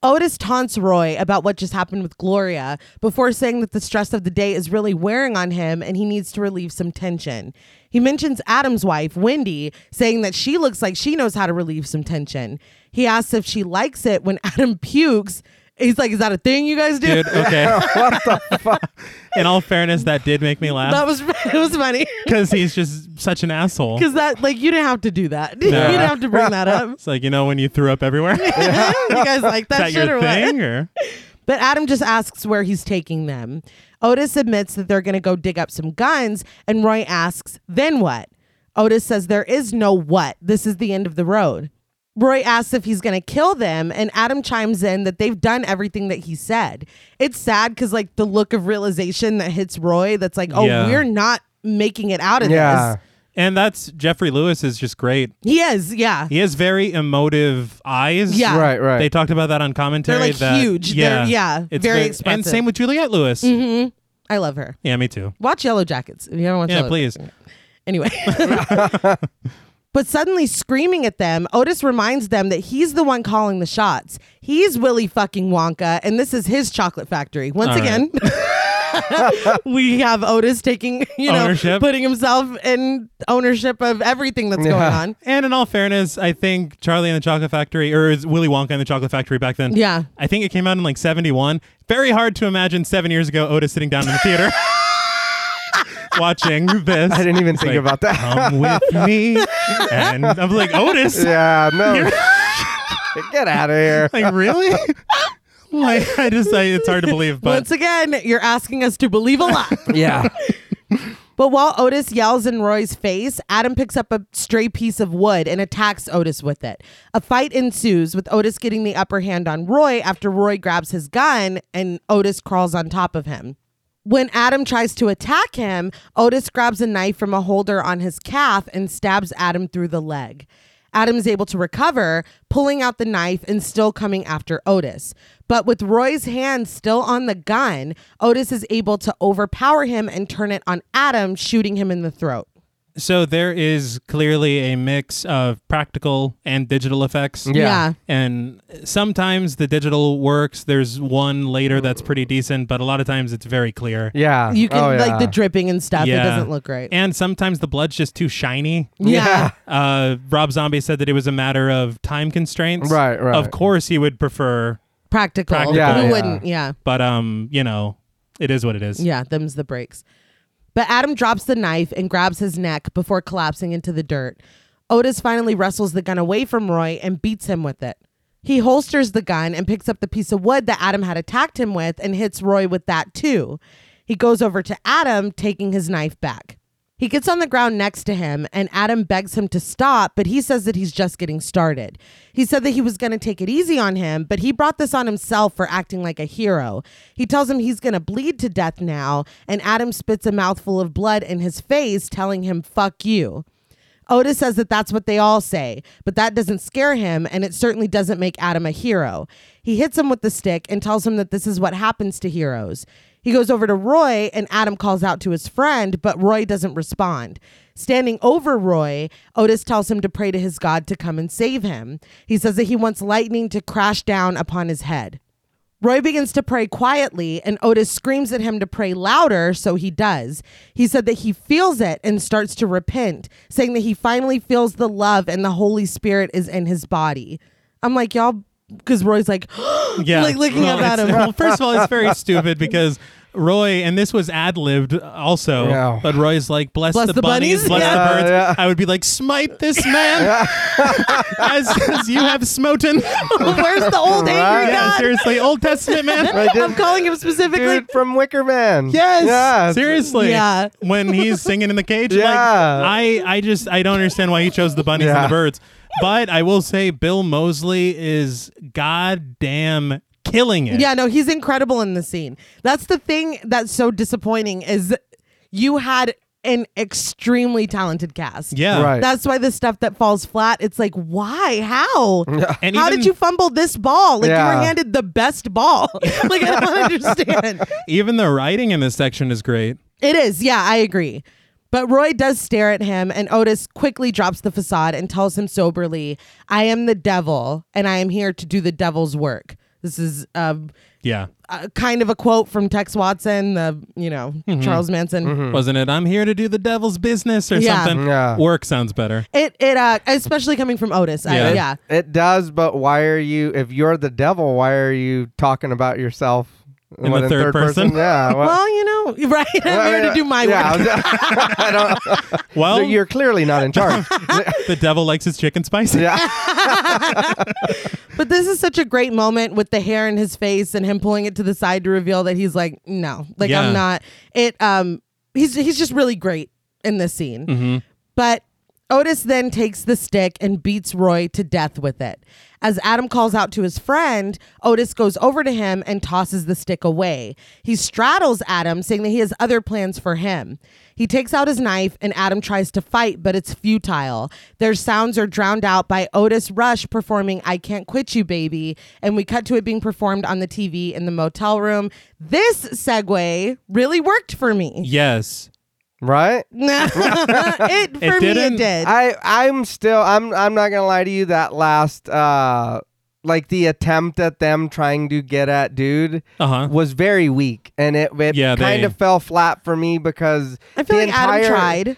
A: Otis taunts Roy about what just happened with Gloria before saying that the stress of the day is really wearing on him and he needs to relieve some tension. He mentions Adam's wife, Wendy, saying that she looks like she knows how to relieve some tension. He asks if she likes it when (laughs) Adam pukes. He's like, Is that a thing you guys do?
C: Dude, okay. (laughs) what the fuck? In all fairness, that did make me
A: That
C: laugh
A: was (laughs) it was funny.
C: because he's just such
A: (laughs)
C: an asshole.
A: Because that, like, you didn't have to do that. (laughs) you didn't have to bring that up.
C: (laughs) It's like, you know, when you threw up everywhere?
A: (laughs)
C: Is
A: you guys like that,
C: that
A: shit or
C: your
A: what?
C: thing? Or?
A: But Adam just asks where he's taking them. Otis admits that they're going to go dig up some guns, and Roy asks, then what? Otis says, there is no what. This is the end of the road. Roy asks if he's going to kill them, and Adam chimes in that they've done everything that he said. It's sad because, like, the look of realization that hits Roy that's like, oh,
C: Yeah.
A: we're not making it out of
B: Yeah.
A: this.
C: And that's Jeffrey Lewis is just great.
A: He is, yeah.
C: He has very emotive eyes.
A: Yeah.
B: Right. Right.
C: They talked about that on commentary.
A: like,
C: that-
A: huge.
C: Yeah.
A: They're- yeah,
C: It's
A: very
C: ve- And
A: expressive. Mm-hmm.
C: same with Juliette Lewis.
A: I love her.
C: Yeah, me too.
A: Watch Yellow Jackets if you haven't watched
C: Yeah,
A: Yellow
C: please.
A: Anyway. but suddenly screaming at them, Otis reminds them that he's the one calling the shots. He's Willy fucking Wonka, and this is his chocolate factory. Once
C: All right.
A: again, (laughs) we have Otis taking, you know,
C: Ownership.
A: putting himself in ownership of everything that's going
B: Yeah.
A: on.
C: And in all fairness, I think Charlie and the Chocolate Factory, or is Willy Wonka and the Chocolate Factory back then?
A: Yeah.
C: I think it came out in like 71. Very hard to imagine seven years ago Otis sitting down in
A: (laughs)
C: the theater watching this.
B: I didn't even think about that.
C: Come with me. And I'm like, Otis?
B: (laughs) Yeah. No. (laughs) Get out of here.
C: (laughs) Like, really? like, I just, I, it's hard to believe, but
A: Once again, you're asking us to believe a lot.
B: Yeah.
A: But while Otis yells in Roy's face, Adam picks up a stray piece of wood and attacks Otis with it. A fight ensues, with Otis getting the upper hand on Roy after Roy grabs his gun and Otis crawls on top of him. When Adam tries to attack him, Otis grabs a knife from a holder on his calf and stabs Adam through the leg. Adam is able to recover, pulling out the knife and still coming after Otis. But with Roy's hand still on the gun, Otis is able to overpower him and turn it on Adam, shooting him in the throat.
C: So there is clearly a mix of practical and digital effects.
B: Yeah.
C: And sometimes the digital works. There's one later that's pretty decent, but a lot of times it's very clear.
B: Yeah.
A: You can
B: Oh,
A: like the
B: yeah.
A: dripping and stuff. It
C: Yeah.
A: doesn't look right.
C: And sometimes the blood's just too shiny.
A: (laughs) yeah.
C: Uh, Rob Zombie said that it was a matter of time constraints.
B: Right, right.
C: Of course, he would prefer,
A: Practical.
C: Practical.
B: Yeah,
A: Who
B: yeah.
A: wouldn't? Yeah.
C: but um, you know, it is what it is.
A: Yeah, them's the breaks. But Adam drops the knife and grabs his neck before collapsing into the dirt. Otis finally wrestles the gun away from Roy and beats him with it. He holsters the gun and picks up the piece of wood that Adam had attacked him with and hits Roy with that too. He goes over to Adam, taking his knife back. He gets on the ground next to him, and Adam begs him to stop, but he says that he's just getting started. He said that he was going to take it easy on him, but he brought this on himself for acting like a hero. He tells him he's going to bleed to death now, and Adam spits a mouthful of blood in his face, telling him, fuck you. Otis says that that's what they all say, but that doesn't scare him, and it certainly doesn't make Adam a hero. He hits him with the stick and tells him that this is what happens to heroes. He goes over to Roy, and Adam calls out to his friend, but Roy doesn't respond. Standing over Roy, Otis tells him to pray to his God to come and save him. He says that he wants lightning to crash down upon his head. Roy begins to pray quietly, and Otis screams at him to pray louder, so he does. He said that he feels it and starts to repent, saying that he finally feels the love and the Holy Spirit is in his body. I'm like, y'all, because Roy's like, (gasps)
C: yeah.
A: like looking
C: Well,
A: up at
C: it's-
A: him.
C: (laughs) Well, first of all, it's very stupid because Roy, and this was ad libbed also,
B: Yeah.
C: but Roy's like, bless,
A: Bless
C: the,
A: the
C: bunnies,
A: bunnies,
C: bless
B: yeah.
C: the birds.
B: Uh, yeah.
C: I would be like, smite
B: (laughs)
C: this man (laughs) as, as you have
A: (laughs)
C: smoten.
A: Where's the old angry
B: Right.
C: yeah,
A: Oh God?
C: seriously, Old Testament
A: (laughs)
C: man.
B: Right,
A: I'm
B: did-
A: calling him specifically.
B: dude from Wicker Man.
A: Yes.
B: Yeah.
C: Seriously,
A: Yeah.
C: when he's singing in the cage, like,
B: Yeah.
C: I, I just, I don't understand why he chose the bunnies and
B: Yeah.
C: the birds. But I will say, Bill Mosley is goddamn killing it.
A: Yeah, no, he's incredible in the scene. That's the thing that's so disappointing is you had an extremely talented cast.
C: yeah,
B: Right.
A: That's why the stuff that falls flat, it's like, why?
B: (laughs)
A: How?
C: And
A: How
C: even-
A: did you fumble this ball? Like you
B: Yeah.
A: were handed the best ball. (laughs) like I don't understand.
C: Even the writing in this section is great.
A: It is, yeah, I agree. But Roy does stare at him, and Otis quickly drops the facade and tells him soberly, I am the devil, and I am here to do the devil's work. This is uh,
C: Yeah.
A: uh, kind of a quote from Tex Watson, the, you know,
B: Mm-hmm.
A: Charles Manson.
C: Wasn't it? I'm here to do the devil's business or
A: Yeah.
C: something.
B: Hmm. Yeah.
C: Work sounds better.
A: It, it, uh, especially coming from Otis.
C: Yeah.
A: I, yeah.
B: It does, but why are you? If you're the devil, why are you talking about yourself
C: the
B: What,
C: third person?
B: Yeah. what- uh,
A: Well, you know, (laughs) right? I'm here to do my
B: yeah,
A: work.
B: (laughs) I don't-
C: Well,
B: so you're clearly not in
C: (laughs)
B: charge.
C: the devil likes his chicken spicy.
B: yeah.
A: But this is such a great moment with the hair in his face and him pulling it to the side to reveal that he's like, no, like
C: Yeah.
A: I'm not. It um he's he's just really great in this scene. But Otis then takes the stick and beats Roy to death with it. As Adam calls out to his friend, Otis goes over to him and tosses the stick away. He straddles Adam, saying that he has other plans for him. He takes out his knife and Adam tries to fight, but it's futile. Their sounds are drowned out by Otis Rush performing I Can't Quit You Baby, and we cut to it being performed on the TV in the motel room. This segue really worked for me.
C: Yes.
B: Right.
A: (laughs) it for me
C: didn't?
A: it did.
B: I I'm still I'm I'm not gonna lie to you. That last uh like the attempt at them trying to get at dude
C: Uh huh.
B: was very weak, and it it
C: Yeah, they-
B: kind of fell flat for me because
A: I feel
B: the
A: like
B: entire,
A: Adam tried.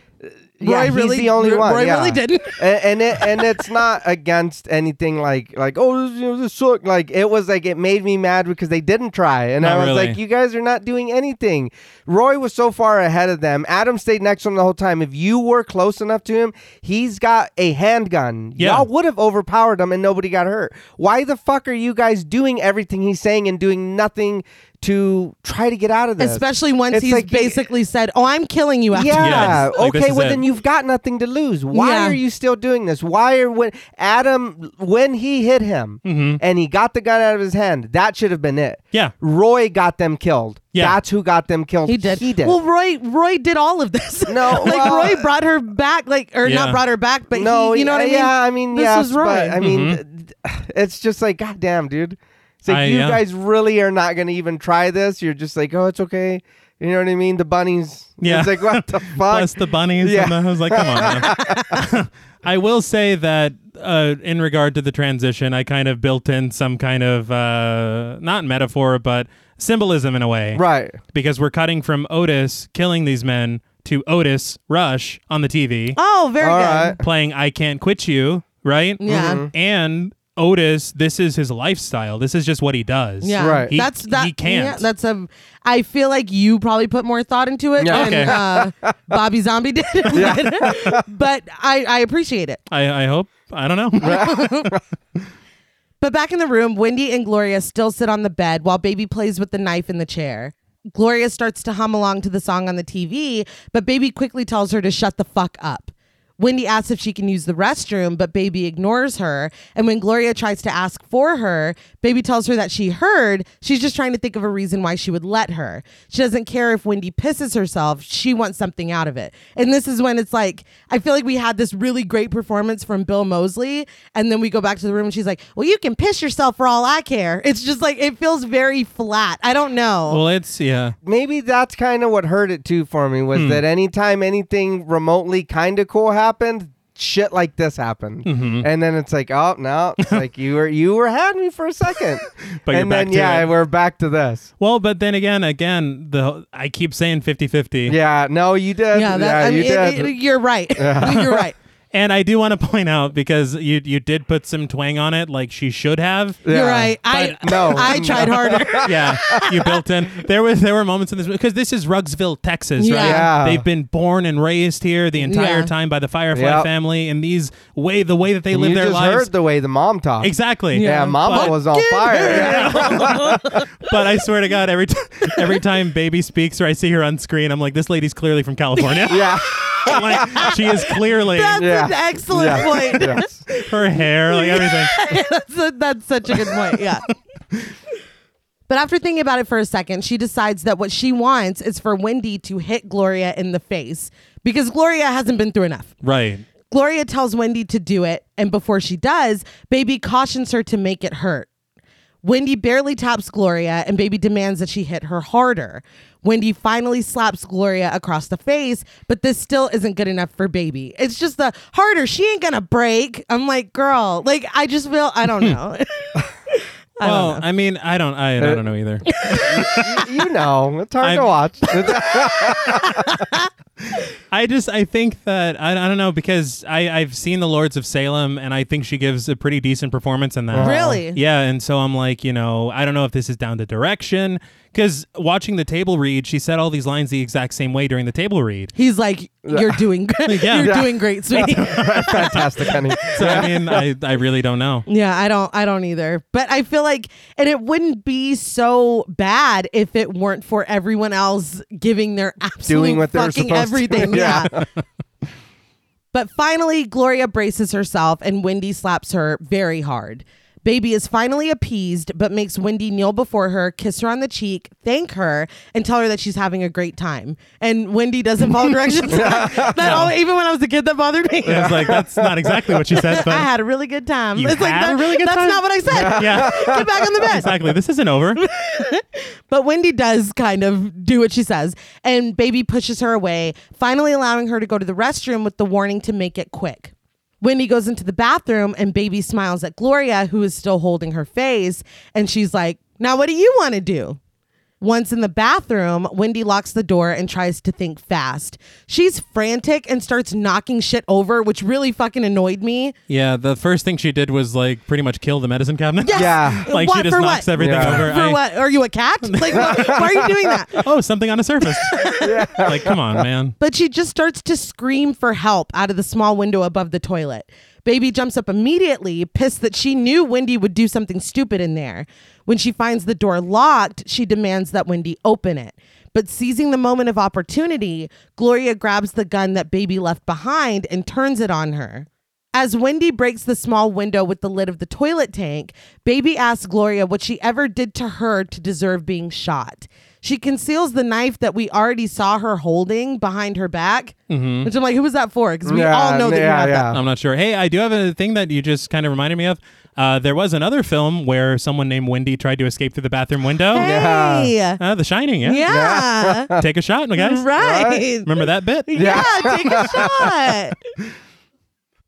B: Yeah,
A: Roy
B: he's
A: really-
B: the only
A: Roy
B: one.
A: really
B: yeah. (laughs)
A: didn't.
B: and, and it and it's not against anything like like oh this, you know, this sucked. Like it was like it made me mad because they didn't try, and
C: Not
B: I was
C: really.
B: like, you guys are not doing anything. Roy was so far ahead of them. Adam stayed next to him the whole time. If you were close enough to him, he's got a handgun.
C: Yeah.
B: Y'all would have overpowered him and nobody got hurt. Why the fuck are you guys doing everything he's saying and doing nothing to try to get out of this.
A: Especially once
B: It's
A: he's
B: like-
A: basically said, "Oh, I'm killing you." After
B: (laughs) Yeah.
C: Yes, like, this
B: okay.
C: is
B: Well,
C: it.
B: then you've got nothing to lose. Why
A: Yeah.
B: are you still doing this? Why are when Adam when he hit him
C: Mm-hmm.
B: and he got the gun out of his hand, that should have been it.
C: Yeah.
B: Roy got them killed.
C: Yeah.
B: That's who got them killed.
A: He did.
B: He did.
A: Well, Roy Roy did all of this.
B: No,
A: (laughs) like
B: well-
A: Roy brought her back, like or
C: Yeah.
A: not brought her back, but
B: no,
A: he, you know what I mean?
B: Yeah, I mean,
A: this
B: yes,
A: was Roy.
B: but I mean, th- (sighs) it's just like, goddamn, dude. It's like
C: Mm-hmm. I-
B: you
C: yeah.
B: guys really are not going to even try this. You're just like, oh, it's okay. You know what I mean? The bunnies.
C: Yeah.
B: It's like what the fuck?
C: (laughs) Plus the bunnies.
B: Yeah.
C: And I was like, come on.
B: (laughs)
C: man. (laughs) I will say that uh, in regard to the transition, I kind of built in some kind of uh, not metaphor, but symbolism in a way.
B: right.
C: Because we're cutting from Otis killing these men to Otis Rush on the TV
A: Oh, very
B: All
A: good.
B: right.
C: playing I Can't Quit You, right?
A: Yeah.
B: Mm-hmm.
A: Mhm.
C: And Otis, this is his lifestyle. This is just what he does.
A: Yeah,
B: Right. He-
A: that's that.
C: he can't.
A: yeah, that's a. I feel like you probably put more thought into it
B: Yeah.
A: than
B: (laughs)
A: uh, Bobby Zombie did, (laughs) but I, I appreciate it.
C: I, I hope. I don't know.
A: But back in the room, Wendy and Gloria still sit on the bed while Baby plays with the knife in the chair. Gloria starts to hum along to the song on the TV, but Baby quickly tells her to shut the fuck up. Wendy asks if she can use the restroom, but Baby ignores her. And when Gloria tries to ask for her, Baby tells her that she heard. She's just trying to think of a reason why she would let her. She doesn't care if Wendy pisses herself. She wants something out of it. And this is when it's like, I feel like we had this really great performance from Bill Mosley. And then we go back to the room and she's like, Well, you can piss yourself for all I care. It's just like, it feels very flat. I don't know.
C: (laughs) well, it's, yeah.
B: Maybe that's kind of what hurt it too for me
C: Hmm.
B: was that anytime anything remotely kind of cool happened, shit like this happened,
C: Mm-hmm.
B: and then it's like, oh
C: (laughs)
B: no, it's like you were you were had me for a second,
C: But you're
B: and
C: back
B: then
C: to
B: yeah,
C: it.
B: we're back to this.
C: Well, but then again, again, the I keep saying 50 50.
B: Yeah, no, you did. Yeah,
A: yeah, that, I
B: you
A: mean,
B: did.
A: it- it- you're right. (laughs) you're right.
C: And I do want to point out because you you did put some twang on it, like she should have.
A: You're
B: Yeah.
A: right. I
B: But no,
A: I tried
B: no. (laughs)
A: harder.
C: yeah, you built in. There was there were moments in this because this is Rugsville, Texas, right?
B: Yeah. Yeah.
C: They've been born and raised here the entire
A: Yeah.
C: time by the Firefly
B: Yep.
C: family, and these way the way that they
B: And
C: live
B: you
C: their
B: just
C: lives.
B: heard the way the mom talked.
C: exactly.
B: Yeah, mama
C: But-
B: was on fire. Yeah.
C: But I swear to God, every t- (laughs) every time Baby speaks or I see her on screen, I'm like, this lady's clearly from California.
A: (laughs)
B: (laughs) (laughs) yeah.
C: I'm like she is clearly
A: That's
B: Yeah.
A: an excellent
B: Yeah.
A: point.
B: Yes.
A: (laughs)
C: her hair, like everything.
A: that's, a- that's such a good point. Yeah. (laughs) But after thinking about it for a second, she decides that what she wants is for Wendy to hit Gloria in the face because Gloria hasn't been through enough.
C: Right.
A: Gloria tells Wendy to do it, and before she does, Baby cautions her to make it hurt. Wendy barely taps Gloria, and Baby demands that she hit her harder. Wendy finally slaps Gloria across the face, but this still isn't good enough for Baby. It's just the harder, she ain't gonna break. I'm like, girl, like, I just feel, I don't know. (laughs) I don't
C: well, I mean, I don't,
B: Uh,
C: I, I don't know either.
B: you know, it's hard to
C: I'm- (laughs)
B: watch. It's- (laughs)
C: I just, I think that I, I don't know because I, I've seen the Lords of Salem, and I think she gives a pretty decent performance in
B: Uh-huh.
C: that.
A: Really?
C: Yeah, and so I'm like, you know, I don't know if this is down to direction because watching the table read, she said all these lines the exact same way during the table read.
A: He's like, you're doing, you're doing great, sweetie.
B: Fantastic, honey.
C: So I mean, I, I really don't know.
A: Yeah, I don't I don't either. But I feel like and it wouldn't be so bad if it weren't for everyone else giving their (laughs) absolute
B: Doing what they're
A: fucking
B: supposed to. (laughs)
A: everything.
B: Yeah.
A: yeah. (laughs) But finally, Gloria braces herself and Wendy slaps her very hard. Baby is finally appeased, but makes Wendy kneel before her, kiss her on the cheek, thank her, and tell her that she's having a great time. And Wendy doesn't
B: (laughs)
A: follow directions. (laughs) that al- even when I was a kid, that bothered me.
C: I was like, that's not exactly what she said,
A: I (laughs)
C: but
A: had a really good time.
C: You
A: it's like
C: had
A: that,
C: a really good
A: that's
C: time?
A: not what I said.
C: (laughs) yeah,
A: (laughs) Get back on the bed.
C: exactly. This isn't over.
A: But Wendy does kind of do what she says, and Baby pushes her away, finally allowing her to go to the restroom with the warning to make it quick. Wendy goes into the bathroom, and Baby smiles at Gloria, who is still holding her face, and she's like, Now, what do you want to do? Once in the bathroom, Wendy locks the door and tries to think fast. She's frantic and starts knocking shit over, which really fucking annoyed me.
C: Yeah, the first thing she did was like pretty much kill the medicine cabinet.
A: Yes.
B: Yeah.
C: (laughs) like
A: what,
C: she just
A: for
C: knocks
A: what?
C: everything
B: Yeah.
C: over.
A: For
C: I-
A: what? Are you a (laughs) cat? Like, what- why are you doing that?
C: Oh, something on
A: (laughs)
C: a surface. Like, come on, man.
A: But she just starts to scream for help out of the small window above the toilet. Baby jumps up immediately, pissed that she knew Wendy would do something stupid in there. When she finds the door locked, she demands that Wendy open it. But seizing the moment of opportunity, Gloria grabs the gun that Baby left behind and turns it on her. As Wendy breaks the small window with the lid of the toilet tank, Baby asks Gloria what she ever did to her to deserve being shot. She conceals the knife that we already saw her holding behind her back, which I'm like, who was that for? Because we
B: Mm-hmm. Yeah,
A: all know that you
B: yeah,
A: have that.
B: yeah.
C: I'm not sure. Hey, I do have a thing that you just kind of reminded me of. Uh, there was another film where someone named Wendy tried to escape through the bathroom window.
B: Yeah. (laughs)
A: Hey.
C: Uh, the Shining, yeah.
A: Yeah.
C: Take a shot, my guys.
A: Right.
C: Remember that bit?
A: (laughs) Yeah, take a (laughs) shot.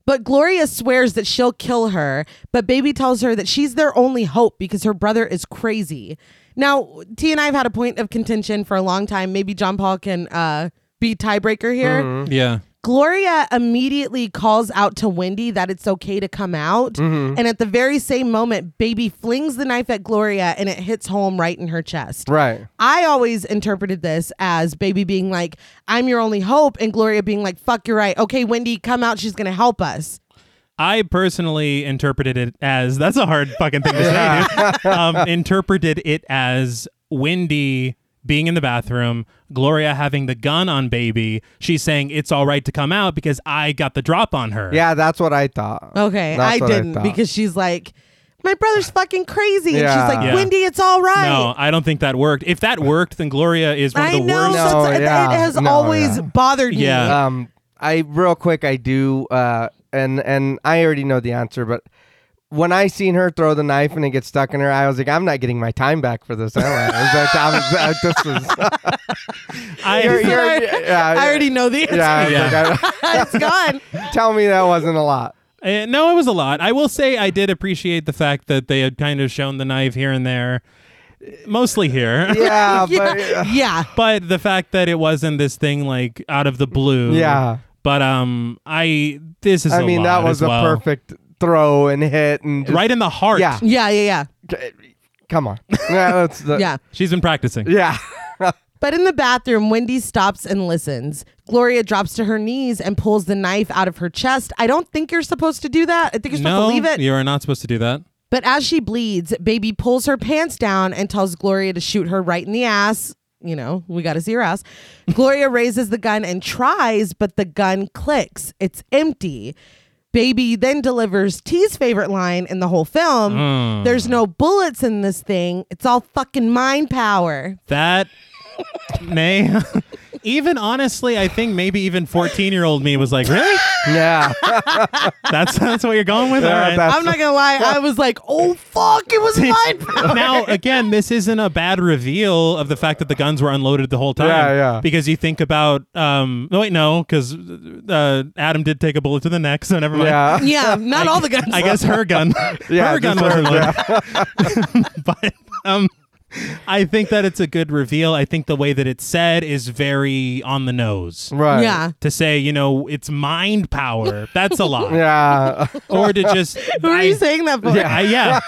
A: But Gloria swears that she'll kill her, but Baby tells her that she's their only hope because her brother is crazy. Now, T and I have had a point of contention for a long time. Maybe John Paul can uh, be tiebreaker here.
C: Yeah.
A: Gloria immediately calls out to Wendy that it's okay to come out. And at the very same moment, Baby flings the knife at Gloria and it hits home right in her chest.
B: Right.
A: I always interpreted this as baby being like, I'm your only hope, and Gloria being like, fuck, you're right. Okay, Wendy, come out. She's going to help us.
C: I personally interpreted it as that's a hard fucking thing to say, dude. Um, interpreted it as Wendy being in the bathroom, Gloria having the gun on baby. She's saying it's all right to come out because I got the drop on her.
B: Yeah, that's what I thought.
A: Okay,
B: That's
A: I
B: what
A: didn't
B: thought.
A: because she's like, my brother's fucking crazy. And
B: Yeah.
A: she's like,
C: Yeah.
A: Wendy, it's all right.
C: No, I don't think that worked. If that worked, then Gloria is one of
A: I
C: the
A: know.
C: worst.
B: No,
A: that's-
B: yeah,
A: It has
B: no,
A: always
B: yeah.
A: bothered me.
C: Yeah.
B: um i real quick i do uh and and i already know the answer but when i seen her throw the knife and it gets stuck in her i was like i'm not getting my time back for this am i, It's like, I'm-
A: (laughs)
B: uh, this was-
C: I,
B: You're- you're-
A: I,
B: yeah,
A: I already know the answer.
B: yeah, I was like,
A: (laughs) it's gone.
B: (laughs) I- tell me that wasn't a lot
C: Uh, no, it was a lot. I will say I did appreciate the fact that they had kind of shown the knife here and there, mostly here.
B: yeah,
A: (laughs)
B: but uh,
A: Yeah. yeah.
C: But the fact that it wasn't this thing like out of the blue.
B: Yeah.
C: But um, I this is.
B: i
C: a
B: mean
C: lot
B: that was
C: as
B: a
C: well.
B: perfect throw and hit and just,
C: Right in the heart.
B: Yeah.
A: Yeah, yeah, yeah.
B: come on yeah, that's the,
A: Yeah.
C: She's been practicing.
B: yeah. (laughs)
A: But in the bathroom, Wendy stops and listens. Gloria drops to her knees and pulls the knife out of her chest. I don't think you're supposed to do that. I think you're supposed
C: No,
A: to leave it.
C: you are not supposed to do that.
A: But as she bleeds, Baby pulls her pants down and tells Gloria to shoot her right in the ass. You know, we got to see her ass. Gloria raises the gun and tries, but the gun clicks. It's empty. Baby then delivers T's favorite line in the whole film There's no bullets in this thing. It's all fucking mind power.
C: That (laughs) nay. (laughs) even honestly, I think maybe even fourteen year old me was like, really?
B: yeah
C: That's that's what you're going with. All
B: Yeah,
C: right.
B: that-
A: I'm not going to lie. I was like, oh, fuck, it
C: (laughs)
A: was mind power.
B: (laughs)
C: now again, this isn't a bad reveal of the fact that the guns were unloaded the whole time.
B: Yeah, yeah.
C: Because you think about um no wait, no, because uh, Adam did take a bullet to the neck, so never mind.
B: yeah
A: Yeah, not all the guns. (laughs)
C: I guess
B: (laughs)
C: her gun
B: Yeah,
C: her gun
B: just
C: was
B: her,
C: unloaded. (laughs) but um I think that it's a good reveal. I think the way that it's said is very on the nose.
B: right
A: Yeah.
C: To say, you know, it's mind power. That's a lot.
B: yeah (laughs)
C: Or to just
A: Who are you
C: I-
A: saying that for?
C: I- yeah.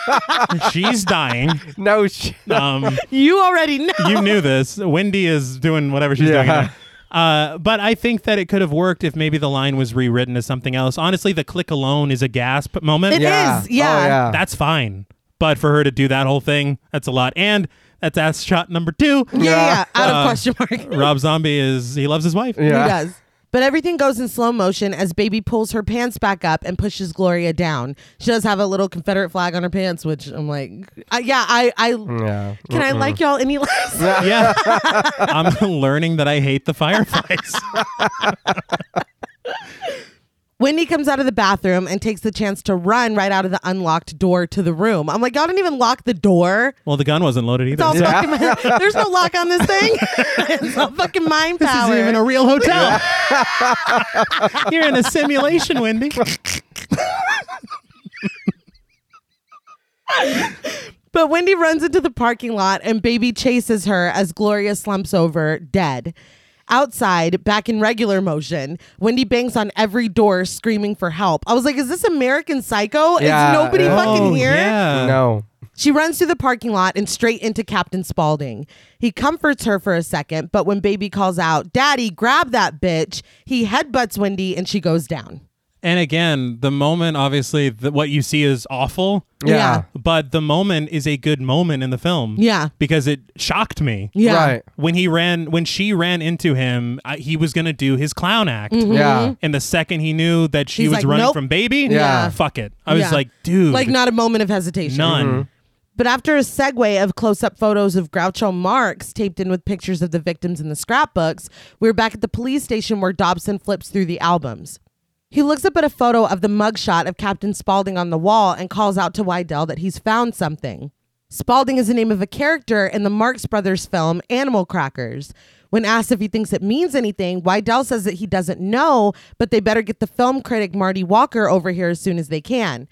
C: She's dying.
B: no shit
C: Um
A: You already know.
C: you knew this. Wendy is doing whatever she's
B: Yeah.
C: doing. now. Uh, but I think that it could have worked if maybe the line was rewritten as something else. Honestly, the click alone is a gasp moment.
A: It
B: yeah.
A: is, yeah.
B: Oh, yeah.
C: That's fine. But for her to do that whole thing, that's a lot. And that's ass shot number
A: (laughs)
C: two.
A: (laughs) Yeah, yeah, yeah. out of
C: Uh,
A: question mark.
C: Rob Zombie is, he loves his wife.
B: Yeah.
A: He does. But everything goes in slow motion as Baby pulls her pants back up and pushes Gloria down. She does have a little Confederate flag on her pants, which I'm like, I, yeah, I, I
B: Yeah.
A: can I like y'all any less?
C: (laughs) Yeah. I'm learning that I hate
A: (laughs)
C: the fireflies.
A: Wendy comes out of the bathroom and takes the chance to run right out of the unlocked door to the room. I'm like, y'all didn't even lock the door.
C: well, the gun wasn't loaded either.
A: It's all
C: so-
A: fucking. There's no lock on this thing. (laughs) it's all fucking mind
C: this
A: power.
C: isn't even a real hotel. (laughs) You're in a
A: (laughs)
C: simulation, Wendy.
A: But Wendy runs into the parking lot and Baby chases her as Gloria slumps over dead. Outside, back in regular motion, Wendy bangs on every door screaming for help. I was like, is this American Psycho?
B: Yeah.
A: is nobody
B: Oh,
A: fucking here?
C: Yeah.
B: no.
A: She runs through the parking lot and straight into Captain Spaulding. He comforts her for a second, but when Baby calls out, Daddy, grab that bitch, he headbutts Wendy and she goes down.
C: And again, the moment, obviously, th- what you see is awful,
A: Yeah.
C: but the moment is a good moment in the film.
A: Yeah.
C: Because it shocked me.
A: Yeah.
B: Right.
C: When he ran, when she ran into him, I, he was going to do his clown act.
B: Yeah.
C: And the second he knew that
A: Mm-hmm.
C: she
A: He's
C: was
A: like,
C: running
A: nope.
C: from baby,
B: Yeah.
C: fuck it. I was
A: Yeah.
C: like, dude,
A: Like not a moment of hesitation. Mm-hmm.
C: none.
A: But after a segue of close up photos of Groucho Marx taped in with pictures of the victims in the scrapbooks, we're back at the police station where Dobson flips through the albums. He looks up at a photo of the mugshot of Captain Spaulding on the wall and calls out to Wydell that he's found something. Spaulding is the name of a character in the Marx Brothers film Animal Crackers. When asked if he thinks it means anything, Wydell says that he doesn't know, but they better get the film critic Marty Walker over here as soon as they can.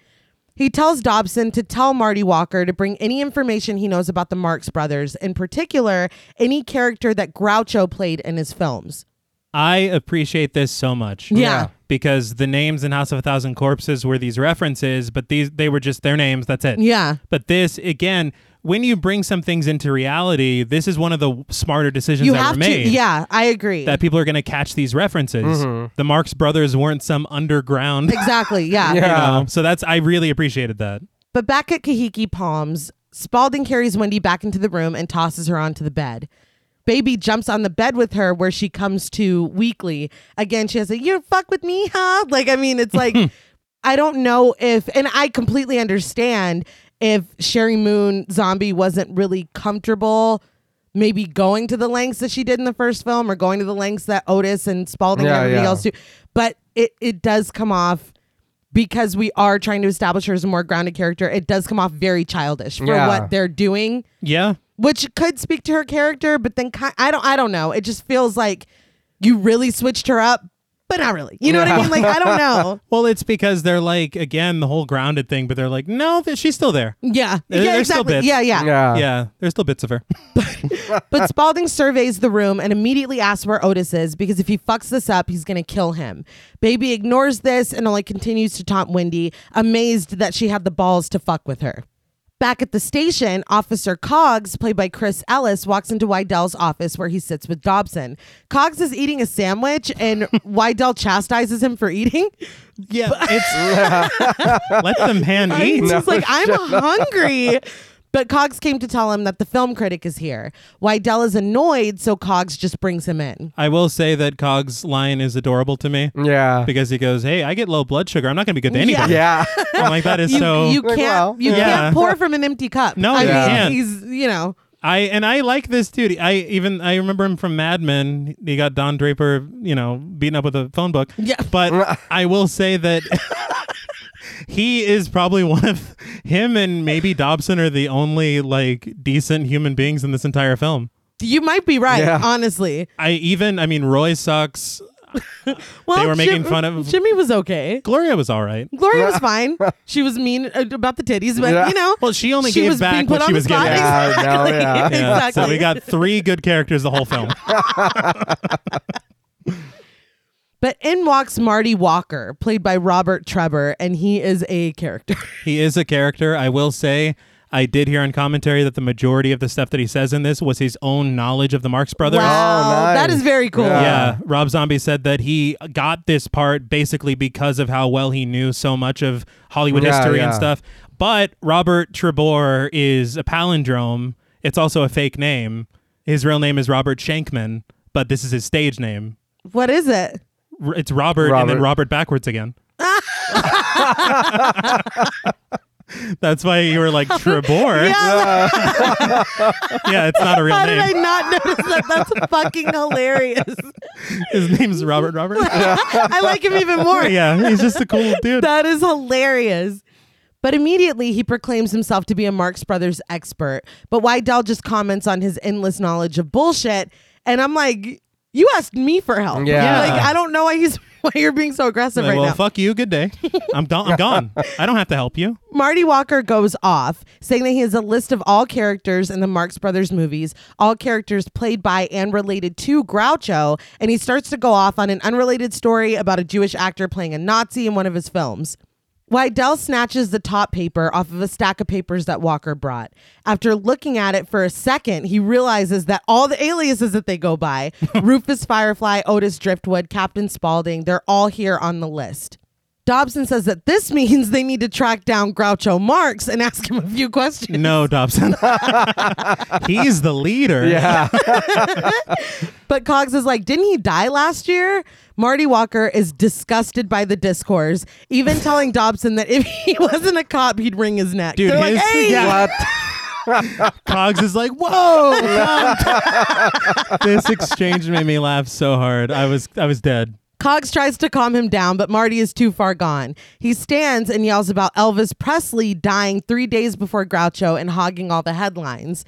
A: He tells Dobson to tell Marty Walker to bring any information he knows about the Marx brothers, in particular, any character that Groucho played in his films.
C: I appreciate this so much.
A: Yeah.
C: Because the names in House of a Thousand Corpses were these references, but these they were just their names. That's it.
A: Yeah.
C: But this again, when you bring some things into reality, this is one of the smarter decisions
A: You
C: that
A: have
C: were
A: to.
C: made.
A: Yeah, I agree.
C: That people are going to catch these references. The Marx Brothers weren't some underground.
A: exactly. Yeah.
C: you
B: Yeah.
C: know? Um, So that's I really appreciated that.
A: But back at Kahiki Palms, Spaulding carries Wendy back into the room and tosses her onto the bed. Baby jumps on the bed with her where she comes to weekly. Again, she has a, you fuck with me, huh? Like, I mean, it's
B: (laughs)
A: like, I don't know if, and I completely understand if Sherry Moon Zombie wasn't really comfortable maybe going to the lengths that she did in the first film or going to the lengths that Otis and Spaulding
B: Yeah,
A: and everybody
B: yeah.
A: else do. But it, it does come off because we are trying to establish her as a more grounded character, it does come off very childish for
B: Yeah.
A: what they're doing,
C: Yeah.
A: which could speak to her character, but then ki- I don't I don't know. It just feels like you really switched her up, but not really. You know what I mean? Like I don't know.
C: Well, it's because they're like again the whole grounded thing, but they're like no, th- she's still there.
A: Yeah.
C: There-
A: yeah,
C: there's still
A: exactly.
C: bits.
A: Yeah, yeah.
B: Yeah.
C: yeah, there's still bits of her.
A: (laughs) But Spaulding surveys the room and immediately asks where Otis is because if he fucks this up, he's going to kill him. Baby ignores this and only continues to taunt Wendy, amazed that she had the balls to fuck with her. Back at the station, Officer Coggs, played by Chris Ellis, walks into Wydell's office where he sits with Dobson. Coggs is eating a sandwich and (laughs) Wydell chastises him for eating.
C: Yeah, it's (laughs) let the man
A: Right?
C: eat.
A: He's like, I'm hungry. But Coggs came to tell him that the film critic is here. Wydell is annoyed, so Coggs just brings him in.
C: I will say that Cog's line is adorable to me
B: Yeah.
C: because he goes, "Hey, I get low blood sugar. I'm not going to be good to
B: (laughs)
C: anybody." (laughs)
B: Yeah.
C: I'm like that is
A: You,
C: so.
A: you
B: Like,
A: can't
B: wow.
A: you
C: Yeah.
A: can't pour from an empty cup.
C: No,
A: I
C: you
A: mean,
C: can't.
A: he's you know
C: I and I like this dude. I even I remember him from Mad Men. He got Don Draper, you know, beaten up with a phone book.
A: Yeah.
C: But I will say that (laughs) he is probably one of him and maybe Dobson are the only like decent human beings in this entire film.
A: you might be right.
B: Yeah.
A: Honestly,
C: I even I mean Roy sucks.
A: well,
C: were making
A: Oh, Jim-
C: fun of-
A: Jimmy was okay.
C: Gloria was all right.
A: Gloria was
B: (laughs)
A: fine. She was mean uh, about the titties, but
B: Yeah.
A: you know,
C: Well, she only
A: she
C: gave
A: was
C: back
A: being
C: what
A: put on
C: she
A: the
C: was
A: spot.
C: given.
B: Yeah, no,
A: Exactly.
C: (laughs)
B: yeah.
A: (laughs)
C: Yeah,
A: exactly.
C: So we got three good characters the whole film.
A: but in walks Marty Walker, played by Robert Trevor, and he is a character.
C: He is a character. I will say, I did hear in commentary that the majority of the stuff that he says in this was his own knowledge of the Marx Brothers.
A: wow,
B: Oh, nice.
A: that is very cool.
B: Yeah.
C: Yeah, Rob Zombie said that he got this part basically because of how well he knew so much of Hollywood
B: Yeah,
C: history
B: yeah.
C: and stuff. But Robert Trebor is a palindrome. It's also a fake name. His real name is Robert Shankman, but this is his stage name.
A: What is it?
C: R- It's Robert, and then Robert backwards again. (laughs) That's why you were like Trebor.
A: Yeah,
C: (laughs) Yeah, it's not a real
A: how did I
C: name.
A: not notice that?
C: (laughs)
A: That's fucking hilarious. (laughs)
C: His name's Robert Robert.
A: I like him even more.
C: (laughs) yeah, he's just a cool dude.
A: That is hilarious. But immediately he proclaims himself to be a Marx Brothers expert. But Wydell just comments on his endless knowledge of bullshit. And I'm like, you asked me for help.
B: Yeah.
A: Like, I don't know why he's (laughs) why you're being so aggressive
C: Like,
A: right
C: well,
A: now.
C: fuck you. Good day. I'm gone. I'm gone. I don't have to help you.
A: Marty Walker goes off, saying that he has a list of all characters in the Marx Brothers movies, all characters played by and related to Groucho, and he starts to go off on an unrelated story about a Jewish actor playing a Nazi in one of his films. Wydell snatches the top paper off of a stack of papers that Walker brought. After looking at it for a second, he realizes that all the aliases that they go by Rufus Firefly, Otis Driftwood, Captain Spaulding, they're all here on the list. Dobson says that this (laughs) means they need to track down Groucho Marx and ask him a few questions. (laughs)
C: No, Dobson. (laughs) He's the leader.
B: Yeah.
A: But Cogs is like, didn't he die last year? Marty Walker is disgusted by the discourse, even telling Dobson that if (laughs) he wasn't a cop, he'd wring his neck.
C: Dude,
A: They're like,
C: his-
A: hey,
C: yeah.
B: what?
C: Cogs is like, whoa. Tom." (laughs) this exchange made me laugh so hard. I was I was dead.
A: Cogs tries to calm him down, but Marty is too far gone. He stands and yells about Elvis Presley dying three days before Groucho and hogging all the headlines.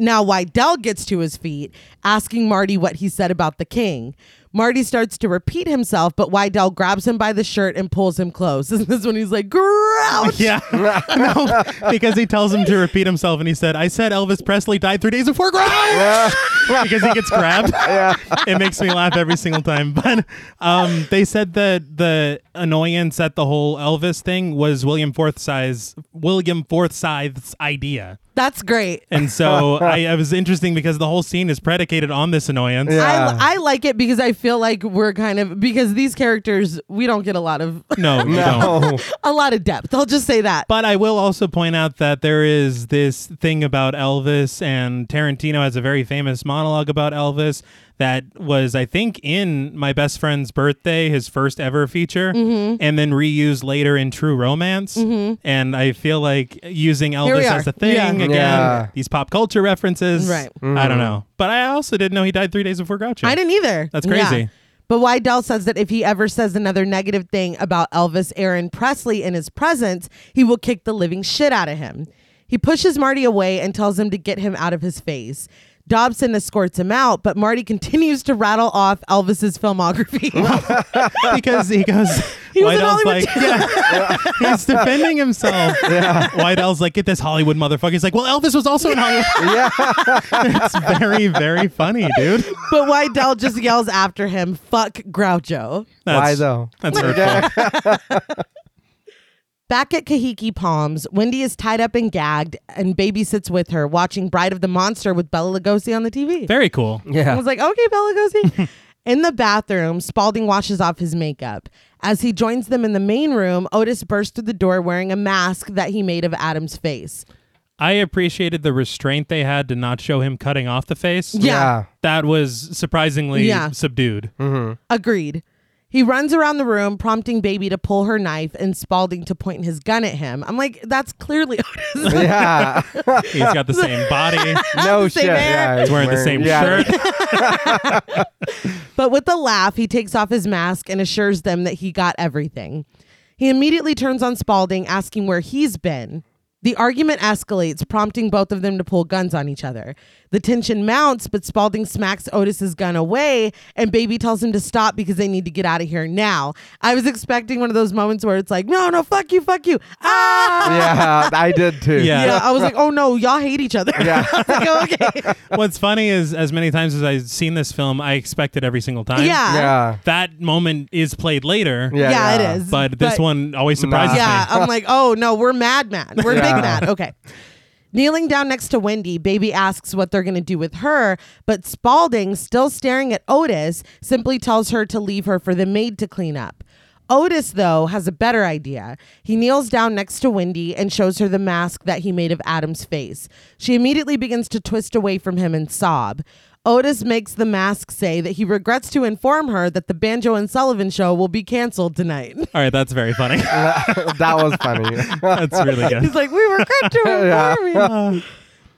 A: Now, Wydell gets to his feet, asking Marty what he said about the king. Marty starts to repeat himself, but Wydell grabs him by the shirt and pulls him close. (laughs) And this is when he's like, Grouch!
C: (laughs) Yeah. no, because he tells him to repeat himself and he said, I said Elvis Presley died three days before (laughs) Grouch because he gets (laughs) grabbed. It makes me laugh every single time. (laughs) But um, they said that the annoyance at the whole Elvis thing was William Forsythe's William Forsythe's idea.
A: That's great.
C: And (laughs) so I, I was interesting because the whole scene is predicated on this annoyance.
B: Yeah.
A: I, I like it because I feel like we're kind of, because these characters, we don't get a lot of. (laughs)
C: No,
B: (laughs)
C: you don't.
B: No.
A: A lot of depth. I'll just say that.
C: But I will also point out that there is this thing about Elvis, and Tarantino has a very famous monologue about Elvis that was, I think, in My Best Friend's Birthday, his first ever feature,
A: Mm-hmm.
C: and then reused later in True Romance. And I feel like using
A: we
C: Elvis
A: are.
C: as a thing
A: Yeah.
C: again,
B: Yeah.
C: these pop culture references.
A: Right.
C: I don't know. But I also didn't know he died three days before Groucho.
A: I didn't either.
C: That's crazy.
A: But Wydell says that if he ever says another negative thing about Elvis Aaron Presley in his presence, he will kick the living shit out of him. He pushes Marty away and tells him to get him out of his face. Dobson escorts him out, but Marty continues to rattle off Elvis's
C: (laughs)
A: filmography.
C: because he goes.
A: (laughs) He was in
C: Wydell's
A: Hollywood
C: like, (laughs) yeah, he's defending himself. Wydell's like, get this Hollywood motherfucker. He's like, well, Elvis was also in Hollywood. it's very, very funny, dude.
A: but Wydell just yells after him, fuck Groucho.
C: That's,
B: Why though?
C: That's hurtful.
A: Back at Kahiki Palms, Wendy is tied up and gagged and babysits with her, watching Bride of the Monster with Bella Lugosi on the TV.
C: very cool.
A: I
B: Yeah.
A: was like, okay, Bella Lugosi. in the bathroom, Spalding washes off his makeup. As he joins them in the main room, Otis bursts through the door wearing a mask that he made of Adam's face.
C: I appreciated the restraint they had to not show him cutting off the face.
A: Yeah.
C: That was surprisingly
A: Yeah.
C: subdued.
A: Agreed. He runs around the room, prompting Baby to pull her knife and Spalding to point his gun at him. I'm like, that's clearly (laughs) Otis. (laughs)
B: Yeah.
C: He's got the same body.
B: no
A: The same
B: shit.
A: hair.
B: Yeah,
C: He's wearing the same
B: yeah.
C: shirt.
A: But with a laugh, he takes off his mask and assures them that he got everything. He immediately turns on Spalding, asking where he's been. The argument escalates, prompting both of them to pull guns on each other. The tension mounts, but Spalding smacks Otis's gun away, and Baby tells him to stop because they need to get out of here now. I was expecting one of those moments where it's like, no, no, fuck you, fuck you. Ah!
B: (laughs) Yeah, I did too.
C: Yeah.
A: Yeah, I was like, oh no, y'all hate each other.
B: Yeah.
A: (laughs) I was like, "Oh, okay.
C: What's funny is, as many times as I've seen this film, I expect it every single time.
A: Yeah.
B: Yeah.
C: That moment is played later.
A: Yeah,
B: Yeah, yeah.
A: it is.
C: But this one always surprises me.
A: Yeah, I'm like, oh no, we're mad mad. We're
B: Yeah.
A: big mad. Okay. Kneeling down next to Wendy, Baby asks what they're going to do with her, but Spalding, still staring at Otis, simply tells her to leave her for the maid to clean up. Otis, though, has a better idea. He kneels down next to Wendy and shows her the mask that he made of Adam's face. She immediately begins to twist away from him and sob. Otis makes the mask say that he regrets to inform her that the Banjo and Sullivan show will be canceled tonight. (laughs)
C: All right, that's very funny.
B: that was funny.
C: (laughs) that's really good.
A: He's like, we were cut to
B: (laughs)
A: inform you."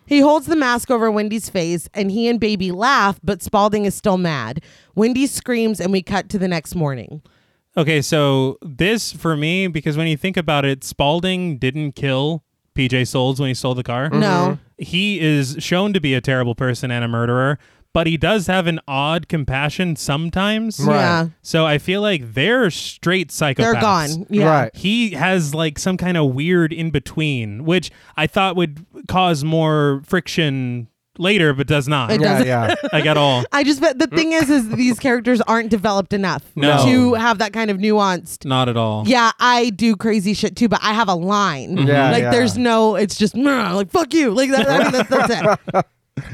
A: He holds the mask over Wendy's face, and he and Baby laugh, but Spalding is still mad. Wendy screams, and we cut to the next morning.
C: (laughs) Okay, so this for me because when you think about it, Spalding didn't kill PJ Souls when he stole the car.
B: Mm-hmm.
A: No.
C: He is shown to be a terrible person and a murderer, but he does have an odd compassion sometimes.
B: Right.
A: Yeah,
C: So I feel like they're straight psychopaths.
A: they're gone. Yeah.
B: Right.
C: He has like some kind of weird in between, which I thought would cause more friction later, but does not.
A: It
B: (laughs) Yeah,
A: doesn't- (laughs)
B: yeah.
C: like at all.
A: I just bet the thing is, is these characters aren't developed enough
C: No.
A: to have that kind of nuanced.
C: Not at all.
A: Yeah, I do crazy shit too, but I have a line.
B: Yeah,
A: Mm-hmm. like
B: yeah.
A: there's no. It's just "Nah," like fuck you. Like that, I mean, that's, that's
B: (laughs)
A: it.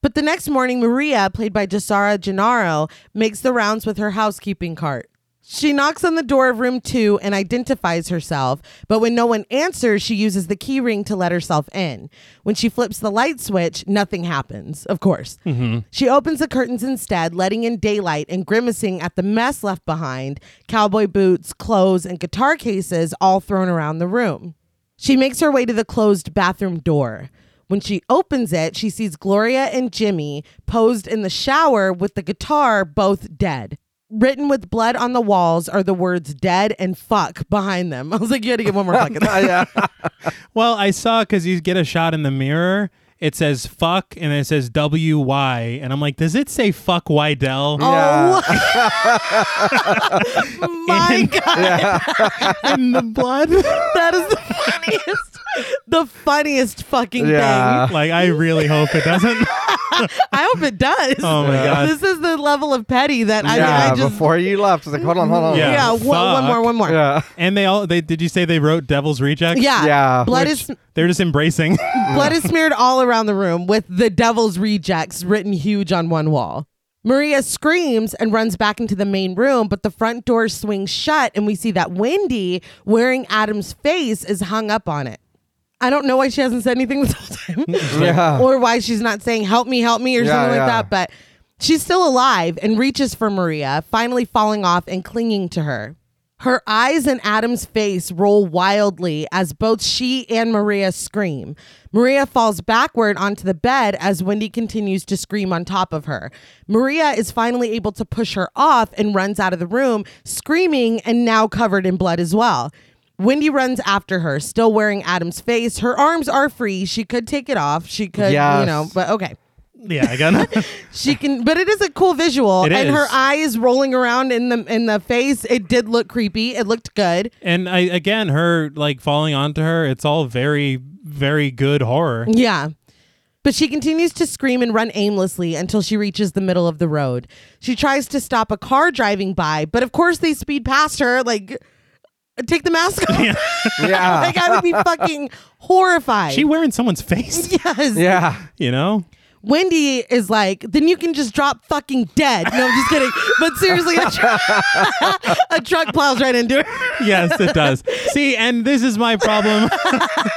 A: But the next morning, Maria, played by Jasara Gennaro, makes the rounds with her housekeeping cart. She knocks on the door of room two and identifies herself, but when no one answers, she uses the key ring to let herself in. When she flips the light switch, nothing happens, of course.
B: Mm-hmm.
A: She opens the curtains instead, letting in daylight and grimacing at the mess left behind cowboy boots, clothes, and guitar cases all thrown around the room. She makes her way to the closed bathroom door. When she opens it, she sees Gloria and Jimmy posed in the shower with the guitar, both dead. Written with blood on the walls are the words dead and fuck behind them. (laughs) I was like, you had to get
B: (laughs)
A: one more fucking.
B: yeah.
C: Well, I saw because you get a shot in the mirror. It says fuck and then it says W Y. And I'm like, does it say fuck Wydell?
A: (laughs) Oh
B: (laughs)
A: my God.
C: in the blood?
A: That is the funniest, the funniest fucking
B: Yeah.
A: thing.
C: like, I really hope
A: (laughs)
C: it doesn't.
A: I hope it does.
C: Oh my God.
A: This is the level of petty that I mean, I
B: yeah,
A: just.
B: before you left, I was like, hold on, hold on.
C: Yeah.
A: yeah, one, one more,
C: fuck.
A: one more.
B: Oh. Yeah.
C: and they all, they did you say they wrote Devil's Rejects?
A: Yeah.
B: Yeah.
A: Blood
C: Which
A: is
C: they're
A: (laughs)
C: just embracing.
A: blood is smeared all around the room with the devil's rejects written huge on one wall. Maria screams and runs back into the main room, but the front door swings shut and we see that Wendy, wearing Adam's face, is hung up on it. I don't know why she hasn't said anything this whole time.
B: Yeah.
A: or why she's not saying help me help me or
B: Yeah,
A: something like
B: yeah.
A: that but she's still alive and reaches for maria finally falling off and clinging to her her eyes and adam's face roll wildly as both she and maria scream maria falls backward onto the bed as wendy continues to scream on top of her maria is finally able to push her off and runs out of the room screaming and now covered in blood as well Wendy runs after her, still wearing Adam's face. Her arms are free. She could take it off. She could, you
B: Yes.
A: know, but okay.
C: yeah, I got
A: She can, but it is a cool visual.
C: It
A: and
C: is.
A: her eyes rolling around in the in the face. It did look creepy. It looked good.
C: And I again, her like falling onto her, it's all very, very good horror.
A: Yeah. But she continues to scream and run aimlessly until she reaches the middle of the road. She tries to stop a car driving by, but of course they speed past her. Like, take the mask off. (laughs)
B: Yeah.
A: like I would be fucking horrified.
C: She wearing someone's face,
A: (laughs) yes.
B: yeah.
C: you know?
A: Wendy is like, then you can just drop fucking dead. No, I'm just kidding. But seriously, a, tru- (laughs) a truck plows right into her.
C: yes, it does. See, and this is my problem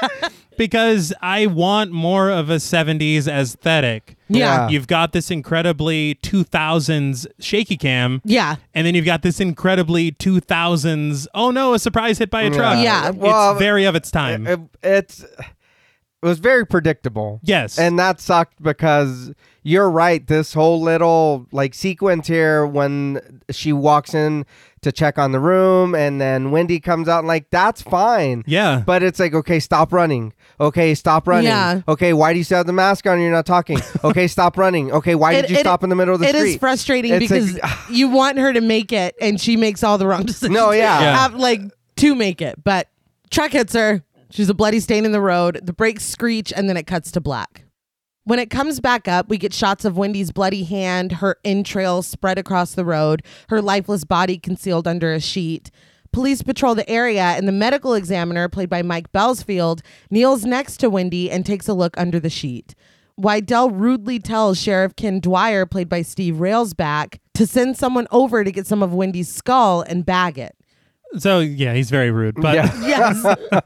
C: (laughs) because I want more of a 70s aesthetic.
A: Yeah.
B: Yeah.
C: You've got this incredibly 2000s shaky cam.
A: Yeah.
C: And then you've got this incredibly 2000s, oh no, a surprise hit by a truck.
A: Yeah.
C: It's
B: Well, eh,
C: very of its time.
B: It, it's it was very predictable.
C: yes.
B: And that sucked because you're right. This whole little like sequence here when she walks in to check on the room and then Wendy comes out and like that's fine.
C: yeah.
B: But it's like, okay, stop running. Okay, stop running.
A: Yeah.
B: Okay, why do you still have the mask on and you're not
C: (laughs)
B: talking? Okay, stop running. Okay, why did you stop in the middle of the
A: It
B: street?
A: is frustrating
B: It's (sighs)
A: because
B: like-
A: you want her to make it and she makes all the wrong (laughs) decisions.
B: No, yeah.
C: Yeah.
A: Have- like to make it. But truck hits her. She's a bloody stain in the road. The brakes screech and then it cuts to black. When it comes back up, we get shots of Wendy's bloody hand, her entrails spread across the road, her lifeless body concealed under a sheet. Police patrol the area, and the medical examiner, played by Mike Belsfield, kneels next to Wendy and takes a look under the sheet. Wydell rudely tells Sheriff Ken Dwyer, played by Steve Railsback, to send someone over to get some of Wendy's skull and bag it.
C: so, yeah, he's very rude. But
B: Yeah.
A: Yes.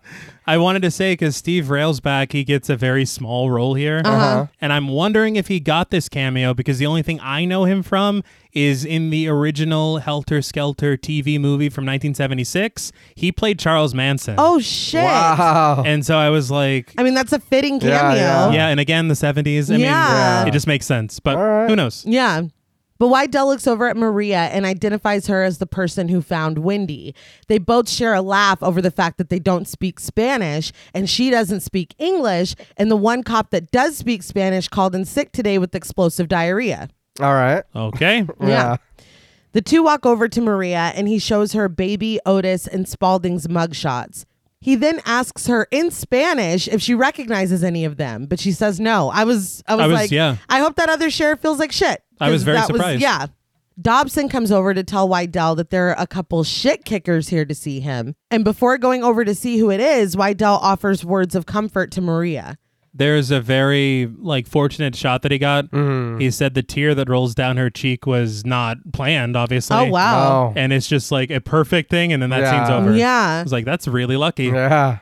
C: I wanted to say because Steve Railsback, he gets a very small role here.
A: Uh-huh.
C: And I'm wondering if he got this cameo because the only thing I know him from is in the original Helter Skelter TV movie from 1976. He played Charles Manson.
A: oh shit.
B: Wow. (laughs)
C: And so I was like,
A: I mean, that's a fitting
B: Yeah,
A: cameo.
B: yeah.
C: yeah, and again, the 70s. I mean,
A: Yeah.
C: it just makes sense. But
B: All right.
C: who knows?
A: Yeah. But Wydell looks over at Maria and identifies her as the person who found Wendy. They both share a laugh over the fact that they don't speak Spanish and she doesn't speak English. And the one cop that does speak Spanish called in sick today with explosive diarrhea.
B: All right.
C: Okay.
A: (laughs) Yeah. The two walk over to Maria and he shows her baby Otis and Spalding's mugshots. He then asks her in Spanish if she recognizes any of them, but she says no. I was I was,
C: I was-
A: like,
C: yeah.
A: I hope that other sheriff feels like shit.
C: I was
A: 'Cause
C: very
A: that
C: surprised.
A: yeah. Dobson comes over to tell Wydell that there are a couple shit kickers here to see him. And before going over to see who it is, Wydell offers words of comfort to Maria.
C: There's a very like fortunate shot that he got.
A: Mm-hmm.
C: He said the tear that rolls down her cheek was not planned, obviously.
A: Oh wow.
B: Oh.
C: And it's just like a perfect thing, and then that
B: Yeah.
C: scene's over.
A: Yeah.
C: It's like that's really lucky.
B: Yeah.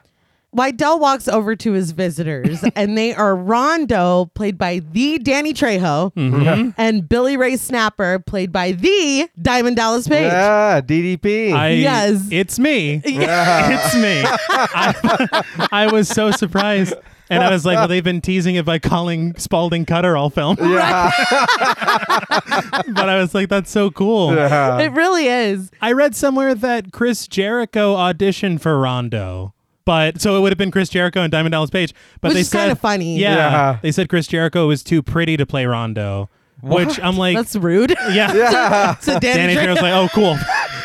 A: Wydell walks over to his
B: (laughs)
A: visitors, and they are Rondo, played by the Danny Trejo,
C: Mm-hmm.
A: and Billy Ray Snapper, played by the Diamond Dallas Page. (laughs)
B: Yeah. DDP.
C: I,
A: Yes.
B: (laughs)
C: It's me.
B: Yeah.
C: It's me. I, (laughs) I was so surprised. And I was like, well, they've been teasing it by calling Spalding Cutter all film.
B: yeah.
C: (laughs) But I was like, that's so cool.
B: (laughs) yeah.
A: It really is.
C: I read somewhere that Chris Jericho auditioned for Rondo. But so it would have been Chris Jericho and Diamond Dallas Page. But
A: Which
C: they
A: is
C: said
A: kinda funny.
C: Yeah,
B: Yeah.
C: They said Chris Jericho was too pretty to play Rondo. Which I'm like
A: That's rude.
C: Yeah.
A: (laughs) so Danny,
C: Danny
A: Trejo.
C: Trejo's like, oh cool.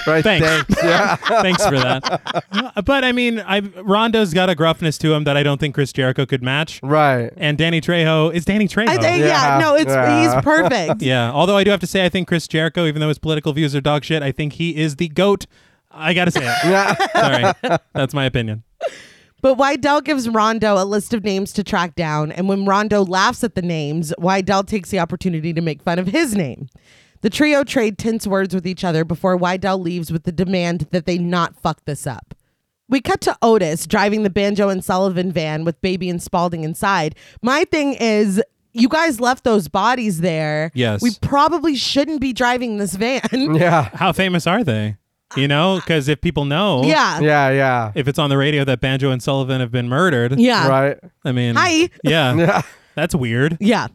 B: Right.
A: (laughs)
C: Thanks.
B: Thanks. Yeah.
C: Thanks for that. (laughs) But I mean, I Rondo's got a gruffness to him that I don't think Chris Jericho could match.
B: Right.
C: And Danny Trejo is Danny Trejo.
A: I think, yeah.
B: Yeah.
A: no, it's
B: Yeah.
A: he's
B: (laughs)
A: perfect.
C: yeah. Although I do have to say, I think Chris Jericho, even though his political views are dog shit, I think he is the goat. I gotta say
A: (laughs)
C: it.
B: Yeah.
C: Sorry, that's my opinion.
A: But Wydell gives Rondo a list of names to track down, and when Rondo laughs at the names, Wydell takes the opportunity to make fun of his name. The trio trade tense words with each other before Wydell leaves with the demand that they not fuck this up. We cut to Otis driving the Banjo and Sullivan van with Baby and Spalding inside. My thing is, you guys left those bodies there.
C: Yes.
A: We probably shouldn't be driving this van.
B: Yeah.
C: How famous are they? You know, because if people know,
A: (laughs) yeah.
B: Yeah. Yeah.
C: if it's on the radio that Banjo and Sullivan have been murdered,
A: Yeah.
B: Right.
C: I mean,
A: Hi. (laughs)
C: yeah,
B: Yeah.
C: that's weird.
A: Yeah.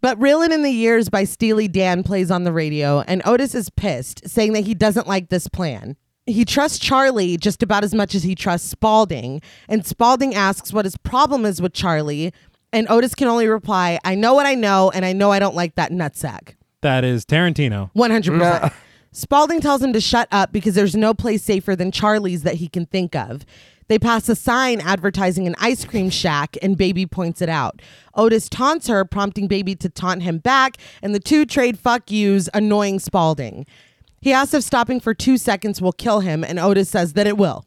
A: But Reelin' in the Years by Steely Dan plays on the radio, and Otis is pissed, saying that he doesn't like this plan. He trusts Charlie just about as much as he trusts Spalding, and Spalding asks what his problem is with Charlie, and Otis can only reply, I know what I know, and I know I don't like that nutsack.
C: That is Tarantino.
A: 100%. Spalding tells him to shut up because there's no place safer than Charlie's that he can think of. They pass a sign advertising an ice cream shack, and Baby points it out. Otis taunts her, prompting Baby to taunt him back, and the two trade fuck yous, annoying Spalding. He asks if stopping for two seconds will kill him, and Otis says that it will.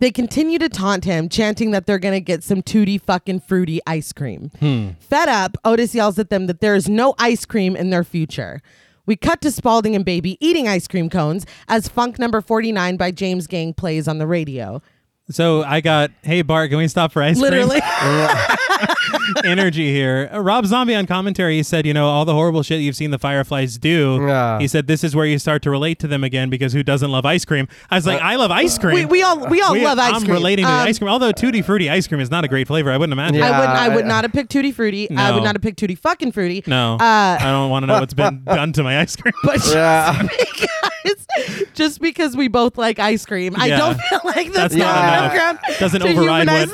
A: They continue to taunt him, chanting that they're going to get some tooty fucking fruity ice cream.
C: Hmm.
A: Fed up, Otis yells at them that there is no ice cream in their future. We cut to Spalding and Baby eating ice cream cones as Funk Number 49 by James Gang plays on the radio.
C: So I got, hey Bart, can we stop for ice cream?
A: Literally. (laughs)
C: energy here. Uh, Rob Zombie on commentary he said, you know, all the horrible shit you've seen the Fireflies do.
B: Yeah.
C: He said this is where you start to relate to them again because who doesn't love ice cream? I was like, I love ice cream.
A: Uh, we, we all we all
C: We-
A: love ice
C: I'm
A: cream.
C: relating to the
A: Um,
C: ice cream. Although tutti frutti ice cream is not a great flavor, I wouldn't imagine.
B: Yeah.
A: I would I would
B: I-
A: not have picked Tutti Frutti. I would
C: No.
A: not have picked Tutti fucking Frutti.
C: No,
A: Uh,
C: I don't want to know what's been done to my ice cream.
A: But
C: (laughs)
A: just, (laughs)
B: Yeah.
A: because, just because we both like ice cream, I
C: Yeah.
A: don't feel like that's,
C: That's
A: not
B: not
A: enough
B: enough.
A: ground
C: Doesn't
A: to
C: override
A: humanize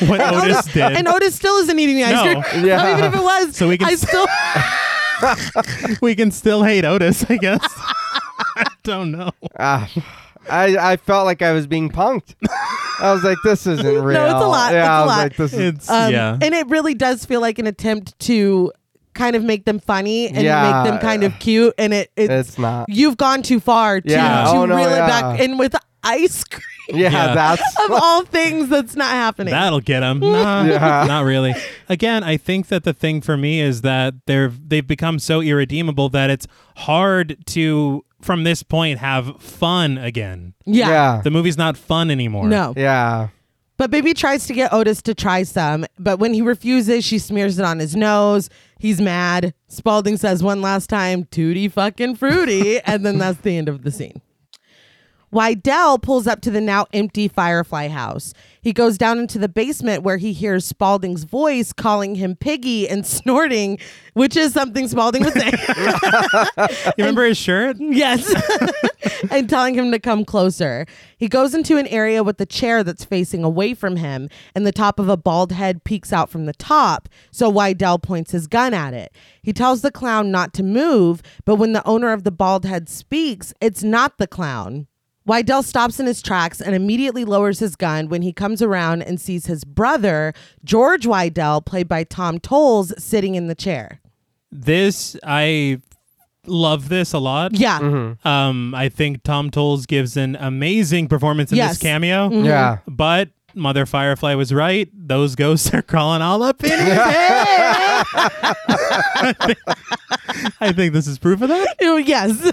C: what, what
A: And
C: Otis did.
A: And Otis still isn't eating the ice
C: No.
A: cream.
B: Yeah.
A: So even if it was,
C: So we can
A: I
C: s- (laughs)
A: still
C: we can still hate Otis, I guess. (laughs) I don't know.
B: Ah, I I felt like I was being punked. I was like,
A: (laughs)
B: this isn't real.
A: lot.
B: Yeah.
A: It's a
B: I was
A: lot.
B: like, this is.
C: It's
A: um,
C: yeah.
A: and it really does feel like an attempt to kind of make them funny and
B: Yeah.
A: make them kind of cute and it it's, (laughs)
B: It's not.
A: you've gone too far to,
B: Yeah.
A: to
B: Oh, no,
A: reel it
B: yeah.
A: back in with ice cream (laughs)
B: Yeah.
C: Yeah.
B: That's.
A: of all things that's not happening.
C: That'll
A: (laughs)
C: get them. Nah,
B: Yeah.
C: Not really. Again, I think that the thing for me is that they're they've become so irredeemable that it's hard to from this point have fun again.
A: yeah.
B: Yeah.
C: The movie's not fun anymore.
A: No.
B: Yeah.
A: But Baby tries to get Otis to try some, but when he refuses, she smears it on his nose. He's mad. Spalding says one last time, Tootie fucking fruity. (laughs) and then that's the end of the scene. Wydell pulls up to the now empty Firefly house. He goes down into the basement where he hears Spalding's voice calling him piggy and (laughs) snorting, which is something Spalding would say. (laughs)
C: You remember his shirt?
A: Yes. and telling him to come closer. He goes into an area with a chair that's facing away from him, and the top of a bald head peeks out from the top. So Wydell points his gun at it. He tells the clown not to move, but when the owner of the bald head speaks, it's not the clown. Wydell stops in his tracks and immediately lowers his gun when he comes around and sees his brother, George Wydell, played by Tom Tolles, sitting in the chair.
C: This I love this a lot.
A: Yeah.
C: Um, I think Tom Tolles gives an amazing performance in
A: Yes.
C: this cameo.
B: Yeah.
C: But Mother Firefly was right. Those ghosts are crawling all up in his head. I think this is proof of that.
A: Oh, yes.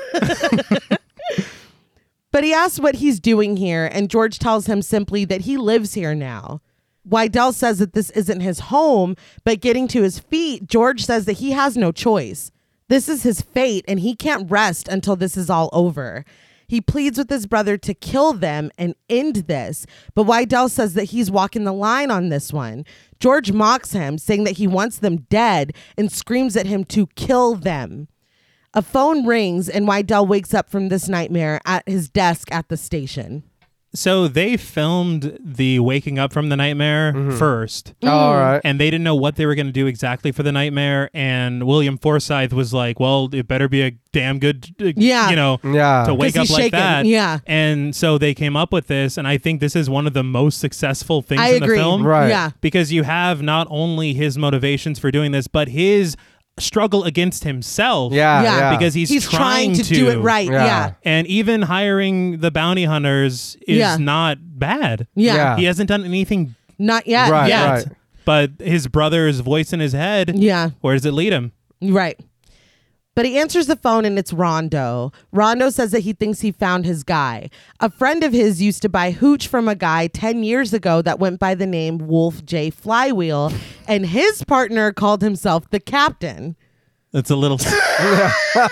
A: but he asks what he's doing here, and George tells him simply that he lives here now. Wydell says that this isn't his home, but getting to his feet, George says that he has no choice. This is his fate, and he can't rest until this is all over. He pleads with his brother to kill them and end this, but Wydell says that he's walking the line on this one. George mocks him, saying that he wants them dead, and screams at him to kill them. A phone rings, and Wydell wakes up from this nightmare at his desk at the station.
C: So they filmed the waking up from the nightmare first.
A: Mm-hmm.
B: All right.
C: and they didn't know what they were going to do exactly for the nightmare. And William Forsythe was like, "Well, it better be a damn good, uh,
A: Yeah.
C: you know,
B: Yeah.
C: to wake
A: 'Cause
C: up
A: he's
C: like
A: shaken,
C: that."
A: yeah.
C: and so they came up with this, and I think this is one of the most successful things
A: I
C: in
A: agree.
C: the film,
B: Right.
A: Yeah.
C: Because you have not only his motivations for doing this, but his struggle against himself,
B: Yeah,
A: Yeah.
B: yeah.
C: because he's,
A: He's trying, to, do it right. Yeah.
B: Yeah.
A: Yeah.
C: And even hiring the bounty hunters is
A: Yeah.
C: not bad.
B: Yeah.
C: he hasn't done anything
A: Not yet.
B: Right,
A: yeah.
C: yet. But his brother's voice in his head,
A: Yeah.
C: where does it lead him?
A: Right. But he answers the phone and it's Rondo. Rondo says that he thinks he found his guy. A friend of his used to buy hooch from a guy 10 years ago that went by the name Wolf J. Flywheel, and his partner called himself the captain.
C: That's a little. (laughs) I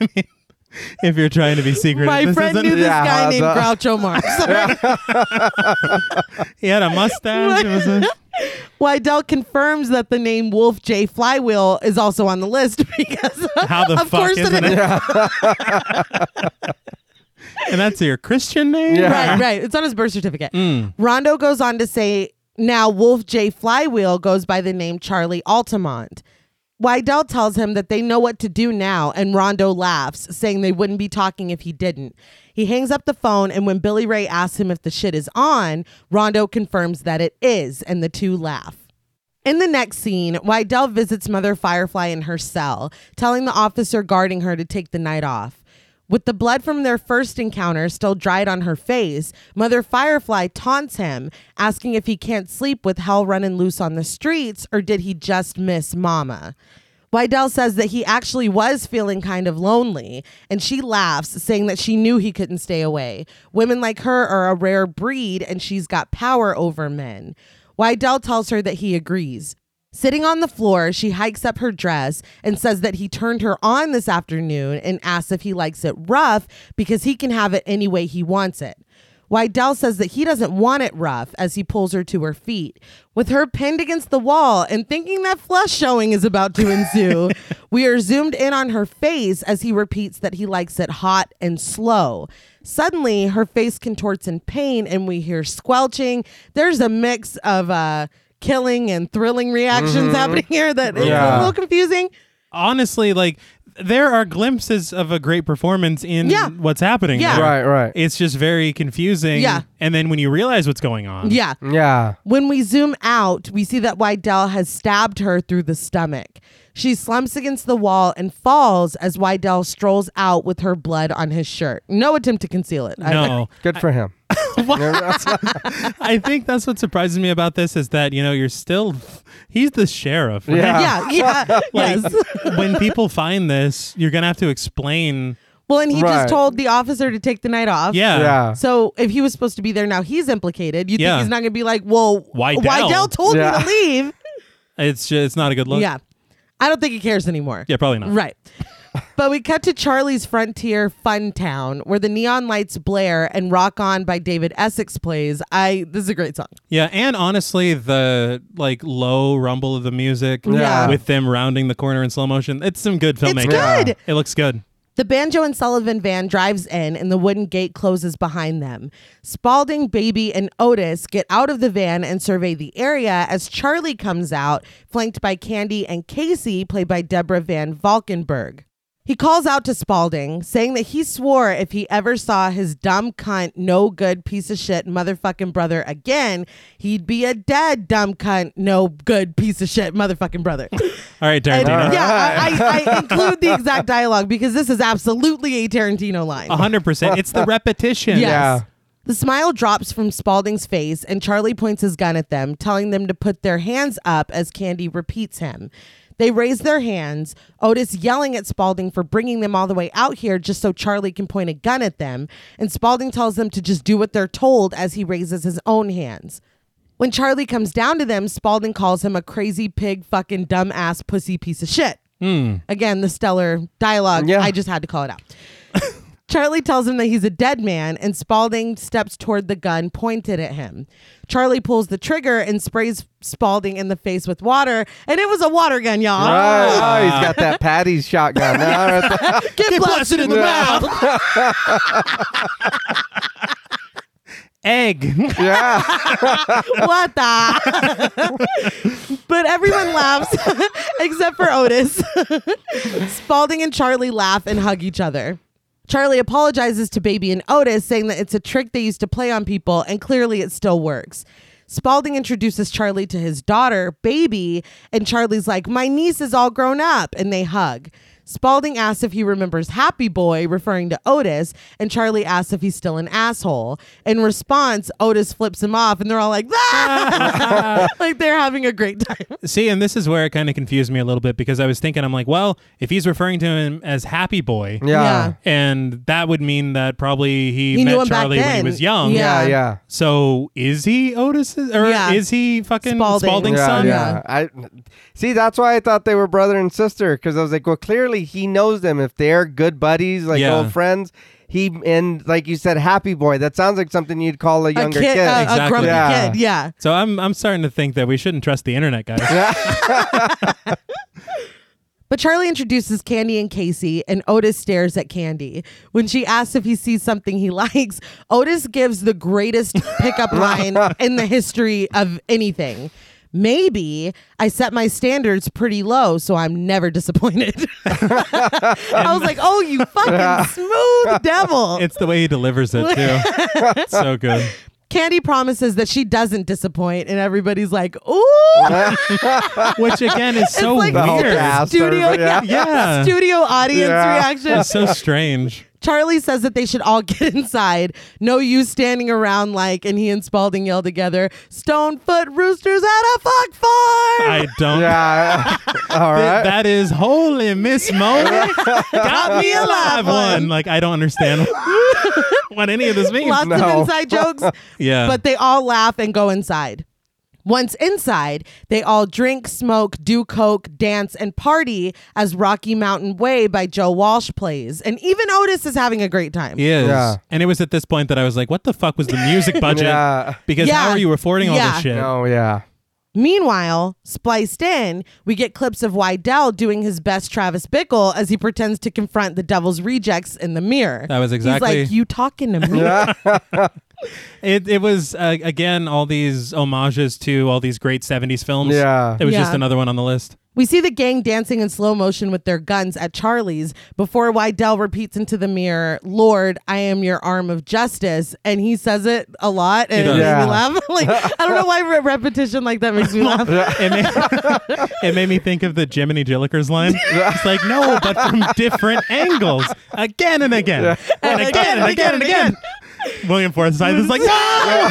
C: mean, if you're trying to be secretive,
A: My
C: this
A: friend
C: isn't-
A: knew this
B: Yeah,
A: guy named
B: the-
A: Groucho
B: (laughs)
A: Marx.
C: he had a
A: (laughs)
C: mustache. it was a-
A: Wydell confirms that the name Wolf J. Flywheel is also on the list (laughs) because
C: how the
A: of
C: fuck
A: course
C: isn't it? and that's your Christian name.
B: Yeah.
A: Right,
C: (laughs)
A: right. It's on his birth certificate.
C: Hmm.
A: Rondo goes on to say now Wolf J. Flywheel goes by the name Charlie Altamont. Wydell tells him that they know what to do now, and Rondo laughs, saying they wouldn't be talking if he didn't. He hangs up the phone, and when Billy Ray asks him if the shit is on, Rondo confirms that it is, and the two laugh. In the next scene, Wydell visits Mother Firefly in her cell, telling the officer guarding her to take the night off. With the blood from their first encounter still dried on her face, Mother Firefly taunts him, asking if he can't sleep with hell running loose on the streets or did he just miss Mama. Wydell says that he actually was feeling kind of lonely, and she laughs, saying that she knew he couldn't stay away. Women like her are a rare breed, and she's got power over men. Wydell tells her that he agrees. Sitting on the floor, she hikes up her dress and says that he turned her on this afternoon and asks if he likes it rough because he can have it any way he wants it. Wydell says that he doesn't want it rough as he pulls her to her feet. With her pinned against the wall and thinking that flush showing is about to ensue, we are zoomed in on her face as he repeats that he likes it hot and slow. Suddenly, her face contorts in pain and we hear squelching. There's a mix of uh, killing and thrilling reactions happening here that is a
B: Yeah.
A: little confusing.
C: Honestly, like there are glimpses of a great performance in
A: Yeah.
C: what's happening.
A: Yeah.
C: there.
B: Right, right.
C: It's just very confusing.
A: Yeah.
C: And then when you realize what's going on,
A: Yeah.
B: Yeah.
A: When we zoom out, we see that Wydell has stabbed her through the stomach. She slumps against the wall and falls as Wydell strolls out with her blood on his shirt. No attempt to conceal it. I-
C: No.
B: Good for him.
C: I think that's what surprises me about this is that you know you're still he's the sheriff. right?
A: (laughs) yeah,
B: Yeah.
C: (laughs)
A: yeah,
C: Like,
A: yes.
C: (laughs) when people find this, you're gonna have to explain.
A: Well, and he
B: Right.
A: just told the officer to take the night off.
C: Yeah.
B: Yeah.
A: So if he was supposed to be there now, he's implicated. You
C: Yeah.
A: think he's not going to be like, "Well,
C: Wydell."
A: Wydell told
B: Yeah.
A: me to leave."
C: It's ju- it's not a good look.
A: yeah, I don't think he cares anymore.
C: Yeah, probably not.
A: Right. But we cut to Charlie's Frontier Fun Town, where the neon lights blare and "Rock On" by David Essex plays. I this is a great song.
C: Yeah, and honestly, the like low rumble of the music
A: Yeah.
C: with them rounding the corner in slow motion, it's some good filmmaking.
A: good. Yeah.
C: It looks good.
A: The Banjo and Sullivan van drives in, and the wooden gate closes behind them. Spalding, Baby, and Otis get out of the van and survey the area as Charlie comes out, flanked by Candy and Casey, played by Deborah Van Valkenburg. He calls out to Spalding, saying that he swore if he ever saw his dumb cunt, no good piece of shit motherfucking brother again, he'd be a dead dumb cunt, no good piece of shit motherfucking brother. (laughs)
C: All right,
A: And,
C: Tarantino.
A: Yeah, I, I, I include the exact dialogue because this is absolutely a Tarantino line.
B: (laughs)
C: A hundred percent. It's the repetition.
A: Yes.
B: Yeah.
A: The smile drops from Spalding's face, and Charlie points his gun at them, telling them to put their hands up as Candy repeats him. They raise their hands, Otis yelling at Spalding for bringing them all the way out here just so Charlie can point a gun at them, and Spalding tells them to just do what they're told as he raises his own hands. When Charlie comes down to them, Spalding calls him a crazy pig, fucking dumbass, pussy piece of shit. Again, the stellar dialogue.
B: Hmm. Yeah.
A: I just had to call it out. Charlie tells him that he's a dead man, and Spalding steps toward the gun pointed at him. Charlie pulls the trigger and sprays Spalding in the face with water, and it was a water gun, y'all.
C: Ah.
B: Right. Oh, he's
A: (laughs)
B: got that Patty's shotgun. Now,
A: Get,
C: blasted in the (laughs)
A: mouth.
B: (laughs)
C: Egg.
B: yeah.
A: what the? (laughs) but everyone laughs (laughs) except for Otis. (laughs) Spalding and Charlie laugh and hug each other. Charlie apologizes to Baby and Otis, saying that it's a trick they used to play on people, and clearly it still works. Spalding introduces Charlie to his daughter, Baby, and Charlie's like, My niece is all grown up, and they hug. Spalding asks if he remembers Happy Boy, referring to Otis, and Charlie asks if he's still an asshole. In response, Otis flips him off, and they're all like, "Ah!" (laughs) like they're having a great time.
C: See, and this is where it kind of confused me a little bit because I was thinking, I'm like, well, if he's referring to him as Happy Boy,
B: Yeah.
C: and that would mean that probably he,
A: He
C: met
A: knew him back
C: Charlie when he
A: then.
C: was young.
A: Yeah.
B: Yeah. Yeah.
C: So is he Otis or
A: Yeah.
C: is he fucking
A: Spalding.
C: Spalding's
B: yeah,
C: son?
B: Yeah. I see. That's why I thought they were brother and sister because I was like, well, clearly he knows them. If they're good buddies, like
C: Yeah.
B: old friends, he and like you said, happy boy. That sounds like something you'd call a
A: A
B: younger
A: kid, uh, a- a
C: Exactly.
A: grumpy
B: Yeah.
A: kid, yeah.
C: So I'm I'm starting to think that we shouldn't trust the internet guys.
A: But Charlie introduces Candy and Casey, and Otis stares at Candy. When she asks if he sees something he (laughs) likes, Otis gives the greatest
B: (laughs)
A: pickup line in the history of anything. Maybe I set my standards pretty low, so I'm never disappointed. (laughs) I was like, oh, you fucking smooth devil.
C: It's the way he delivers it
B: (laughs)
C: too. It's so good.
A: Candy promises that she doesn't disappoint, and everybody's like, ooh.
B: (laughs)
C: (laughs) Which again is so
A: it's like
B: The whole
C: weird.
B: cast.
A: studio,
B: everybody-
A: yeah.
C: Yeah.
A: studio audience
B: Yeah.
A: reaction.
C: It's so strange.
A: Charlie says that they should all (laughs) get inside. No use standing around like, and he and Spalding yell together, Stonefoot Roosters at a fuck farm!
C: I don't
B: Yeah. All right.
C: that is holy Miss Mona. Got me a live one. Like I don't understand (laughs) what any of this
A: (laughs)
C: means.
A: Lots of
B: No.
A: inside jokes,
C: yeah.
A: but they all laugh and go inside. Once inside, they all drink, smoke, do coke, dance, and party as Rocky Mountain Way by Joe Walsh plays. And even Otis is having a great time.
C: He is.
B: Yeah.
C: And it was at this point that I was like, what the fuck was the music budget?
B: Yeah.
C: Because
A: Yeah.
C: how are you affording all
A: Yeah.
C: this shit?
B: No. Oh, Yeah.
A: Meanwhile, spliced in, we get clips of Wydell doing his best Travis Bickle as he pretends to confront the devil's rejects in the mirror.
C: That was
A: He's
C: exactly-
A: like, "You talking to me?"
C: It, it was, uh, again, all these homages to all these great 70s films.
B: Yeah.
C: It was
A: Yeah.
C: just another one on the list.
A: We see the gang dancing in slow motion with their guns at Charlie's before Wydell repeats into the mirror, "Lord, I am your arm of justice," and he says it a lot, and it
C: does.
A: made
B: Yeah.
A: me laugh. (laughs) like I don't know why re- repetition like that
C: (laughs)
A: makes me laugh.
C: It made, it made me think of the Jiminy Jillikers line. It's like, no, but from different angles. Again and again. And, again, and again and again. William Forsythe is (laughs) like, no!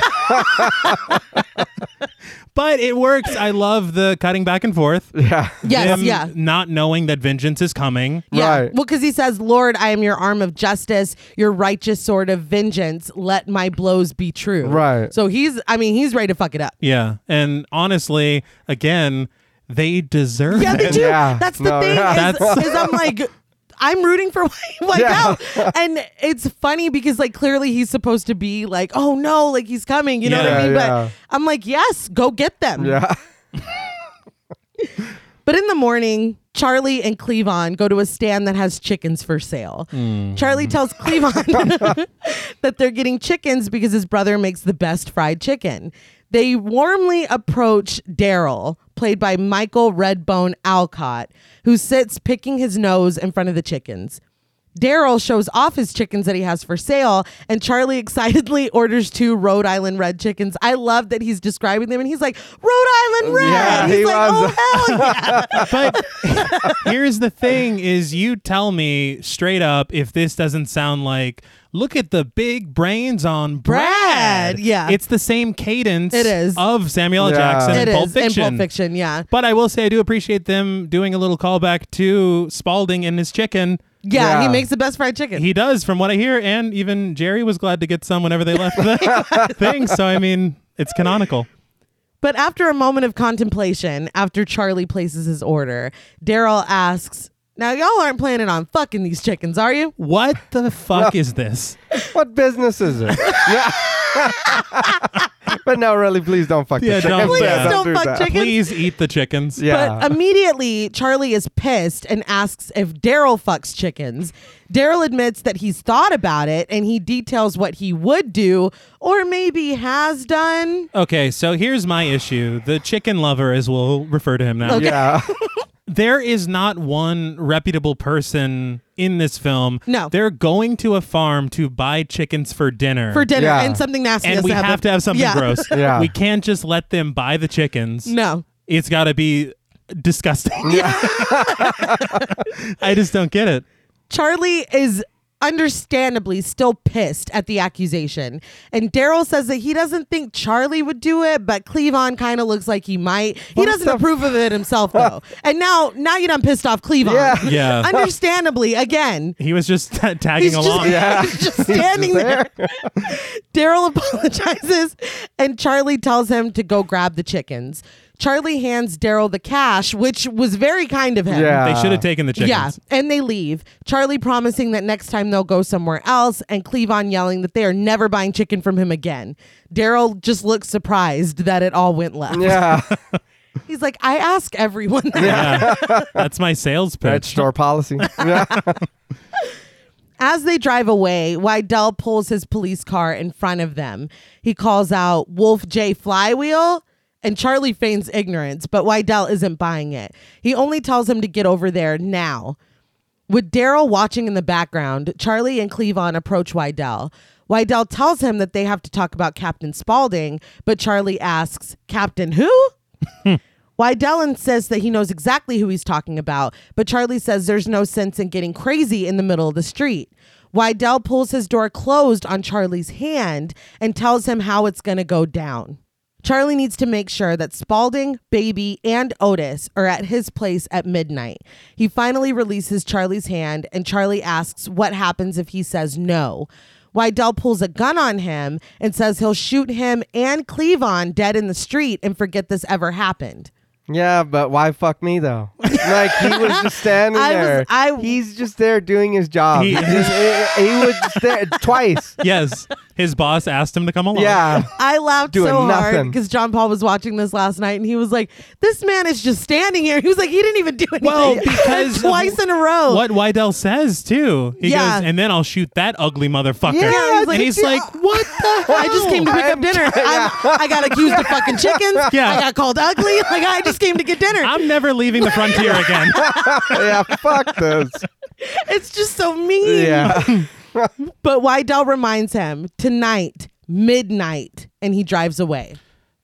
C: but it works. I love the cutting back and forth.
B: Yeah.
A: Yes,
C: Them
A: yeah.
C: Not knowing that vengeance is coming.
A: Yeah.
B: Right.
A: Well, because he says, Lord, I am your arm of justice, your righteous sword of vengeance. Let my blows be true.
B: Right.
A: So he's, I mean, he's ready to fuck it up.
C: Yeah. And honestly, again, they
A: (laughs)
C: deserve
A: Yeah, they
C: it.
A: do.
B: Yeah.
A: That's the
B: No,
A: thing.
B: yeah.
A: Is, is I'm like, I'm rooting for (laughs) White
B: Yeah.
A: And it's funny because, like, clearly he's supposed to be like, oh no, like he's coming. You know what I
C: Yeah,
A: mean?
B: yeah.
A: But I'm like, yes, go get them.
B: Yeah.
A: But in the morning, Charlie and Cleavon go to a stand that has chickens for sale.
B: Mm.
A: Charlie tells Cleavon (laughs) that they're getting chickens because his brother makes the best fried chicken. They warmly approach Daryl, played by Michael Redbone Alcott, who sits picking his nose in front of the chickens. Daryl shows off his chickens that he has for sale, and Charlie (laughs) excitedly orders two Rhode Island red chickens. I love that he's describing them, and he's like, Rhode Island red.
B: Yeah,
A: he's
B: he
A: like,
B: was.
A: oh hell
B: (laughs)
A: yeah.
C: But (laughs) here's the thing is you tell me straight up if this doesn't sound like look at the big brains on Brad.
A: Brad, yeah.
C: It's the same cadence
A: It is.
C: of Samuel L.
B: Yeah.
C: Jackson
A: It
C: and
A: is
C: Pulp Fiction.
A: in Pulp Fiction, yeah.
C: But I will say I do appreciate them doing a little callback to Spalding and his chicken.
A: Yeah,
B: Yeah.
A: he makes the best fried chicken.
C: He does, from what I hear, and even Jerry was glad to get some whenever they
A: (laughs)
C: left the thing. So I mean, it's canonical.
A: But after a moment of contemplation, after Charlie places his order, Daryl asks, Now, y'all aren't planning on fucking these chickens, are you?
C: What the fuck is this?
B: What business is it? (laughs) but no, really, please don't fuck
C: Yeah,
B: the (laughs) chickens.
C: don't- Please
A: don't fuck chickens.
C: Please eat the chickens.
B: Yeah.
A: But um, immediately, Charlie is pissed and asks if Daryl fucks chickens. Daryl admits that he's thought about it and he details what he would do or maybe has done.
C: Okay, so here's my issue. The chicken lover, as we'll refer to him now.
A: (laughs)
B: yeah.
C: There is not one reputable person in this film.
A: No.
C: They're going to a farm to buy chickens for dinner.
A: For dinner
B: Yeah.
A: and something nasty.
C: and
A: has
C: we
A: to happen.
C: have to have something
A: (laughs) Yeah.
C: gross.
B: Yeah.
C: We can't just let them buy the chickens.
A: No.
C: It's got to be disgusting. (laughs) I just don't get it.
A: Charlie is understandably still pissed at the accusation. And Daryl says that he doesn't think Charlie would do it, but Cleavon kind of looks like he might. He doesn't
B: the
A: approve of it himself
B: (laughs)
A: though. and now now you done pissed off Cleavon.
B: Yeah.
C: (laughs) Yeah.
A: (laughs) understandably again.
C: He was just t- tagging
A: He's
C: along.
A: just,
B: Yeah. (laughs)
A: he's (laughs) just standing there. (laughs) Daryl apologizes and Charlie tells him to go grab the chickens. Charlie hands Daryl the cash, which was very kind of him.
B: Yeah.
C: They should have taken the chickens.
A: Yeah, and they leave. Charlie promising that next time they'll go somewhere else, and Cleavon yelling that they are never buying chicken from him again. Daryl just looks surprised that it all went left.
B: Yeah.
A: He's like, I ask everyone that.
C: Yeah. That's my sales
B: Red
C: pitch.
A: (laughs)
B: store policy. Yeah.
A: As they drive away, Wydell pulls his police car in front of them. He calls out Wolf J Flywheel, and Charlie feigns ignorance, but Wydell isn't buying it. He only tells him to get over there now. With Daryl watching in the background, Charlie and Cleavon approach Wydell. Wydell tells him that they have to talk about Captain Spaulding, but Charlie asks, Captain who? Wydell insists that he knows exactly who he's talking about, but Charlie says there's no sense in getting crazy in the middle of the street. Wydell pulls his door closed on Charlie's hand and tells him how it's going to go down. Charlie needs to make sure that Spaulding, Baby, and Otis are at his place at midnight. He finally releases Charlie's hand, and Charlie asks what happens if he says no. Wydell pulls a gun on him and says he'll shoot him and Cleavon dead in the street and forget this ever happened.
B: Yeah, but why fuck me though? Like he was just standing
A: (laughs) I was-
B: there.
A: I-
B: He's just there doing his job.
C: He-
B: He, he- he was just there
C: (laughs)
B: twice.
C: yes. His boss asked him to come along.
B: Yeah.
A: I laughed
B: Doing
A: so hard
B: nothing.
A: because John Paul was watching this last night and he was like, "This man is just standing here." (laughs) He was like, "He didn't even do anything." (laughs)
C: Well, because
A: twice in a row.
C: What Wydell says too. He
A: Oh. Yeah.
C: goes, and then I'll shoot that ugly motherfucker.
A: Yeah, I was like,
C: and he's
A: "Yeah."
C: like, what
A: (laughs)
C: the hell?
A: I just came to pick up
C: (laughs)
A: dinner. I'm, I got accused of fucking chickens.
C: Yeah.
A: I got called ugly. (laughs) Like I just came to get dinner.
C: I'm never leaving
A: (laughs)
C: the frontier again.
B: yeah, fuck this.
A: it's just so mean.
B: Yeah.
C: (laughs)
A: But Wydell reminds him tonight, midnight, and he drives away.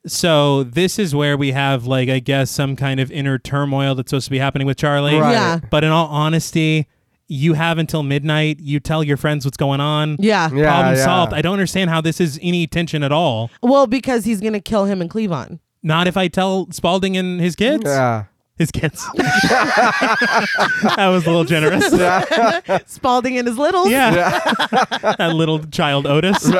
C: so this is where we have like I guess some kind of inner turmoil that's supposed to be happening with Charlie.
B: Right.
A: Yeah.
C: But in all honesty, you have until midnight. You tell your friends what's going on.
A: Yeah.
B: Yeah,
C: Problem
B: yeah.
C: solved. I don't understand how this is any tension at all.
A: Well, because he's gonna kill him and Cleavon.
C: Not if I tell Spalding and his kids.
B: Yeah.
C: His kids. (laughs) that was a
B: (laughs)
C: little generous.
A: Spalding and his little.
C: (laughs) Yeah. (laughs) that little child Otis.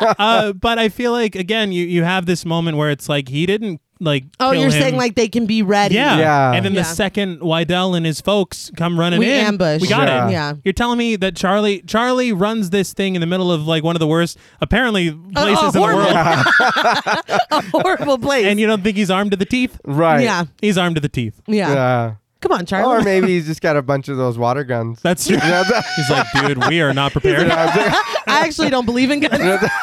C: uh, but I feel like again, you you have this moment where it's like he didn't like.
A: Oh,
C: kill
A: you're
C: him.
A: saying like they can be ready.
C: Yeah.
B: Yeah.
C: And then
A: Yeah.
C: the second Wydell and his folks come running
A: We
C: in.
A: ambush.
C: We got
B: Yeah.
C: it.
A: Yeah.
C: You're telling me that Charlie Charlie runs this thing in the middle of like one of the worst apparently places in the
A: Oh, horrible.
C: world.
A: (laughs) A horrible place.
C: And you don't think he's armed to the teeth?
B: Right.
A: Yeah.
C: He's armed to the teeth.
A: Yeah.
B: Yeah.
A: Come on, Charlie.
C: Oh,
B: Or maybe he's just got a bunch of those water
C: (laughs)
B: guns.
C: That's true.
B: Yeah, that-
C: He's like, dude, we are not prepared.
A: (laughs) (laughs) I actually don't believe in guns. (laughs)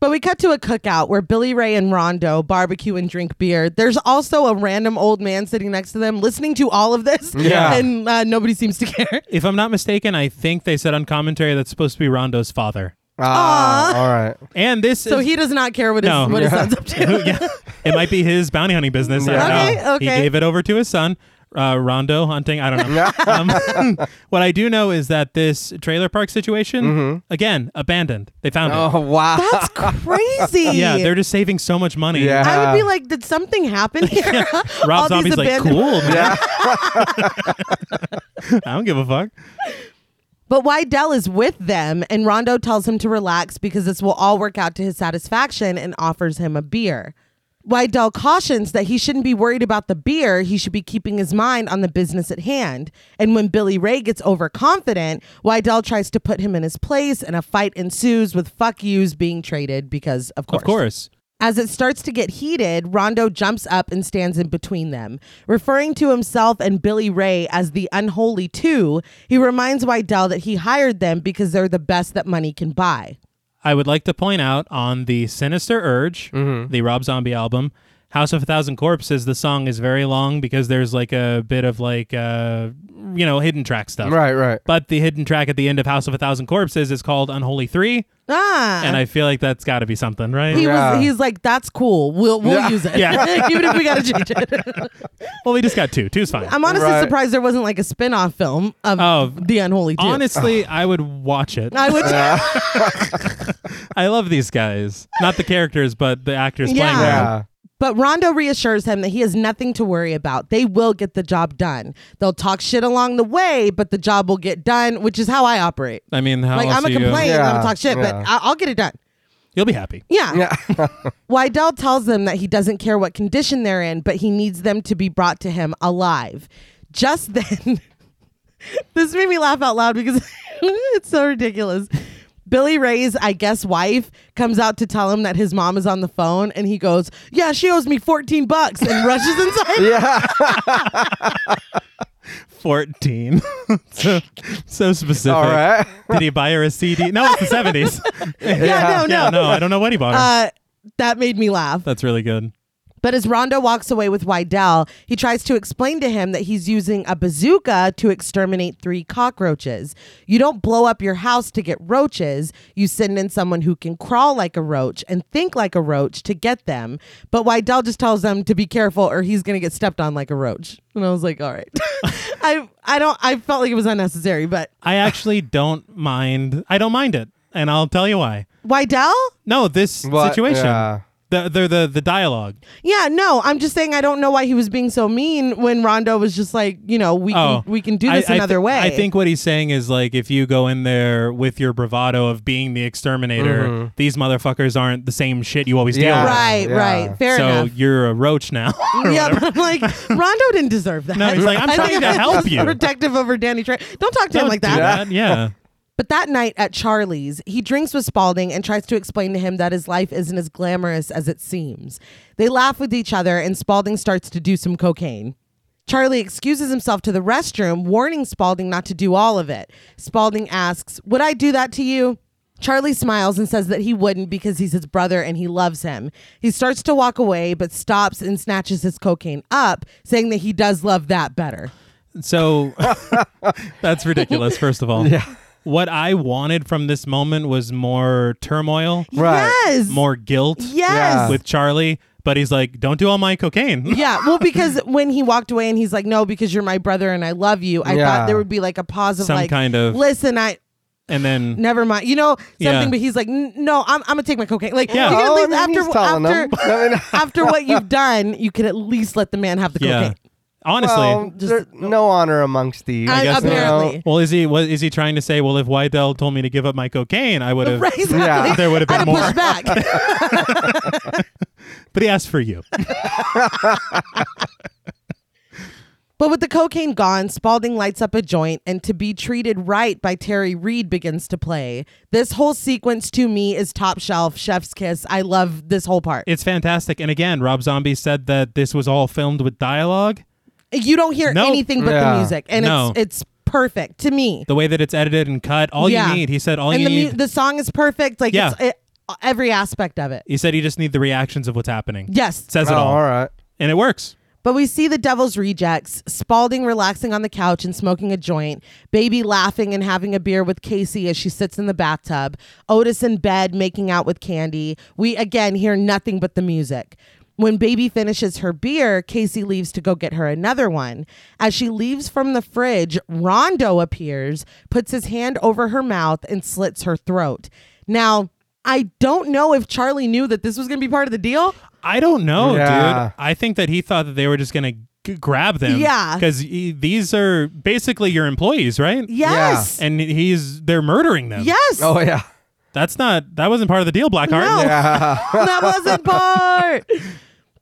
A: But we cut to a cookout where Billy Ray and Rondo barbecue and drink beer. There's also a random old man sitting next to them listening to all of this,
B: Yeah.
A: and uh, nobody seems to care.
C: If I'm not mistaken, I think they said on commentary that's supposed to be Rondo's father.
B: Ah, all right.
C: And this
A: So
C: is
A: he does not care what his,
C: No.
A: what his son's up to.
C: yeah, it might be his bounty hunting business. I
A: Yeah.
C: don't
A: Okay,
C: know.
A: okay.
C: He gave it over to his son, uh, Rondo hunting. I don't know. um, (laughs) what I do know is that this trailer park situation,
A: Mm-hmm.
C: again, abandoned. They found
B: Oh wow.
C: (laughs)
A: That's crazy.
C: it. Yeah, they're just saving so much money.
B: Yeah.
A: I would be like, did something happen here?
C: (laughs) Rob
A: All these
C: Zombie's like,
A: abandoned-
C: cool, man. (laughs) I don't give a fuck.
A: But Wydell is with them, and Rondo tells him to relax because this will all work out to his satisfaction and offers him a beer. Wydell cautions that he shouldn't be worried about the beer, he should be keeping his mind on the business at hand. And when Billy Ray gets overconfident, Wydell tries to put him in his place, and a fight ensues with fuck yous being traded because, of course.
C: Of course.
A: As it starts to get heated, Rondo jumps up and stands in between them. Referring to himself and Billy Ray as the Unholy Two, he reminds Wydell that he hired them because they're the best that money can buy.
C: I would like to point out on the Sinister Urge,
A: Mm-hmm.
C: the Rob Zombie album, House of a Thousand Corpses, the song is very long because there's like a bit of like, uh, you know, hidden track
B: (laughs)
C: stuff.
B: Right, right.
C: But the hidden track at the end of House of a Thousand Corpses is called Unholy Three,
A: Ah.
C: and I feel like that's got to be something, right?
A: he
B: Yeah.
A: was he's like, that's cool. We'll we'll use it.
C: (laughs) Yeah.
A: (laughs) Even if we gotta change it. (laughs)
C: well, we just got two. Two's fine.
A: I'm honestly
B: Right.
A: surprised there wasn't like a spin-off film of
C: Oh,
A: The Unholy Two.
C: Honestly, I would watch it.
A: I would
C: I love these guys. Not the characters, but the actors playing
A: Yeah.
C: them.
B: Yeah.
A: But Rondo reassures him that he has nothing to worry about. They will get the job done. They'll talk shit along the way, but the job will get done, which is how I operate.
C: I mean, how
A: like
C: else
A: I'm a
C: do you-
A: complaint, I'm
B: Yeah,
A: gonna talk shit,
B: yeah.
A: but I- I'll get it done.
C: You'll be happy.
A: Yeah.
C: (laughs)
B: Yeah.
A: Wydell tells them that he doesn't care what condition they're in, but he needs them to be brought to him alive. Just then, (laughs) this made me laugh out loud because (laughs) it's so ridiculous. Billy Ray's, I guess, wife comes out to tell him that his mom is on the phone, and he goes, "Yeah, she owes me fourteen bucks," and rushes inside. (laughs)
B: yeah.
C: 14. (laughs) so, so specific.
B: All right.
C: Did he buy her a CD? No, it's the
B: (laughs)
C: 70s.
A: Yeah, no, no.
C: yeah, no, I don't know what he bought her.
A: Uh, that made me laugh.
C: That's really good.
A: But as Rondo walks away with Wydell, he tries to explain to him that he's using a bazooka to exterminate three cockroaches. You don't blow up your house to get roaches, you send in someone who can crawl like a roach and think like a roach to get them. But Wydell just tells them to be careful or he's going to get stepped on like a roach. And I was like, all right. (laughs) I I don't I felt like it was unnecessary, but
C: I actually don't mind. I don't mind it, and I'll tell you why.
A: Wydell?
C: No, this
B: What?
C: situation.
B: Yeah.
C: The, the the the dialogue.
A: Yeah, no, I'm just saying I don't know why he was being so mean when Rondo was just like, you know, we
C: Oh,
A: can, we can do this
C: I- I
A: another
C: thi-
A: way.
C: I think what he's saying is like if you go in there with your bravado of being the exterminator, these motherfuckers aren't the same shit you always
B: Mm-hmm. Yeah.
C: deal with.
A: Right,
B: Yeah.
A: right. Fair
C: so
A: enough.
C: you're a roach now.
A: Yeah, but I'm (laughs) like, Rondo didn't deserve that.
C: No, he's like, I'm
A: I
C: trying
A: think
C: to
A: I was
C: help you.
A: Protective over Danny Trey. Don't talk to him
C: (laughs) Don't
A: like
C: do
A: that.
C: Yeah.
A: But that night at Charlie's, he drinks with Spalding and tries to explain to him that his life isn't as glamorous as it seems. They laugh with each other, and Spalding starts to do some cocaine. Charlie excuses himself to the restroom, warning Spalding not to do all of it. Spalding asks, Would I do that to you? Charlie smiles and says that he wouldn't because he's his brother and he loves him. He starts to walk away, but stops and snatches his cocaine up, saying that he does love that better.
C: So (laughs) that's ridiculous, first of all. Yeah. What I wanted from this moment was more turmoil,
B: Right.
A: Yes.
C: more guilt
A: Yes.
C: with Charlie, but he's like, don't do all my cocaine.
A: Yeah,
B: (laughs)
A: well, because when he walked away and he's like, "No, because you're my brother and I love you," I
B: Yeah.
A: thought there would be like a pause of
C: Some
A: like,
C: kind of-
A: listen, I
C: and then
A: never mind, you know, something.
C: Yeah.
A: But he's like, "N- "No, I'm, I'm gonna take my cocaine." Like,
C: Yeah.
A: you can at
B: Oh, I
A: least
B: mean, he's
A: after
B: telling them.
A: after,
B: I
C: (laughs)
B: mean,
A: (laughs) after what you've done, you could at least let the man have the
C: yeah.
A: cocaine. (laughs)
C: Honestly.
B: well, there- no honor amongst these.
A: I-
C: guess so.
A: apparently,
C: Well, is he was is he trying to say, well, if Wydell told me to give up my cocaine, I would have. (laughs)
A: right? Exactly.
B: Yeah.
C: There would have
A: I'd
C: been
A: have
C: more.
A: pushed back.
C: But he asked for you.
A: but with the cocaine gone, Spalding lights up a joint, and "To Be Treated Right" by Terry Reed begins to play. This whole sequence to me is top shelf, chef's kiss. I love this whole part.
C: It's fantastic. And again, Rob Zombie said that this was all filmed with dialogue.
A: You don't hear
C: Nope.
A: anything but
B: Yeah.
A: the music, and
C: No.
A: it's it's perfect to me.
C: The way that it's edited and cut, all
A: Yeah.
C: you need. He said all
A: and
C: you
A: the mu-
C: need.
A: the song is perfect. Like
C: Yeah.
A: it's, it, every aspect of it.
C: He said you just need the reactions of what's happening.
A: Yes.
C: Says
B: Oh,
C: it all.
B: all right.
C: And it works.
A: But we see the devil's rejects, Spalding relaxing on the couch and smoking a joint, Baby laughing and having a beer with Casey as she sits in the bathtub, Otis in bed making out with Candy. We again hear nothing but the music. When Baby finishes her beer, Casey leaves to go get her another one. As she leaves from the fridge, Rondo appears, puts his hand over her mouth, and slits her throat. Now, I don't know if Charlie knew that this was going to be part of the deal.
C: I don't know,
B: Yeah.
C: dude. I think that he thought that they were just gonna g- grab them.
A: Yeah.
C: because these are basically your employees, right?
A: Yes.
C: And he's they're murdering them.
A: Yes.
B: Oh yeah.
C: that's not that wasn't part of the deal, Blackheart.
A: No.
B: Yeah.
A: (laughs) that wasn't part.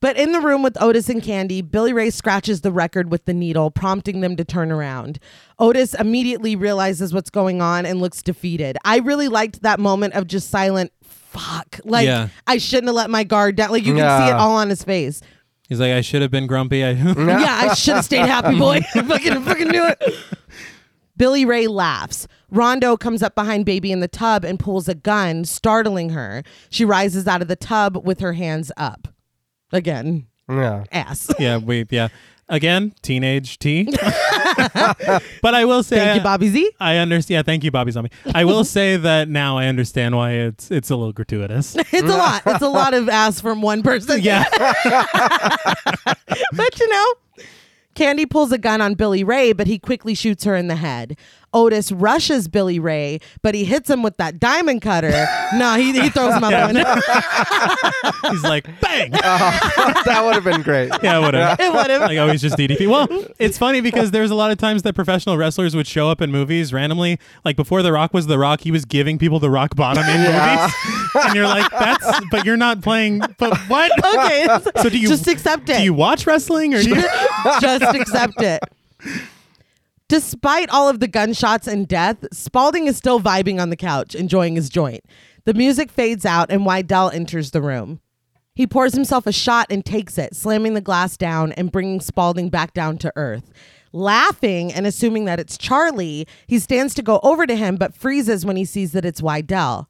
A: But in the room with Otis and Candy, Billy Ray scratches the record with the needle, prompting them to turn around. Otis immediately realizes what's going on and looks defeated. I really liked that moment of just silent fuck. Like
C: Yeah.
A: I shouldn't have let my guard down. Like you can see it
B: Yeah.
A: all on his face.
C: He's like, I should have been grumpy. I (laughs)
A: Yeah, I should have stayed happy boy. (laughs) fucking fucking knew it. Billy Ray laughs. Rondo comes up behind Baby in the tub and pulls a gun, startling her. She rises out of the tub with her hands up. Again,
B: yeah. (laughs)
C: (laughs)
A: ass.
C: yeah, we yeah. Again,
A: (laughs)
C: teenage T. but I will say,
A: Thank you, Bobby Z.
C: I understand. Yeah, thank you, Bobby Zombie.
A: (laughs)
C: I will say that now I understand why it's it's a
A: (laughs)
C: little gratuitous.
A: It's a lot. It's a lot of ass from one person.
C: Yeah,
A: (laughs) but you know, Candy pulls a gun on Billy Ray, but he quickly shoots her in the head. Otis rushes Billy Ray, but he hits him with that diamond cutter.
C: (laughs)
A: no, he, he throws him out the window. (laughs)
C: he's like, bang.
B: that would have
A: (laughs)
B: been great.
C: Yeah, whatever.
A: It would have.
C: like oh he's just DDP. Well, it's funny because there's a lot of times that professional wrestlers would show up in movies randomly. Like before The Rock was The Rock, he was giving people the rock bottom in movies, and you're
A: (laughs)
C: like, that's but you're not playing. But what?
A: okay.
C: (laughs) So do you
A: just accept it?
C: Do you watch wrestling or do
A: (laughs)
C: you?
A: just accept it. Despite all of the gunshots and death, Spalding is still vibing on the couch, enjoying his joint. The music fades out, and Wydell enters the room. He pours himself a shot and takes it, slamming the glass down and bringing Spalding back down to earth. Laughing and assuming that it's Charlie, he stands to go over to him but freezes when he sees that it's Wydell.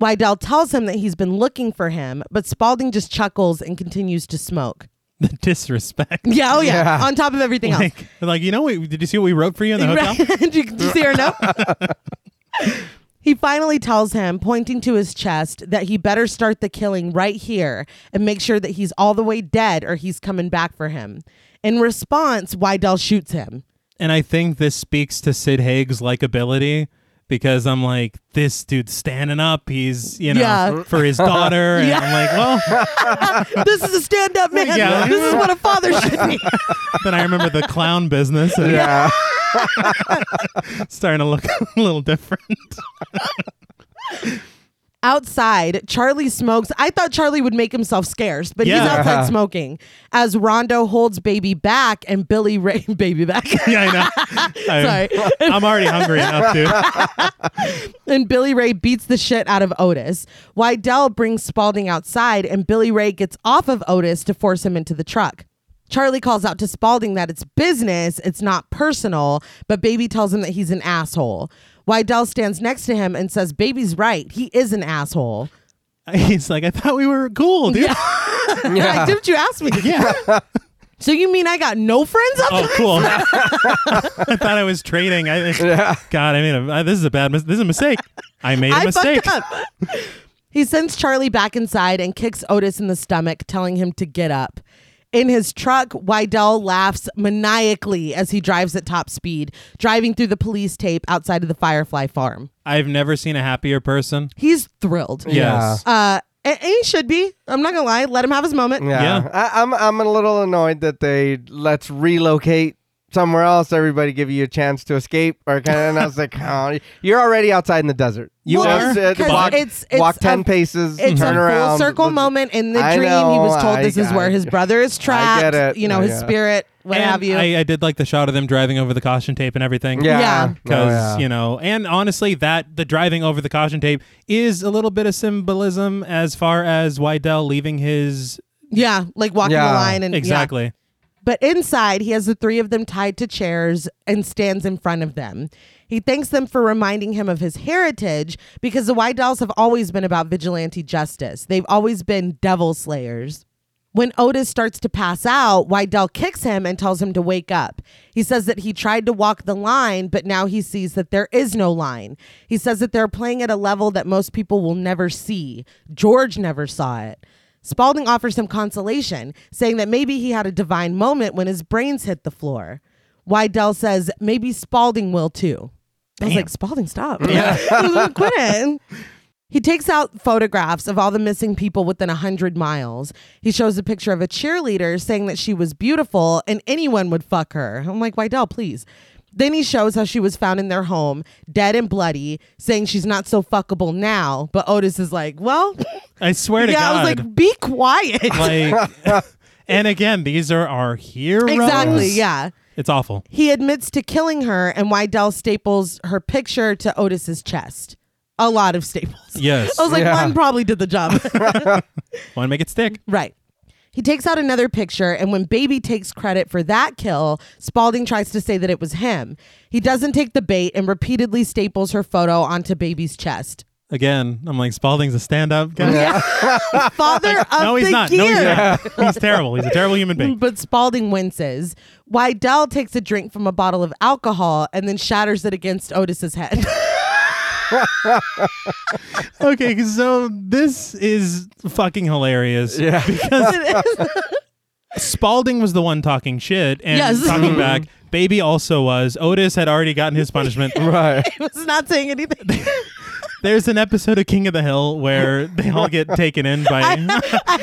A: Wydell tells him that he's been looking for him, but Spalding just chuckles and continues to smoke.
C: (laughs) The
A: (laughs)
C: disrespect.
A: Yeah, oh yeah.
B: Yeah.
A: On top of everything else.
C: Like, like you know, we, did you see what we wrote for you in the hotel?
A: (laughs) Right. did, you, did you see her no?
C: (laughs)
A: he finally tells him, pointing to his chest, that he better start the killing right here and make sure that he's all the way dead or he's coming back for him. In response, Wydell shoots
C: (laughs)
A: him.
C: And I think this speaks to Sid Haig's likability because I'm like, this dude's standing up. He's, you know,
A: Yeah.
C: for
A: (laughs)
C: his daughter. And
A: Yeah.
C: I'm like, well,
A: This is a stand up man.
C: Yeah.
A: This is what a father
C: (laughs)
A: should be.
C: then I remember the
A: (laughs)
C: clown business and
B: Yeah.
C: it's starting to look (laughs) a little different.
A: outside, Charlie smokes. I thought Charlie would make himself scarce, but he's
C: Yeah. (laughs)
A: outside smoking as Rondo holds baby back and Billy Ray (laughs) baby back.
C: yeah, I know.
A: (laughs)
C: I'm,
A: Sorry.
C: I'm already hungry enough, dude.
A: (laughs) And Billy Ray beats the shit out of Otis. Wydell brings Spalding outside, and Billy Ray gets off of Otis to force him into the truck. Charlie calls out to Spalding that it's business, it's not personal, but Baby tells him that he's an asshole. Wydell stands next to him and says, Baby's right, he is an asshole.
C: He's like, I thought we were cool, dude.
A: (laughs) Like, didn't you ask me?
C: Yeah.
A: (laughs) So you mean I got no friends after
C: Oh,
A: (laughs)
C: cool. (laughs) I thought I was trading. I, God, I mean, I, this is a bad mis- This is a mistake. I made a
A: I
C: mistake.
A: fucked up. he sends Charlie back inside and kicks Otis in the stomach, telling him to get up. In his truck, Wydell laughs maniacally as he drives at top speed, driving through the police tape outside of the Firefly farm.
C: I've never seen a happier person.
A: He's thrilled.
C: Yes.
A: Uh, and, and he should be. I'm not gonna lie. Let him have his moment.
B: Yeah.
C: Yeah.
B: I, I'm I'm a little annoyed that they let's relocate somewhere else. Everybody give you a chance to escape, or kind of. And I was like, (laughs) oh, you're already outside in the desert.
C: You
A: Well,
C: are?
B: Just, uh,
A: because
B: walk,
A: it's- it's
B: walk ten
A: a-
B: paces.
A: It's
B: turn
A: a
B: around.
A: full circle
B: let's-
A: moment in the
B: I
A: dream. he
B: know,
A: was told
B: I-
A: this is where
B: I-
A: his brother is trapped.
B: it.
A: You know, his
B: Yeah.
A: spirit, what
C: And
A: have you.
C: I, I did like the shot of them driving over the caution tape and everything. (laughs)
B: Yeah.
A: Yeah.
C: Because,
B: Oh, yeah.
C: you know, and honestly, that the driving over the caution tape is a little bit of symbolism as far as Wydell leaving his.
A: yeah, like walking
B: Yeah,
A: the line and yeah.
C: Exactly.
A: But inside, he has the three of them tied to chairs and stands in front of them. He thanks them for reminding him of his heritage because the Wydells have always been about vigilante justice. They've always been devil slayers. When Otis starts to pass out, Wydell kicks him and tells him to wake up. He says that he tried to walk the line, but now he sees that there is no line. He says that they're playing at a level that most people will never see. George never saw it. Spalding offers him consolation, saying that maybe he had a divine moment when his brains hit the floor. Wydell says, maybe Spalding will too. I was like, Spalding, stop. (laughs) Quit it. He takes out photographs of all the missing people within 100 miles. He shows a picture of a cheerleader saying that she was beautiful and anyone would fuck her. I'm like, Wydell, please. Then he shows how she was found in their home, dead and bloody, saying she's not so fuckable now. But Otis is like, well,
C: I swear to
A: yeah,
C: God.
A: I was like, be quiet.
C: (laughs)
A: (laughs)
C: like, and again, these are our heroes.
A: Exactly, yeah.
C: It's awful.
A: He admits to killing her, and Wydell staples her picture to Otis's chest. A lot of staples. (laughs)
C: Yes.
A: I was like,
B: Yeah.
A: one probably did the
C: (laughs)
A: job. (laughs)
C: Want to make it stick?
A: right. He takes out another picture, and when Baby takes credit for that kill, Spalding tries to say that it was him. He doesn't take the bait and repeatedly staples her photo onto Baby's chest.
C: Again, I'm like, Spalding's a stand up guy.
A: (laughs) Father of
C: (laughs) No, he's
A: the
C: not.
A: year.
C: No, he's not. He's terrible. He's a terrible
A: (laughs)
C: human being.
A: But Spalding winces. Wydell takes a drink from a bottle of alcohol and then shatters it against Otis's head. (laughs)
C: okay, (laughs) so this is fucking hilarious. Yeah.
A: (laughs)
C: Because Spalding was the one talking shit and
A: Yes.
C: (laughs) talking back. Baby also was. Otis had already gotten
A: (laughs)
C: his punishment.
B: (laughs) Right.
A: he was not saying anything. (laughs)
C: There's an episode of King of the Hill where they all get taken in by
A: I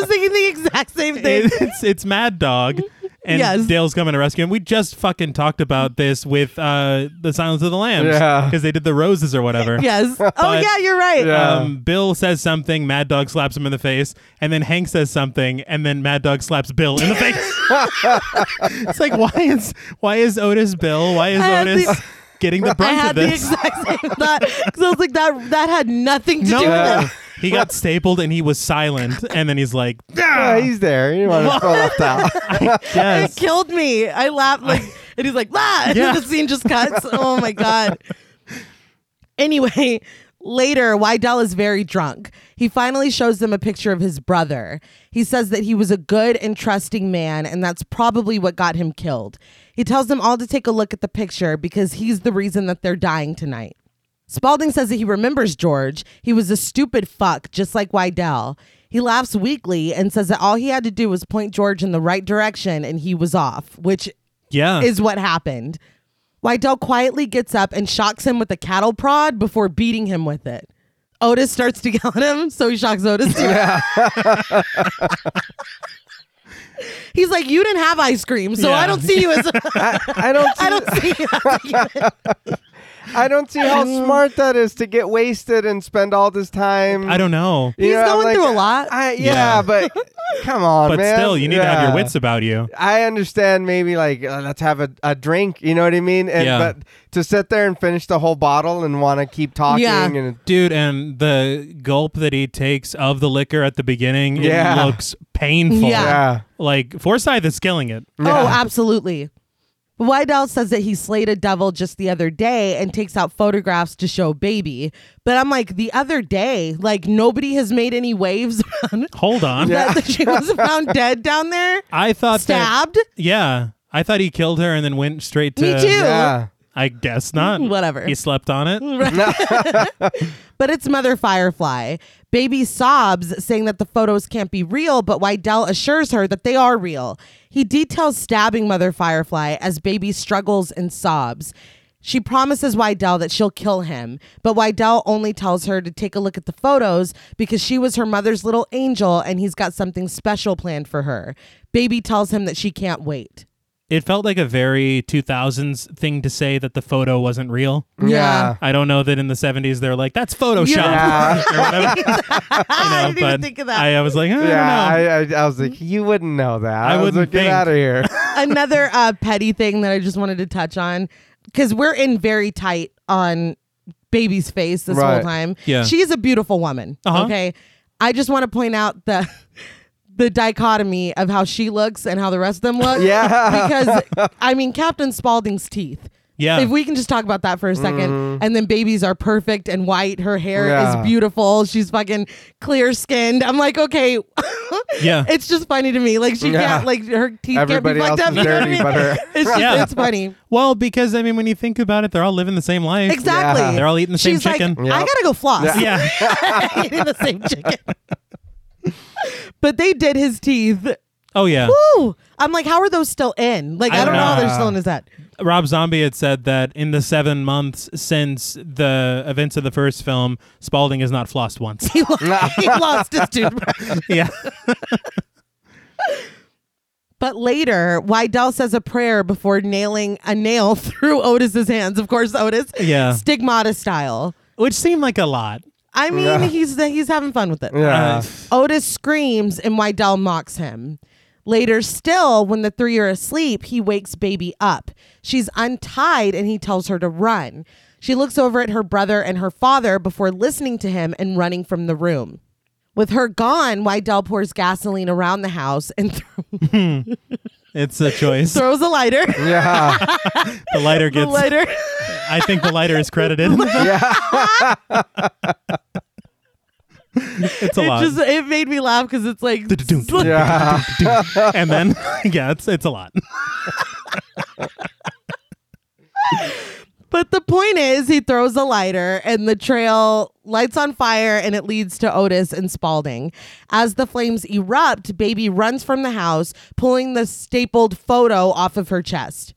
A: was thinking the exact same
C: (laughs)
A: thing.
C: it's it's
A: (laughs)
C: Mad Dog. And
A: Yes.
C: Dale's coming to rescue him. We just fucking talked about this with uh, the Silence of the Lambs
B: Yeah.
C: because they did the roses or whatever.
A: yes. Oh
C: But-
A: yeah, you're right.
B: Yeah.
C: um, Bill says something, Mad Dog slaps him in the face, and then Hank says something, and then Mad Dog slaps Bill in the face.
B: (laughs)
C: (laughs) it's like why is why is Otis Bill? Why is
A: I had
C: Otis
A: the-
C: getting
A: (laughs)
C: the
A: I
C: brunt of
A: had the
C: this?
A: exact same thought because I was like that. That had nothing to do with
C: no,
A: it.
C: (laughs) he got stapled and he was silent, and then he's like,
B: Yeah, he's there. You want to feel left out.
A: It
C: yes.
A: killed me. I laughed like,
C: (laughs)
A: and he's like, ah, and
C: Yeah.
A: the scene just cuts. oh my
C: (laughs)
A: god. Anyway, later, Wydell is very drunk. He finally shows them a picture of his brother. He says that he was a good and trusting man, and that's probably what got him killed. He tells them all to take a look at the picture because he's the reason that they're dying tonight. Spalding says that he remembers George. He was a stupid fuck, just like Wydell. He laughs weakly and says that all he had to do was point George in the right direction and he was off, which
C: Yeah.
A: is what happened. Wydell quietly gets up and shocks him with a cattle prod before beating him with it. Otis starts to (laughs) yell at him, so he shocks Otis too. He's like, "You didn't have ice cream, so I
C: Yeah.
A: don't see you as I
B: I don't. See, I don't.
A: don't see you." as a human."
B: I don't
A: (laughs)
B: see how smart that is to get wasted and spend all this time.
C: I don't know.
B: You
A: He's
B: I'm uh,
A: going through a lot.
B: I, yeah,
A: (laughs)
C: Yeah.
B: but come on,
C: But
B: man.
C: still, you need to have your
B: Yeah.
C: wits about you.
B: I understand maybe like uh, let's have a, a drink, you know what I mean? And
C: Yeah.
B: but to sit there and finish the whole bottle and want to keep talking
A: Yeah. (laughs)
B: and
C: Dude, and the gulp that he takes of the liquor at the beginning it
B: Yeah.
C: looks painful.
A: Yeah.
B: yeah.
C: Like Forsyth is killing it. (laughs)
A: Oh, absolutely. Wydell says that he slayed a devil just the other day and takes out photographs to show baby. But I'm like, the other day, like nobody has made any waves (laughs) around
C: Hold on.
A: that, that she was found dead down there,
C: I thought that
A: stabbed.
C: Yeah. I thought he killed her and then went straight to.
A: Me too.
B: Yeah.
C: I guess
A: (laughs)
C: not.
A: Whatever.
C: He slept on
A: (laughs)
C: it.
A: But it's Mother Firefly. Baby sobs, saying that the photos can't be real, but Wydell assures her that they are real. He details stabbing Mother Firefly as Baby struggles and sobs. She promises Wydell that she'll kill him, but Wydell only tells her to take a look at the photos because she was her mother's little angel and he's got something special planned for her. Baby tells him that she can't wait.
C: It felt like a very 2000s thing to say that the photo wasn't real.
B: Yeah.
C: I don't know that in the 70s they're like, that's Photoshop.
B: Yeah.
C: (laughs)
A: (laughs)
C: or whatever. You know,
A: I didn't even
C: but
A: think of that.
C: I, I was like, I
B: Yeah,
C: don't know.
B: I, I, I was like, you wouldn't know that.
C: I
B: was
C: wouldn't
B: like, get
C: think.
B: out of
C: (laughs)
B: here.
A: another uh, petty thing that I just wanted to touch on because we're in very tight on baby's face this whole
B: Right.
A: time.
C: Yeah.
A: she's a beautiful woman.
C: Uh-huh.
A: Okay, I just want to point out the the dichotomy of how she looks and how the rest of them look.
B: Yeah.
A: because I mean, Captain Spaulding's teeth.
C: Yeah.
A: If we can just talk about that for a second, and then babies are perfect and white. Her hair
B: Mm-hmm. Yeah.
A: is beautiful. She's fucking clear skinned. I'm like, okay.
C: Yeah.
A: (laughs) It's just funny to me. Like she
B: Yeah.
A: can't. Like her teeth
B: Everybody
A: can't
B: else
A: be fucked up.
B: is
A: you know what I mean?
B: dirty, but her.
A: It's just,
C: Yeah.
A: it's funny.
C: well, because I mean, when you think about it, they're all living the same life.
A: Exactly.
B: Yeah.
C: They're all eating (laughs) the same
A: She's like,
C: chicken.
A: I
B: Yep.
A: gotta go floss.
C: (laughs) Yeah.
A: (laughs)
C: (laughs)
A: eating the same chicken. (laughs) but they did his teeth.
C: Oh yeah.
A: Woo! I'm like, how are those still in? Like, I,
C: I
A: don't know how
C: know.
A: they're still in his head. (laughs)
C: Rob Zombie had said that in the seven months since the events of the first film, Spalding has not flossed once.
A: (laughs) He,
B: (laughs)
A: he lost his toothbrush.
C: yeah.
A: But later, Wydell says a prayer before nailing a nail (laughs) through Otis's hands. Of course, Otis.
C: Yeah.
A: Stigmata style.
C: Which seemed like a lot.
A: I mean,
B: Yeah.
A: he's he's having fun with it.
B: Yeah.
A: Otis screams and Wydell mocks him. Later still, when the three are asleep, he wakes baby up. She's untied and he tells her to run. She looks over at her brother and her father before listening to him and running from the room. With her gone, Wydell pours gasoline around the house and (laughs) th-
C: It's a
A: (laughs)
C: choice.
A: throws a lighter. (laughs)
B: yeah.
C: The lighter
A: The
C: gets.
A: lighter.
C: I think the lighter is
A: (laughs)
C: credited.
B: Yeah.
C: (laughs) it's a
A: It
C: lot.
A: just it made me laugh because it's like
C: Du-du-dum,
B: Yeah.
C: du-du-dum. and then (laughs) yeah, it's it's a lot.
A: But the point is, he throws a lighter and the trail lights on fire and it leads to Otis and Spalding. As the flames erupt, Baby runs from the house, pulling the stapled photo off of her chest.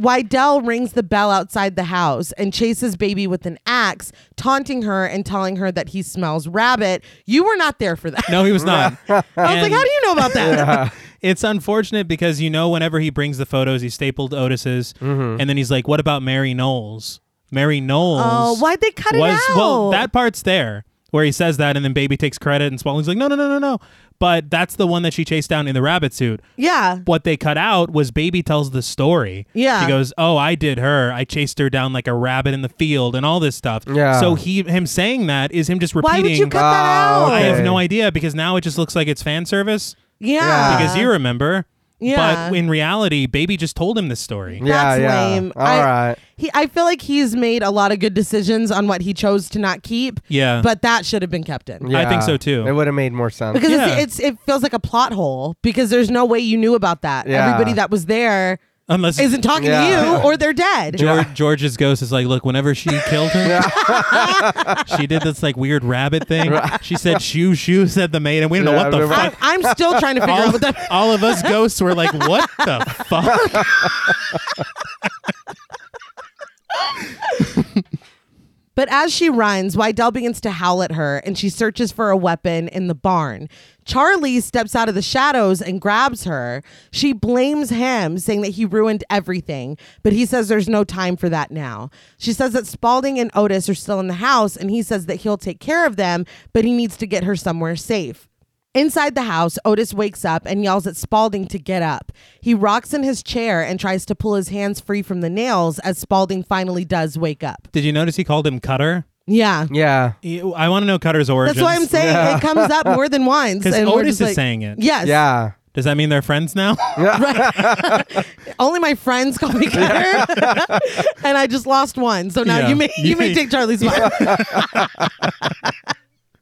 A: Wydell rings the bell outside the house and chases Baby with an axe, taunting her and telling her that he smells rabbit. You were not there for that.
C: No, he was not. I was
A: I was like, how do you know about that?
C: It's unfortunate because you know whenever he brings the photos, he stapled Otis's, and then he's like, "What about Mary Knowles? Mary Knowles?
A: Oh, why'd they cut it
C: was, Well,
A: out?
C: that part's there where he says that, and then Baby takes credit, and Spaulding's like, "No, no, no, no, no." But that's the one that she chased down in the rabbit suit.
A: Yeah.
C: What they cut out was Baby tells the story.
A: Yeah.
C: she goes, "Oh, I did her. I chased her down like a rabbit in the field, and all this stuff."
B: Yeah.
C: So he him saying that is him just repeating.
A: Why would you cut that
B: Oh,
A: out?
C: I have
B: Okay.
C: no idea because now it just looks like it's fan service
A: Yeah.
C: because you remember.
A: Uh-huh. Yeah.
C: But in reality, Baby just told him this story.
B: Yeah,
A: That's
B: yeah.
A: lame.
B: All
A: I,
B: right.
A: He, I feel like he's made a lot of good decisions on what he chose to not keep.
C: Yeah.
A: But that should have been kept in.
B: Yeah.
C: I think so, too.
B: It would have made more sense.
A: Because
C: Yeah.
A: it's, it's it feels like a plot hole because there's no way you knew about that.
B: Yeah.
A: Everybody that was there
C: Unless
A: isn't talking
B: Yeah.
A: to you or they're dead.
C: George, George's ghost is like, look, whenever she killed her, (laughs) she did this like weird rabbit thing. She said, shoo, shoo, said the maid. And we don't
B: Yeah,
C: know what the
B: remember-
A: I'm,
C: fuck.
A: I'm still trying to figure out
C: All,
A: what
C: (laughs)
A: that.
C: all of us ghosts were like, what the fuck?
A: But as she runs, Wydell begins to howl at her, and she searches for a weapon in the barn. Charlie steps out of the shadows and grabs her. She blames him, saying that he ruined everything, but he says there's no time for that now. She says that Spalding and Otis are still in the house, and he says that he'll take care of them, but he needs to get her somewhere safe. Inside the house, Otis wakes up and yells at Spalding to get up. He rocks in his chair and tries to pull his hands free from the nails as Spalding finally does wake up.
C: Did you notice he called him Cutter?
A: Yeah.
B: yeah.
C: He- I want to know Cutter's origins.
A: That's what I'm saying. It comes up more
C: (laughs)
A: than once.
C: Because
A: and we're
C: Otis
A: just
C: is
A: like-
C: saying it.
A: Yes.
B: Yeah.
C: Does that mean they're
A: (laughs)
C: friends now?
A: Only my friends call me Cutter. (laughs) and I just lost one. So now
C: Yeah.
A: you may you may take Charlie's spot.
C: (laughs)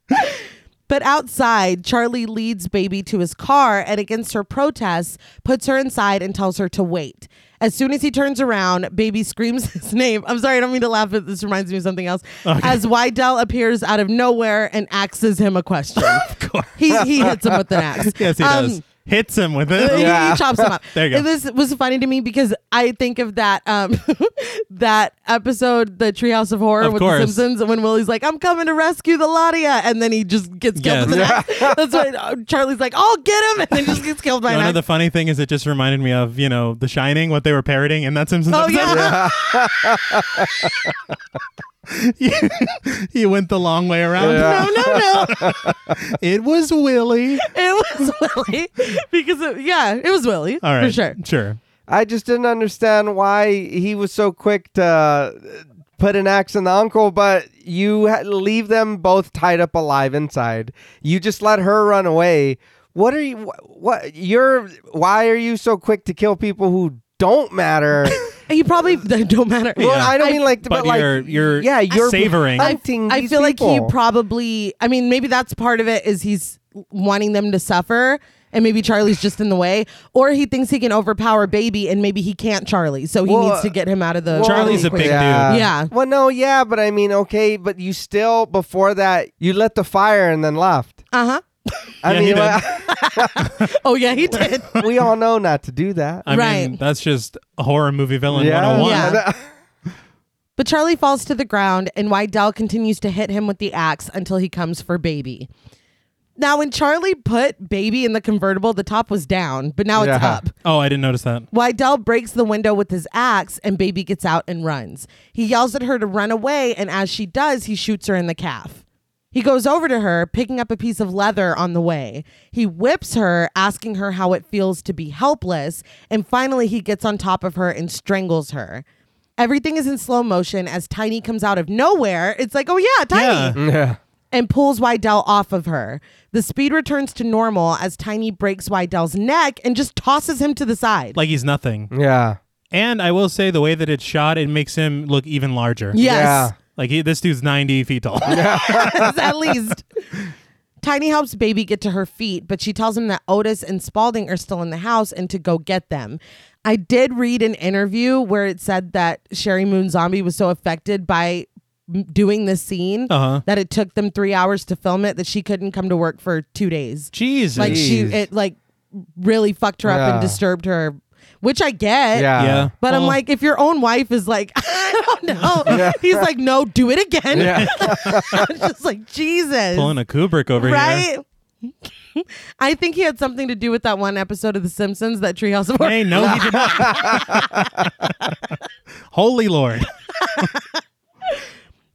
A: (laughs) but outside, Charlie leads baby to his car and against her protests, puts her inside and tells her to wait. As soon as he turns around, baby screams (laughs) his name. I'm sorry, I don't mean to laugh, but this reminds me of something else. As Wydell appears out of nowhere and axes him a question.
C: of course.
A: he, he hits him with an axe.
C: (laughs) Yes, he
A: Um,
C: does. Hits him with
A: he-
C: it.
A: he
B: Yeah.
A: chops him up.
C: (laughs) There you go.
A: This was funny to me because I think of that um (laughs) that episode, the Treehouse of Horror
C: Of
A: with
C: course.
A: the Simpsons, when Willie's like, "I'm coming to rescue the Ladia," and then he just gets killed.
C: Yes.
A: With an axe. That's what uh, Charlie's like. I'll get him, and then just gets killed by
C: You
A: an
C: know,
A: axe.
C: the funny thing is, it just reminded me of you know The Shining, what they were parroting, and that Simpsons.
A: oh
C: (laughs) episode.
A: yeah,
C: he went the long way around.
B: Yeah.
A: (laughs) no, no,
C: (laughs)
A: no.
C: It was Willie.
A: It was (laughs) Willie because it, yeah, it was Willie
C: All right,
A: for sure.
C: sure.
B: I just didn't understand why he was so quick to uh, put an axe in the uncle, but you ha- leave them both tied up alive inside. You just let her run away. What are you? What, what you're? Why are you so quick to kill people who
A: (laughs)
B: don't matter?
A: And You probably they don't matter.
B: Well, I don't mean like,
C: But
B: but, like
C: you're- you're
B: yeah, you're
C: savoring. I-
B: hunting
A: I
B: these
A: feel like
B: people.
A: he probably. I mean, maybe that's part of it. Is he's wanting them to suffer, and maybe Charlie's just in the way, or he thinks he can overpower Baby, and maybe he can't Charlie, so he
B: Well,
A: needs to get him out of the.
B: Well,
C: Charlie's a big
B: yeah.
A: dude. Yeah.
B: Well, no, yeah, but I mean, okay, but you still before that you lit the fire and then left.
A: Uh
B: I
C: Yeah, he
B: mean,
C: did.
B: well,
A: huh. Oh yeah, he did. (laughs)
B: (laughs) we all know not to do
C: (laughs)
B: that.
C: I mean,
A: Right.
C: that's just a horror movie villain
B: yeah,
C: 101.
A: Yeah. But Charlie falls to the ground, and Wydell continues to hit him with the axe until he comes for Baby. Now, when Charlie put Baby in the convertible, the top was down, but now it's
B: Yeah.
A: up.
C: Oh, I didn't notice that.
A: Wydell breaks the window with his axe, and Baby gets out and runs. He yells at her to run away, and as she does, he shoots her in the calf. He goes over to her, picking up a piece of leather on the way. He whips her, asking her how it feels to be helpless, and finally he gets on top of her and strangles her. Everything is in slow motion as Tiny comes out of nowhere. It's like, oh yeah, Tiny
B: (laughs)
C: Yeah.
B: yeah.
A: and pulls Wydell off of her. The speed returns to normal as Tiny breaks Wydell's neck and just tosses him to the side.
C: Like he's nothing.
B: Yeah.
C: And I will say the way that it's shot, it makes him look even larger.
B: Yeah.
A: yes,
C: Like he, this dude's 90 feet
A: (laughs)
C: tall.
A: at
B: (laughs)
A: least. Tiny helps Baby get to her feet, but she tells him that Otis and Spalding are still in the house and to go get them. I did read an interview where it said that Sherry Moon Zombie was so affected by m- doing this scene
C: Uh-huh.
A: that it took them three hours to film it that she couldn't come to work for two days.
C: (laughs) Jesus.
A: like she
B: Jeez.
A: it like really fucked her up
B: Yeah.
A: and disturbed her which i get
B: Yeah.
C: yeah.
A: but i'm
C: Well,
A: like if your own wife is like (laughs) i don't
B: (laughs)
A: know he's like no do it again (laughs)
B: Yeah.
A: It's just like jesus
C: pulling a Kubrick over here.
A: right (laughs) i think he had something to do with that one episode of the simpsons that treehouse of horror
C: Hey, no, he did (laughs) not. Holy Lord.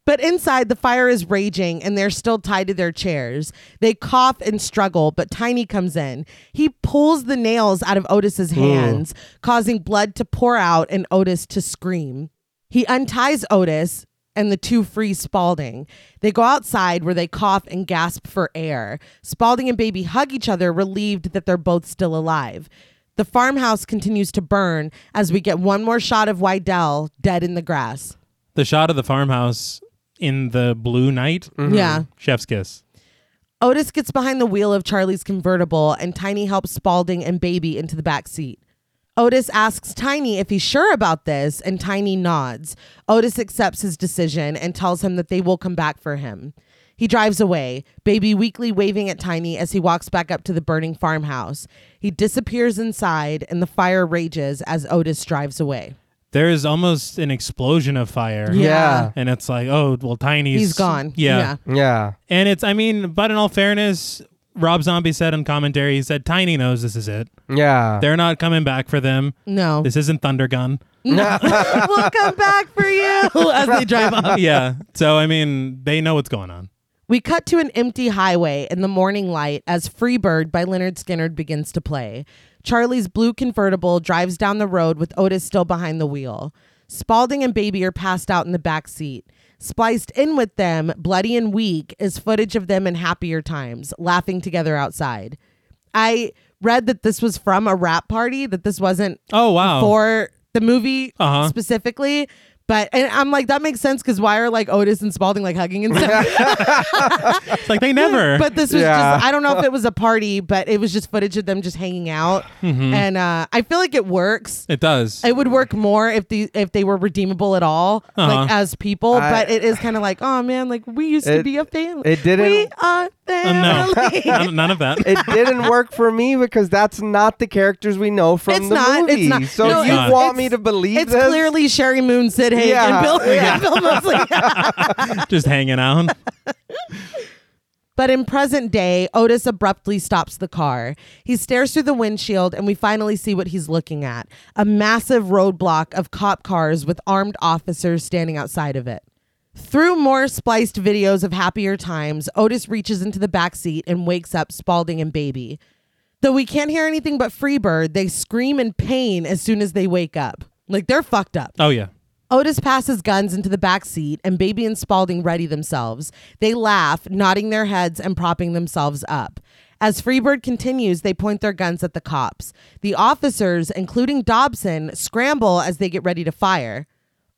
A: But inside, the fire is raging and they're still tied to their chairs. They cough and struggle, but Tiny comes in. He pulls the nails out of Otis's hands, causing blood to pour out and Otis to scream. He unties Otis and the two free Spalding. They go outside where they cough and gasp for air. Spalding and Baby hug each other, relieved that they're both still alive. The farmhouse continues to burn as we get one more shot of Wydell dead in the grass.
C: The shot of the farmhouse in the blue night.
A: Yeah.
C: Chef's kiss.
A: Otis gets behind the wheel of Charlie's convertible, and Tiny helps Spalding and Baby into the back seat. Otis asks Tiny if he's sure about this, and Tiny nods. Otis accepts his decision and tells him that they will come back for him. He drives away, Baby weakly waving at Tiny as he walks back up to the burning farmhouse. He disappears inside, and the fire rages as Otis drives away.
C: There is almost an explosion of fire.
B: Yeah.
C: And it's like, oh, well, Tiny's.
A: He's gone.
C: yeah.
B: Yeah.
C: And it's, I mean, but in all fairness, Rob Zombie said in commentary, he said, Tiny knows this is it.
B: Yeah.
C: They're not coming back for them.
A: No. (laughs)
C: This isn't Thunder Gun.
A: we'll come back for you as they
C: (laughs)
A: drive off.
C: yeah. So, I mean, they know what's going on.
A: We cut to an empty highway in the morning light as Freebird by Leonard Skinner begins to play. Charlie's blue convertible drives down the road with Otis still behind the wheel. Spalding and Baby are passed out in the back seat. Spliced in with them, bloody and weak, is footage of them in happier times, laughing together outside. I read that this was from a rap party, that this wasn't
C: Oh, wow.
A: for the movie
C: Uh-huh.
A: specifically. But and I'm like that makes sense because why are like Otis and Spalding like hugging and stuff? (laughs)
C: It's like
B: (laughs)
C: they never.
A: But this was
B: Yeah.
A: just, I don't know if it was a party, but it was just footage of them just hanging out.
B: Mm-hmm.
A: And uh, I feel like it works.
C: it does.
A: It would work more if the if they were redeemable at all, like as people.
B: Uh-huh. I-
A: but it is kind of like, oh man, like we used to
B: It-
A: be a family.
B: it didn't-
A: We (laughs) are
C: Uh, no,
A: family.
C: (laughs)
B: (laughs)
C: none, none
A: (laughs)
C: of that.
B: it didn't work for me because that's not the characters we know from
A: It's
B: the
A: not, it's
B: movie.
A: not.
B: So
A: No,
B: you
C: it's-
B: want
A: it's-
B: me to believe
A: it's
B: this?
A: clearly Sherry Moon, Sid Haig,
B: (laughs) Yeah.
A: and Bill, and Bill Mosley.
C: Just hanging out.
A: But in present day, Otis abruptly stops the car. He stares through the windshield, and we finally see what he's looking at a massive roadblock of cop cars with armed officers standing outside of it. Through more spliced videos of happier times, Otis reaches into the backseat and wakes up Spalding and Baby. Though we can't hear anything but Freebird, they scream in pain as soon as they wake up. Like they're fucked up.
C: Oh, yeah.
A: Otis passes guns into the back seat, and Baby and Spalding ready themselves. They laugh, nodding their heads and propping themselves up. As Freebird continues, they point their guns at the cops. The officers, including Dobson, scramble as they get ready to fire.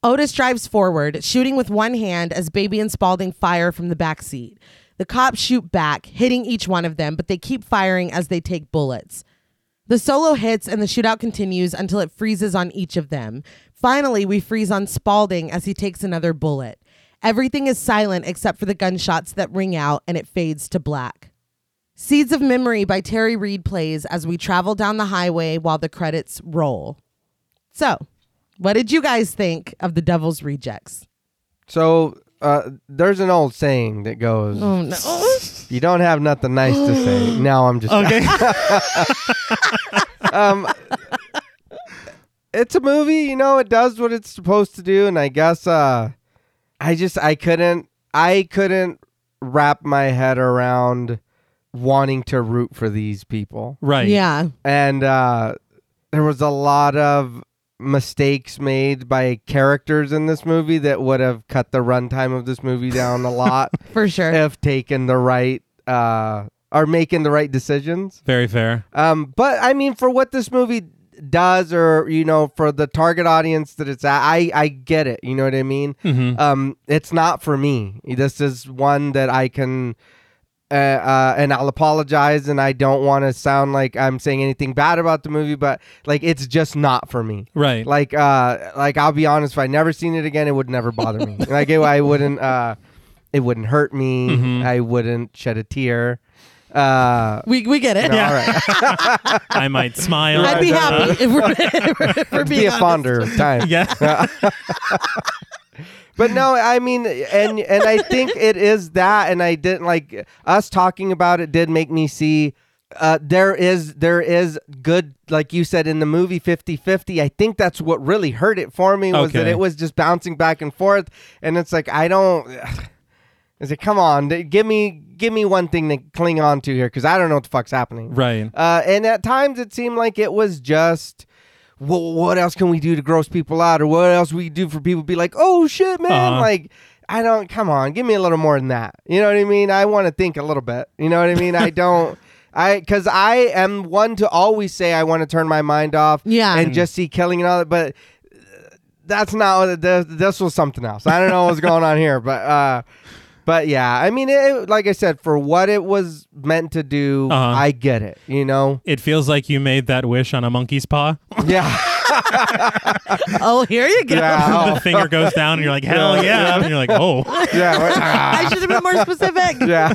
A: Otis drives forward, shooting with one hand as Baby and Spaulding fire from the back seat. The cops shoot back, hitting each one of them, but they keep firing as they take bullets. The solo hits and the shootout continues until it freezes on each of them. Finally, we freeze on Spaulding as he takes another bullet. Everything is silent except for the gunshots that ring out and it fades to black. Seeds of Memory by Terry Reed plays as we travel down the highway while the credits roll. So, what did you guys think of The Devil's Rejects?
B: So uh, there's an old saying that goes,
A: Oh no.
B: "You don't have nothing nice to say."
A: (gasps)
B: No, I'm just.
C: Okay.
B: um, (laughs) it's a movie, you know. It does what it's supposed to do, and I guess uh, I just I couldn't I couldn't wrap my head around wanting to root for these people,
C: (laughs) right.
A: Yeah.
B: and uh, there was a lot of mistakes made by characters in this movie that would have cut the runtime of this movie down a lot
A: For sure.
B: if taken the right uh, or making the right decisions.
C: Very fair.
B: Um, but I mean, for what this movie does, or you know, for the target audience that it's at, I I get it. You know what I mean?
C: hmm
B: Um, it's not for me. This is one that I can. Uh, uh, and I'll apologize, and I don't want to sound like I'm saying anything bad about the movie, but like it's just not for me.
A: (laughs)
C: Right.
B: Like, uh, like I'll be honest, if I never seen it again, it would never
A: (laughs)
B: bother me. like, it, I wouldn't, uh, it wouldn't hurt me.
A: Mm-hmm.
C: Mhm.
B: I wouldn't shed a tear. Uh,
A: We, we get it.
B: no, all
A: (laughs)
B: right.
C: I might smile.
A: I'd be happy if we're, (laughs) if we're
B: It'd
A: being
B: be a
A: honest.
B: fonder of time.
C: (laughs) Yeah.
B: But no, I mean, and and I think it is that, and I didn't like us talking about it did make me see. Uh, there is there is good like you said in the movie 50-50 i think that's what really hurt it for me was that
C: Okay.
B: it was just bouncing back and forth and it's like i don't (sighs) i said come on d- give me give me one thing to cling on to here because i don't know what the fuck's happening
C: Right.
B: Uh, and at times it seemed like it was just, well, what else can we do to gross people out, or what else we do for people to be like, oh shit, man,
C: Uh-huh.
B: like. I don't. Come on, give me a little more than that. You know what I mean? I want to think a little bit. You know what I mean? I don't. I because I am one to always say I want to turn my mind off.
A: Yeah.
B: and just see killing and all that. But uh, that's not what this, this was something else. I don't know what's going on here, but uh but yeah, I mean it, like I said for what it was meant to do,
C: Uh-huh.
B: I get it, you
C: (laughs)
B: know.
C: It feels like you made that wish on a monkey's paw. (laughs)
B: Yeah.
A: Oh, here you go.
B: yeah.
C: the finger goes down, and you're like, "Hell yeah!" And you're like, "Oh." (laughs)
B: oh, yeah. what- ah,
A: I should have been more specific.
B: yeah.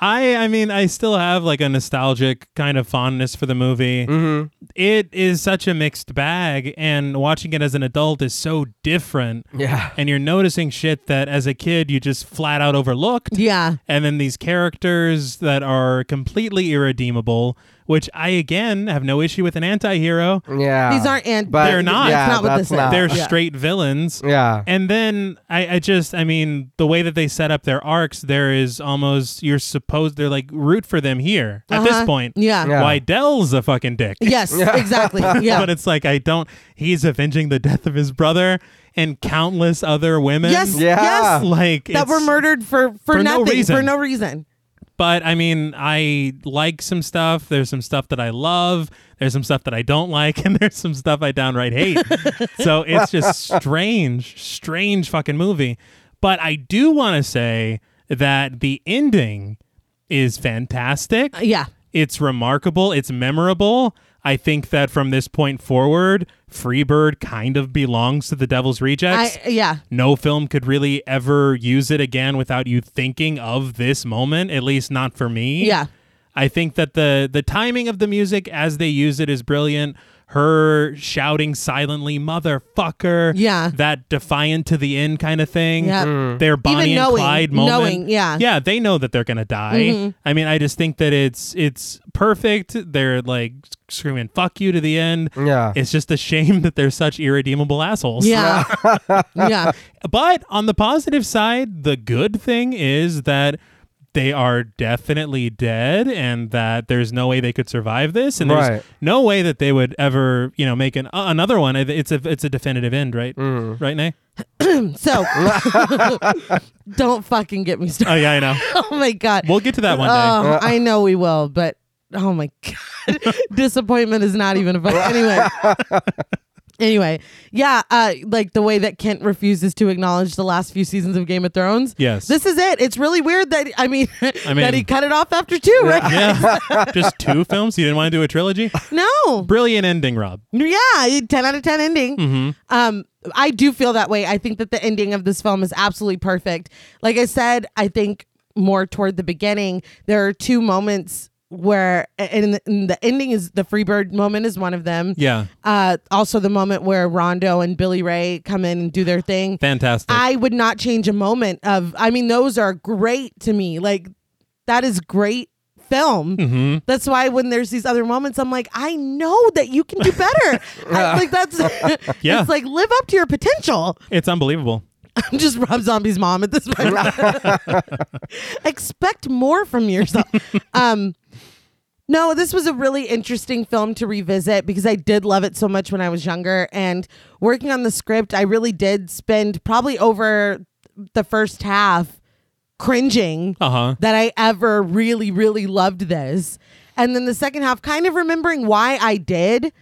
C: I, I mean, I still have like a nostalgic kind of fondness for the movie.
B: Mhm.
C: It is such a mixed bag, and watching it as an adult is so different.
B: Yeah.
C: And you're noticing shit that as a kid you just flat out overlooked.
A: Yeah.
C: and then these characters that are completely irredeemable, which I again have no issue with an anti-hero.
B: Yeah.
A: These aren't and
B: But-
C: They're not.
B: Yeah,
A: That's not what
B: that's
A: this
B: not.
A: is.
C: They're
A: Yeah.
C: straight villains.
B: Yeah.
C: And then I, I just I mean, the way that they set up their arcs, there is almost you're supposed they're like root for them here at this
A: Uh-huh.
C: point.
A: Yeah.
B: Yeah.
C: Wydell's a fucking dick.
A: Yes, (laughs) exactly. Yeah.
C: But it's like I don't he's avenging the death of his brother and countless other women.
A: yes,
B: Yeah.
A: yes.
C: Like
A: That
C: it's-
A: were murdered for for,
C: For no
A: nothing,
C: reason.
A: for no reason.
C: But I mean, I like some stuff. There's some stuff that I love. There's some stuff that I don't like, (laughs) and there's some stuff I downright hate. so it's just strange, strange fucking movie. But I do want to say that the ending is fantastic.
A: Uh, Yeah.
C: It's remarkable. It's memorable. I think that from this point forward, Freebird kind of belongs to the Devil's Rejects
A: I yeah.
C: no film could really ever use it again without you thinking of this moment at least not for me
A: Yeah.
C: i think that the the timing of the music as they use it is brilliant her shouting silently motherfucker
A: Yeah.
C: that defiant to the end kind of thing
A: Yep.
C: their bonnie
A: knowing-
C: and clyde moment
A: knowing, yeah. Mm-hmm.
C: yeah they know that they're gonna die i mean i just think that it's it's perfect they're like screaming fuck you to the end
B: Yeah.
C: it's just a shame (laughs) that they're such irredeemable assholes
A: Yeah. yeah. (laughs)
C: but on the positive side, the good thing is that they are definitely dead and that there's no way they could survive this and
B: Right.
C: there's no way that they would ever you know make an uh, another one It- it's a it's a definitive end right
B: Mm.
C: right nay
A: (laughs) So don't fucking get me
C: oh
A: started.
C: yeah i know
A: (laughs)
C: (laughs)
A: Oh my god.
C: we'll get to that one day
A: Um, I know we will, but oh my (laughs) god, disappointment is not even a fu- anyway. anyway, yeah, uh, like the way that Kent refuses to acknowledge the last few seasons of Game of Thrones.
C: Yes.
A: this is it. It's really weird that I mean,
C: mean-
A: (laughs) that he cut it off after two, right?
C: yeah (laughs) just two films you didn't want to do a trilogy
A: No,
C: brilliant ending rob
A: yeah, ten out of ten ending. Um, I do feel that way. I think that the ending of this film is absolutely perfect. Like I said, I think more toward the beginning, there are two moments where, and the, and the ending is the Freebird moment is one of them.
C: yeah
A: Uh, also the moment where Rondo and Billy Ray come in and do their thing.
C: fantastic
A: I would not change a moment of. I mean, those are great to me. Like that is great film.
C: Mm-hmm.
A: That's why when there's these other moments, I'm like, I know that you can do
C: (laughs)
A: better. I, like that's (laughs)
C: Yeah.
A: It's like live up to your potential.
C: it's unbelievable
A: (laughs) I'm just Rob Zombie's mom at this point. (laughs) Expect more from yourself. um, no, this was a really interesting film to revisit because I did love it so much when I was younger. And working on the script, I really did spend probably over the first half cringing
C: uh-huh
A: (laughs) that I ever really, really loved this. And then the second half, kind of remembering why I did.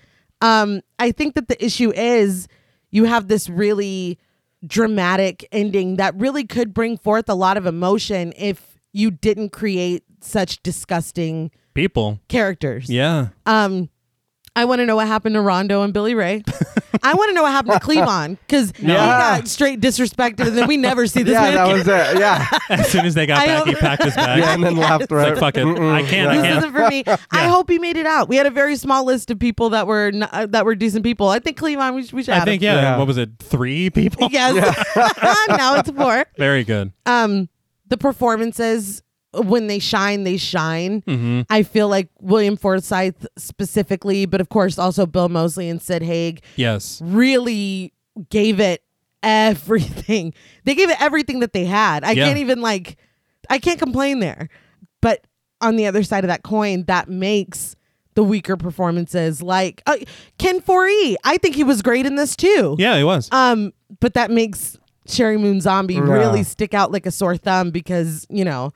A: Um, I think that the issue is you have this really dramatic ending that really could bring forth a lot of emotion if you didn't create such disgusting
C: people
A: characters.
C: yeah
A: Um, I want to know what happened to Rondo and Billy
B: (laughs)
A: Ray. I want to know what happened to Cleavon because he
B: Yeah.
A: got straight disrespected, and then we never see this
B: yeah,
A: man.
B: that
A: again.
B: was it.
C: (laughs)
B: Yeah,
C: as soon as they got
A: I
C: back he
A: hope-
C: packed his bag
B: yeah, and then left,
C: It's
B: right. Mm,
C: like fuck it. I (laughs) can't. I
A: this
C: can't.
A: isn't for me. I hope he made it out. We had a very small list of people that were n- uh, that were decent people. I think Cleveland. We, sh- we should.
C: I
A: add
C: think
A: him.
C: yeah,
B: Yeah.
C: What was it? Three people.
A: (laughs) Yes. now it's four.
C: (laughs) Very good.
A: Um, the performances when they shine, they shine.
C: Mm-hmm.
A: I feel like William Forsythe specifically, but of course also Bill Mosley and Sid Haig
C: Yes.
A: really gave it everything. (laughs) They gave it everything that they had. I
C: Yeah.
A: can't even like I can't complain there. But on the other side of that coin, that makes the weaker performances like uh, Ken Foree. I think he was great in this too.
C: Yeah, it was.
A: Um but that makes Sherry Moon Zombie really stick out like a sore thumb because, you know,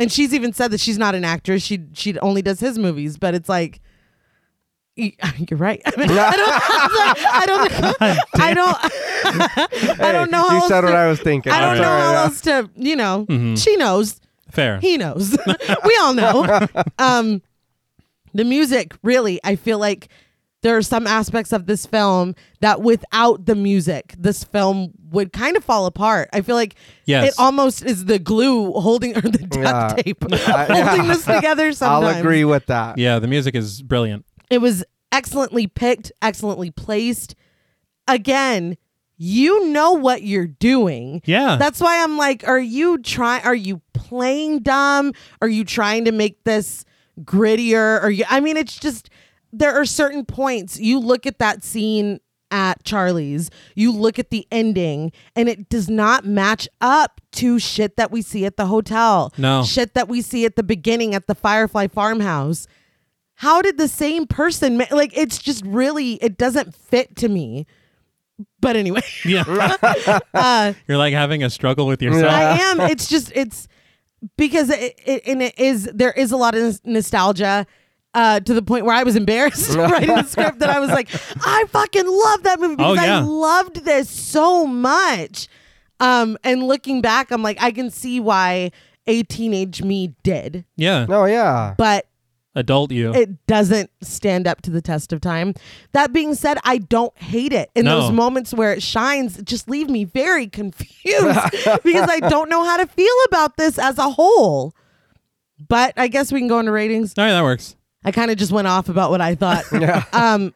A: and she's even said that she's not an actress. She she only does his movies, but it's like y- (laughs) you're right. I, mean, I don't. I don't.
B: (laughs)
A: I don't. (laughs) I don't know.
B: You
A: how else
B: said what
A: to,
B: I was thinking.
A: I don't
B: Sorry,
A: know how
B: yeah. Mm-hmm.
A: else to. You know. She knows.
C: Fair.
A: He knows. (laughs) we all
B: (laughs)
A: know. Um, the music, really, I feel like there are some aspects of this film that without the music, this film would kind of fall apart. I feel like
C: Yes.
A: it almost is the glue holding or the duct
B: Yeah.
A: tape
B: (laughs) I- yeah.
A: holding this together.
B: (laughs) I'll
A: Sometimes
B: agree with that.
C: yeah, the music is brilliant.
A: it was excellently picked, excellently placed. Again, you know what you're doing.
C: Yeah.
A: That's why I'm like, are you trying are you playing dumb? Are you trying to make this grittier? Are you I mean, it's just there are certain points. You look at that scene at Charlie's, you look at the ending, and it does not match up to shit that we see at the hotel.
C: No.
A: Shit that we see at the beginning at the Firefly farmhouse how did the same person ma- like it's just really it doesn't fit to me but anyway (laughs)
C: yeah.
A: uh
C: (laughs) You're like having a struggle with yourself.
A: i
C: (laughs)
A: am it's just it's because it, it and it is there is a lot of nos- nostalgia uh, to the point where I was embarrassed (laughs) writing the script that I was like, I fucking love that movie
C: Oh,
A: because I
C: yeah.
A: loved this so much. Um, and looking back, I'm like, I can see why a teenage me did,
C: Yeah.
B: No, yeah.
A: but
C: Adult you.
A: it doesn't stand up to the test of time. That being said, I don't hate it. In
C: No.
A: those moments where it shines, it just leave me very (laughs) confused
C: (laughs)
A: because I don't know how to feel about this as a whole. But I guess we can go into ratings.
C: All right, that works.
A: I kind of just went off about what I thought. Um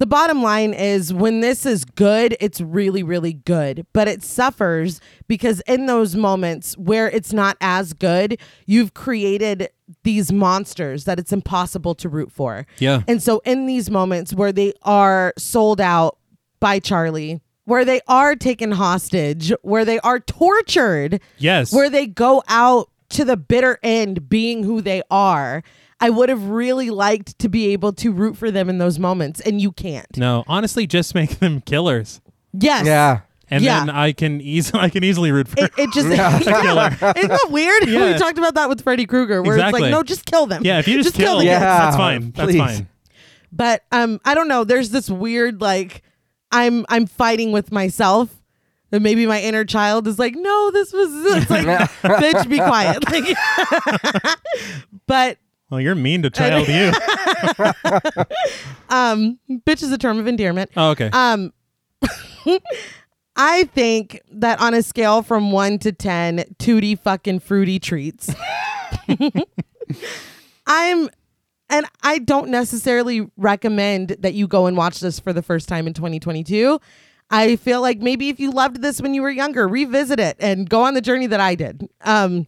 A: the bottom line is when this is good, it's really really good, but it suffers because in those moments where it's not as good, you've created these monsters that it's impossible to root for.
C: Yeah.
A: And so in these moments where they are sold out by Charlie, where they are taken hostage, where they are tortured,
C: Yes.
A: where they go out to the bitter end being who they are, I would have really liked to be able to root for them in those moments, and you can't.
C: No, honestly, just make them killers,
A: Yes.
B: Yeah.
C: and
A: Yeah.
C: then I can easily (laughs) I can easily root for.
A: It, it
B: (laughs)
A: just (laughs) isn't that weird? (laughs)
C: Yeah.
A: We talked about that with Freddy Krueger, where it's
C: Exactly.
A: like, no, just kill them.
C: yeah, if you just,
A: kill,
C: kill,
A: the
B: Yeah.
A: kids.
C: that's fine. That's
B: please.
C: fine.
A: But um, I don't know. There's this weird like, I'm I'm fighting with myself. And maybe my inner child is like, no, this was it's like,
B: (laughs)
A: bitch, be quiet. (laughs) Like, (laughs) but
C: Well, you're mean to child
A: (laughs)
C: you.
A: um, bitch is a term of endearment.
C: Oh, okay.
A: Um, I think that on a scale from one to ten, tutti fucking fruity treats. (laughs) I'm, and I don't necessarily recommend that you go and watch this for the first time in 2022. I feel like maybe if you loved this when you were younger, revisit it and go on the journey that I did. Um,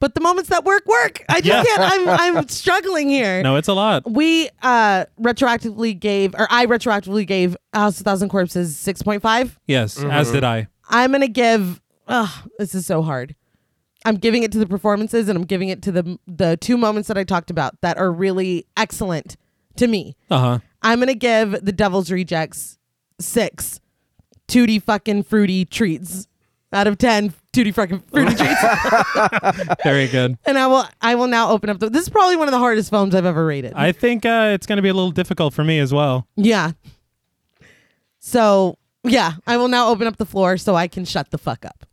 A: but the moments that work work. I just
C: Yeah.
A: can't. I'm
C: (laughs)
A: I'm struggling here
C: no, it's a lot.
A: we uh retroactively gave or i retroactively gave house of thousand corpses 6.5
C: Yes, as did I.
A: i'm gonna give ugh, this is so hard i'm giving it to the performances and i'm giving it to the the two moments that i talked about that are really excellent to me
C: Uh huh.
A: i'm gonna give the devil's rejects six tutti fucking fruity treats out of 10 tutti fucking fruity treats
C: Very good.
A: and i will i will now open up the this is probably one of the hardest films i've ever rated
C: I think uh, it's going to be a little difficult for me as well.
A: Yeah. So, yeah, I will now open up the floor so I can shut the fuck up.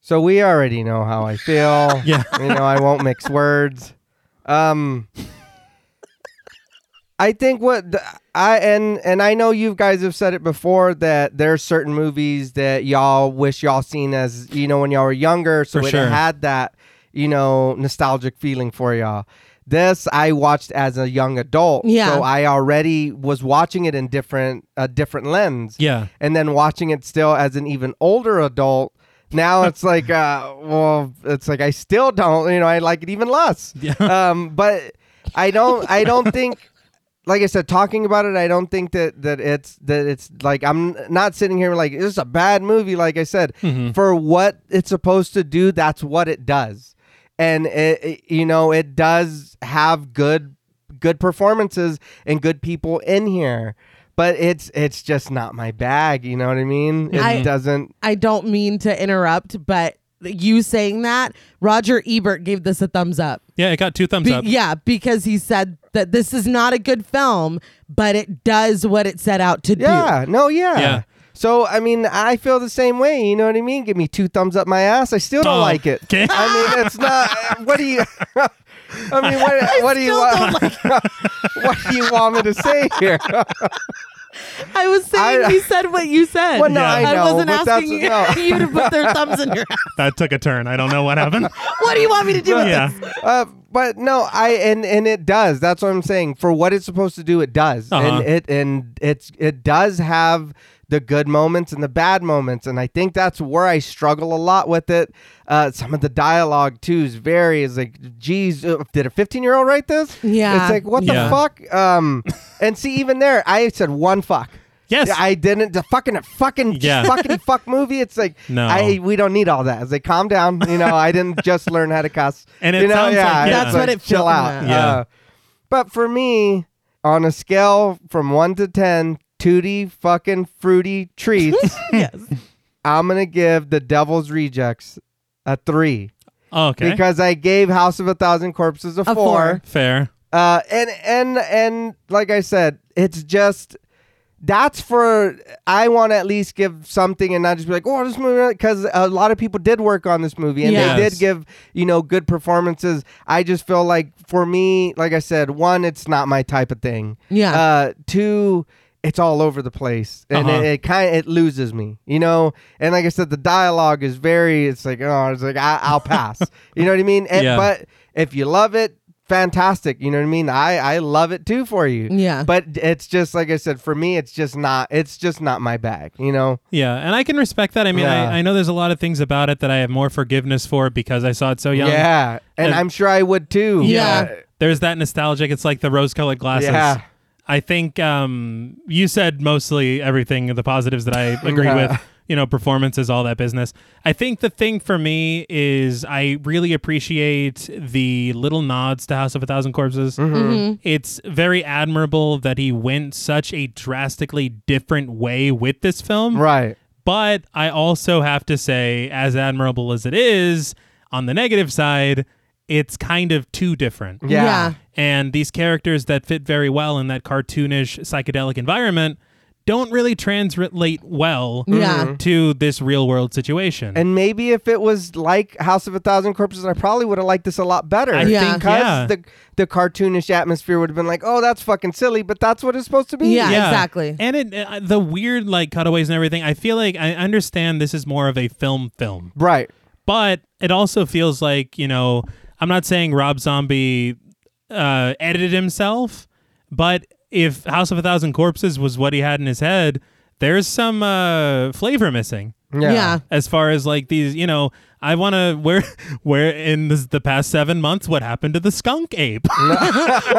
B: So we already know how I feel.
C: (laughs) Yeah.
B: You know, I won't mix words. Um I think what the, I and and I know you guys have said it before that there's certain movies that y'all wish y'all seen as you know when y'all were younger so
C: For
B: it
C: sure.
B: had that you know nostalgic feeling for y'all. This I watched as a young adult,
A: Yeah.
B: so I already was watching it in different a different lens
C: Yeah.
B: and then watching it still as an even older adult now
C: (laughs)
B: it's like uh well it's like i still don't you know i like it even less
C: Yeah.
B: um but i don't i don't
C: (laughs)
B: think like i said talking about it i don't think that that it's that it's like i'm not sitting here like this is a bad movie like i said for what it's supposed to do that's what it does and it, it- you know it does have good good performances and good people in here but it's it's just not my bag you know what i mean it
A: I-
B: doesn't
A: I don't mean to interrupt, but you saying that, Roger Ebert gave this a thumbs up.
C: Yeah, it got two thumbs
A: Be-
C: up.
A: yeah, because he said that this is not a good film, but it does what it set out to do.
B: yeah no yeah
C: Yeah.
B: so i mean i feel the same way you know what i mean give me two thumbs up my ass i still don't
C: Oh,
B: like it
C: okay.
B: i mean it's not what do you (laughs) i mean
C: (laughs)
B: what, what do you
A: still
B: want (laughs) what do you want me to say
C: (laughs)
B: here
A: I was saying
B: I-
A: he said what you said.
B: Well, no, I know,
A: wasn't
B: but that's-
A: asking you,
B: no.
A: (laughs) you to put their thumbs in your ass.
C: That took a turn. I don't know what
A: (laughs)
C: happened.
A: What do you want me to do with
C: yeah.
A: this?
B: uh, but no, I and and it does. That's what I'm saying. For what it's supposed to do, it does,
C: Uh-huh.
B: and it and it's it does have the good moments and the bad moments, and I think that's where I struggle a lot with it. Uh, some of the dialogue too is very is like, geez, uh, did a 15 year old write this?
A: Yeah.
B: it's like what
C: Yeah.
B: the fuck. Um, and see, even there, I said one fuck.
C: Yes.
B: I didn't. The fucking fucking
C: Yeah.
B: fucking fuck movie. It's like
C: No.
B: I we don't need all that. It's like calm down. You know, I didn't just learn how to cuss.
C: (laughs) And it
B: you know,
C: sounds
B: yeah,
C: like-
B: it's
C: That's
A: what it
B: chill
A: felt
B: out.
A: like.
C: Yeah.
B: Uh, but for me, on a scale from one to ten, tutti fucking fruity
A: (laughs)
B: treats,
A: yes.
B: I'm gonna give the Devil's Rejects a three
C: Oh, okay.
B: because I gave House of a Thousand Corpses a,
A: four.
B: four.
C: Fair.
B: Uh, and and and like I said, it's just that's for I want to at least give something and not just be like, oh, this movie because a lot of people did work on this movie and
A: Yes.
B: they did give you know good performances. I just feel like for me, like I said, one, it's not my type of thing.
A: Yeah.
B: Uh, two. It's all over the place, and
C: Uh-huh.
B: it, it kind it loses me, you know. And like I said, the dialogue is very. It's like oh, it's like I, I'll pass, you know what I mean. And,
C: Yeah.
B: But if you love it fantastic you know what i mean i i love it too for you
A: Yeah.
B: but it's just like i said for me it's just not it's just not my bag you know
C: Yeah, and I can respect that. I mean,
B: Yeah.
C: I, I know there's a lot of things about it that I have more forgiveness for because I saw it so young.
B: yeah and
C: And-
B: i'm sure i would too
A: Yeah.
C: There's that nostalgic. It's like the rose-colored glasses.
B: Yeah.
C: I think um, you said mostly everything of the positives that I agreed with. you know, performances, all that business. I think the thing for me is I really appreciate the little nods to House of a Thousand Corpses.
B: Mm-hmm.
C: It's very admirable that he went such a drastically different way with this film.
B: Uh, Right.
C: But I also have to say, as admirable as it is, on the negative side, it's kind of too different.
B: Yeah.
A: Yeah.
C: And these characters that fit very well in that cartoonish psychedelic environment don't really translate well
A: Yeah.
C: to this real world situation.
B: Mm-hmm. And maybe if it was like House of a Thousand Corpses, I probably would have liked this a lot better.
C: I
A: Yeah. think-
B: Because
C: yeah.
B: the the cartoonish atmosphere would have been like, oh, that's fucking silly, but that's what it's supposed to be.
A: Yeah. exactly.
C: And it uh, the weird like cutaways and everything. I feel like I understand this is more of a film film.
B: Right.
C: but it also feels like you know i'm not saying rob zombie uh, edited himself but if house of a thousand corpses was what he had in his head there's some uh, flavor missing
B: Yeah.
A: Yeah.
C: as far as like these you know i want to (laughs) where where in this, the past seven months what happened to the skunk ape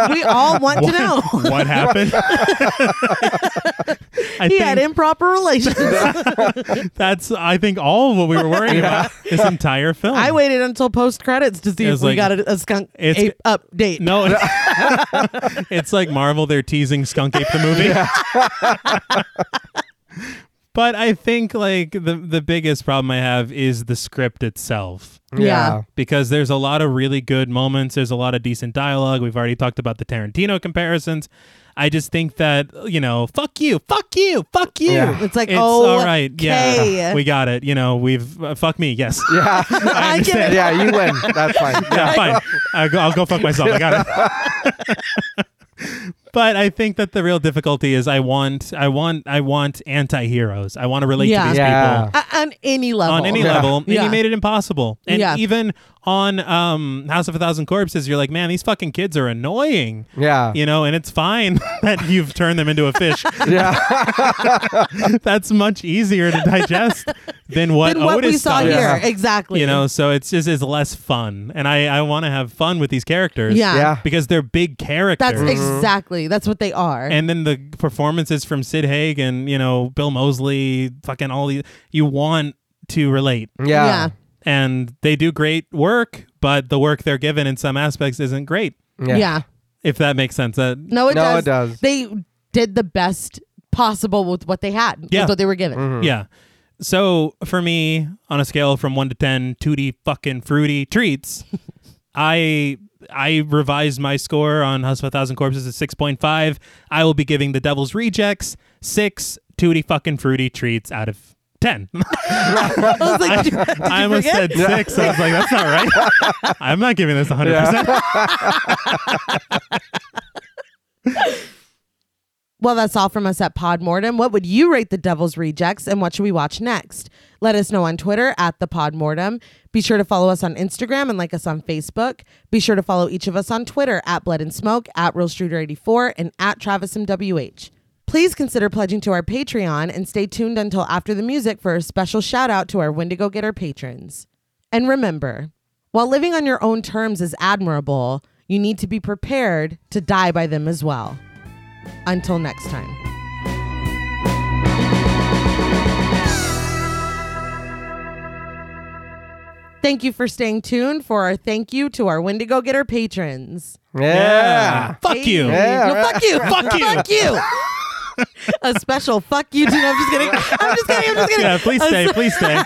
A: we all want to know.
C: (laughs) what happened (laughs) I
A: He
C: think
A: had improper relations.
C: (laughs) that's i think all of what we were worrying about this entire film
A: I waited until post credits to see
C: It
A: if
C: was
A: we
C: like-
A: got a, a skunk
C: It's-
A: ape update.
C: No, (laughs) it's- it's like Marvel. They're teasing Skunk Ape the movie. (laughs) but I think like the the biggest problem I have is the script itself
A: Yeah.
C: because there's a lot of really good moments. There's a lot of decent dialogue. We've already talked about the Tarantino comparisons. I just think that you know, fuck you, fuck you, fuck you.
A: (laughs)
B: Yeah.
A: It's like,
C: all right,
A: okay.
C: yeah, we got it. You know, we've uh, fuck me, yes.
B: Yeah. (laughs)
A: I, get
B: Yeah.
A: it.
B: you win. That's fine.
C: yeah, fine. I'll go, I'll go fuck myself. I got it. (laughs) but I think that the real difficulty is I want I want I want anti-heroes. I want to relate
A: Yeah.
C: to these
B: Yeah.
C: people
A: A- on any level.
C: on any
B: Yeah.
C: level. And
A: Yeah.
C: you made it impossible. And
A: Yeah.
C: even on um, House of a Thousand Corpses, you're like, man, these fucking kids are annoying.
B: (laughs) Yeah.
C: You know, and it's fine (laughs) that you've turned them into a
A: (laughs)
C: fish.
B: Yeah.
C: (laughs) That's much easier to digest than what
A: Than what
C: Otis
A: we saw
C: does.
A: here.
B: Yeah.
A: Exactly.
C: You know, so it's just it's less fun, and I I want to have fun with these characters.
A: Yeah.
B: Yeah.
C: because they're big characters.
A: That's exactly. That's what they are.
C: and then the performances from Sid Haig and you know Bill Mosley, fucking all these. You want to relate,
B: Yeah.
C: and they do great work, but the work they're given in some aspects isn't great.
A: Yeah.
B: Yeah.
A: Yeah.
C: If that makes sense, that
A: No, it
B: No,
A: does.
B: it does.
A: They did the best possible with what they had,
C: Yeah.
A: with what they were given.
B: Mm.
C: yeah. So for me, on a scale from one to ten, tutti fucking fruity
A: (laughs)
C: treats, I I revised my score on House of a Thousand Corpses to six point five. I will be giving the Devil's Rejects six tutti fucking fruity treats out of
A: (laughs)
C: ten. (laughs)
A: I was like, did you, did you
C: I almost
A: forget?
C: said six. I was like, that's not
A: (laughs)
C: right. I'm not giving this 100. percent
A: Well, that's all from us at Podmortem. What would you rate The Devil's Rejects and what should we watch next? Let us know on Twitter at The Podmortem. Be sure to follow us on Instagram and like us on Facebook. Be sure to follow each of us on Twitter at Blood and Smoke, at Real Streeter 84, and at Travis MWH. Please consider pledging to our Patreon and stay tuned until after the music for a special shout out to our Wendigo Getter patrons. And remember, while living on your own terms is admirable, you need to be prepared to die by them as well. Until next time. Thank you for staying tuned for our thank you to our Wendigo Getter patrons.
B: Yeah.
C: Fuck
A: Hey.
C: you.
B: Yeah,
A: No,
B: right.
A: fuck you. fuck you. Fuck
B: (laughs)
A: you. A special fuck you to. No, I'm just kidding. I'm just kidding. I'm just kidding.
C: Yeah,
A: (laughs)
C: please
A: A
C: stay. Please stay.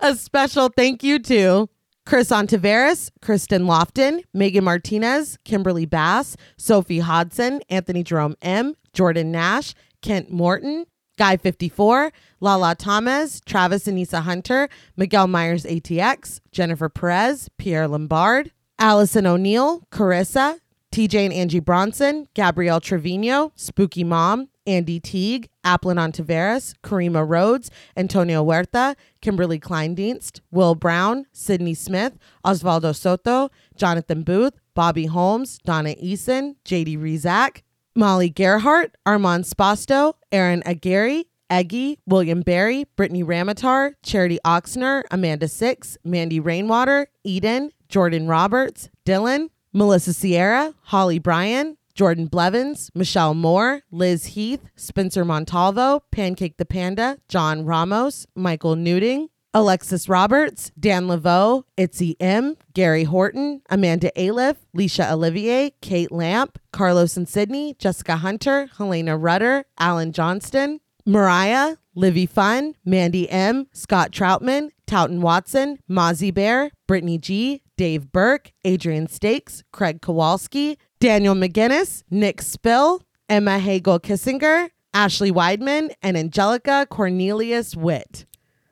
A: a special thank you to Chris Ontiveros, Kristen Lofton, Megan Martinez, Kimberly Bass, Sophie Hodson, Anthony Jerome M, Jordan Nash, Kent Morton, Guy54, Lala Thomas, Travis and Anissa Hunter, Miguel Myers ATX, Jennifer Perez, Pierre Lombard, Allison O'Neill, Carissa, TJ and Angie Bronson, Gabrielle Trevino, Spooky Mom, Andy Teague, Applin Ontiveros, Karima Rhodes, Antonio Huerta, Kimberly Kleindienst, Will Brown, Sydney Smith, Osvaldo Soto, Jonathan Booth, Bobby Holmes, Donna Eason, JD Rizak, Molly Gerhart, Armand Spasto, Aaron Aguirre, Eggy, William Barry, Brittany Ramatar, Charity Oxner, Amanda Six, Mandy Rainwater, Eden, Jordan Roberts, Dylan, Melissa Sierra, Holly Bryan, Jordan Blevins, Michelle Moore, Liz Heath, Spencer Montalvo, Pancake the Panda, John Ramos, Michael Newting, Alexis Roberts, Dan Laveau, Itzy M, Gary Horton, Amanda Aliff, Leisha Olivier, Kate Lamp, Carlos and Sydney, Jessica Hunter, Helena Rutter, Alan Johnston, Mariah, Livy Fun, Mandy M, Scott Troutman, Towton Watson, Mozzie Bear, Brittany G, Dave Burke, Adrian Stakes, Craig Kowalski, Daniel McGinnis, Nick Spill, Emma Hagel Kissinger, Ashley Weidman, and Angelica Cornelius Witt.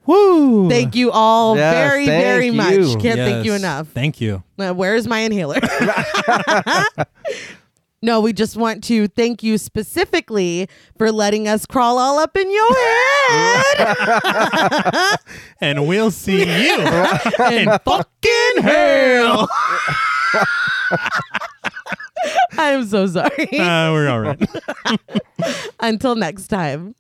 C: Woo!
A: Thank you all
B: Yes,
A: very,
B: thank
A: very much.
B: you.
A: Can't thank you
C: Yes.
A: enough.
C: Thank you.
A: Uh, where is my
B: (laughs)
A: inhaler? no, we just want to thank you specifically for letting us crawl all up in your
B: (laughs)
A: head.
C: And we'll see you in fucking hell.
A: hell. I'm so sorry.
C: Uh, we're all right.
A: Until next time.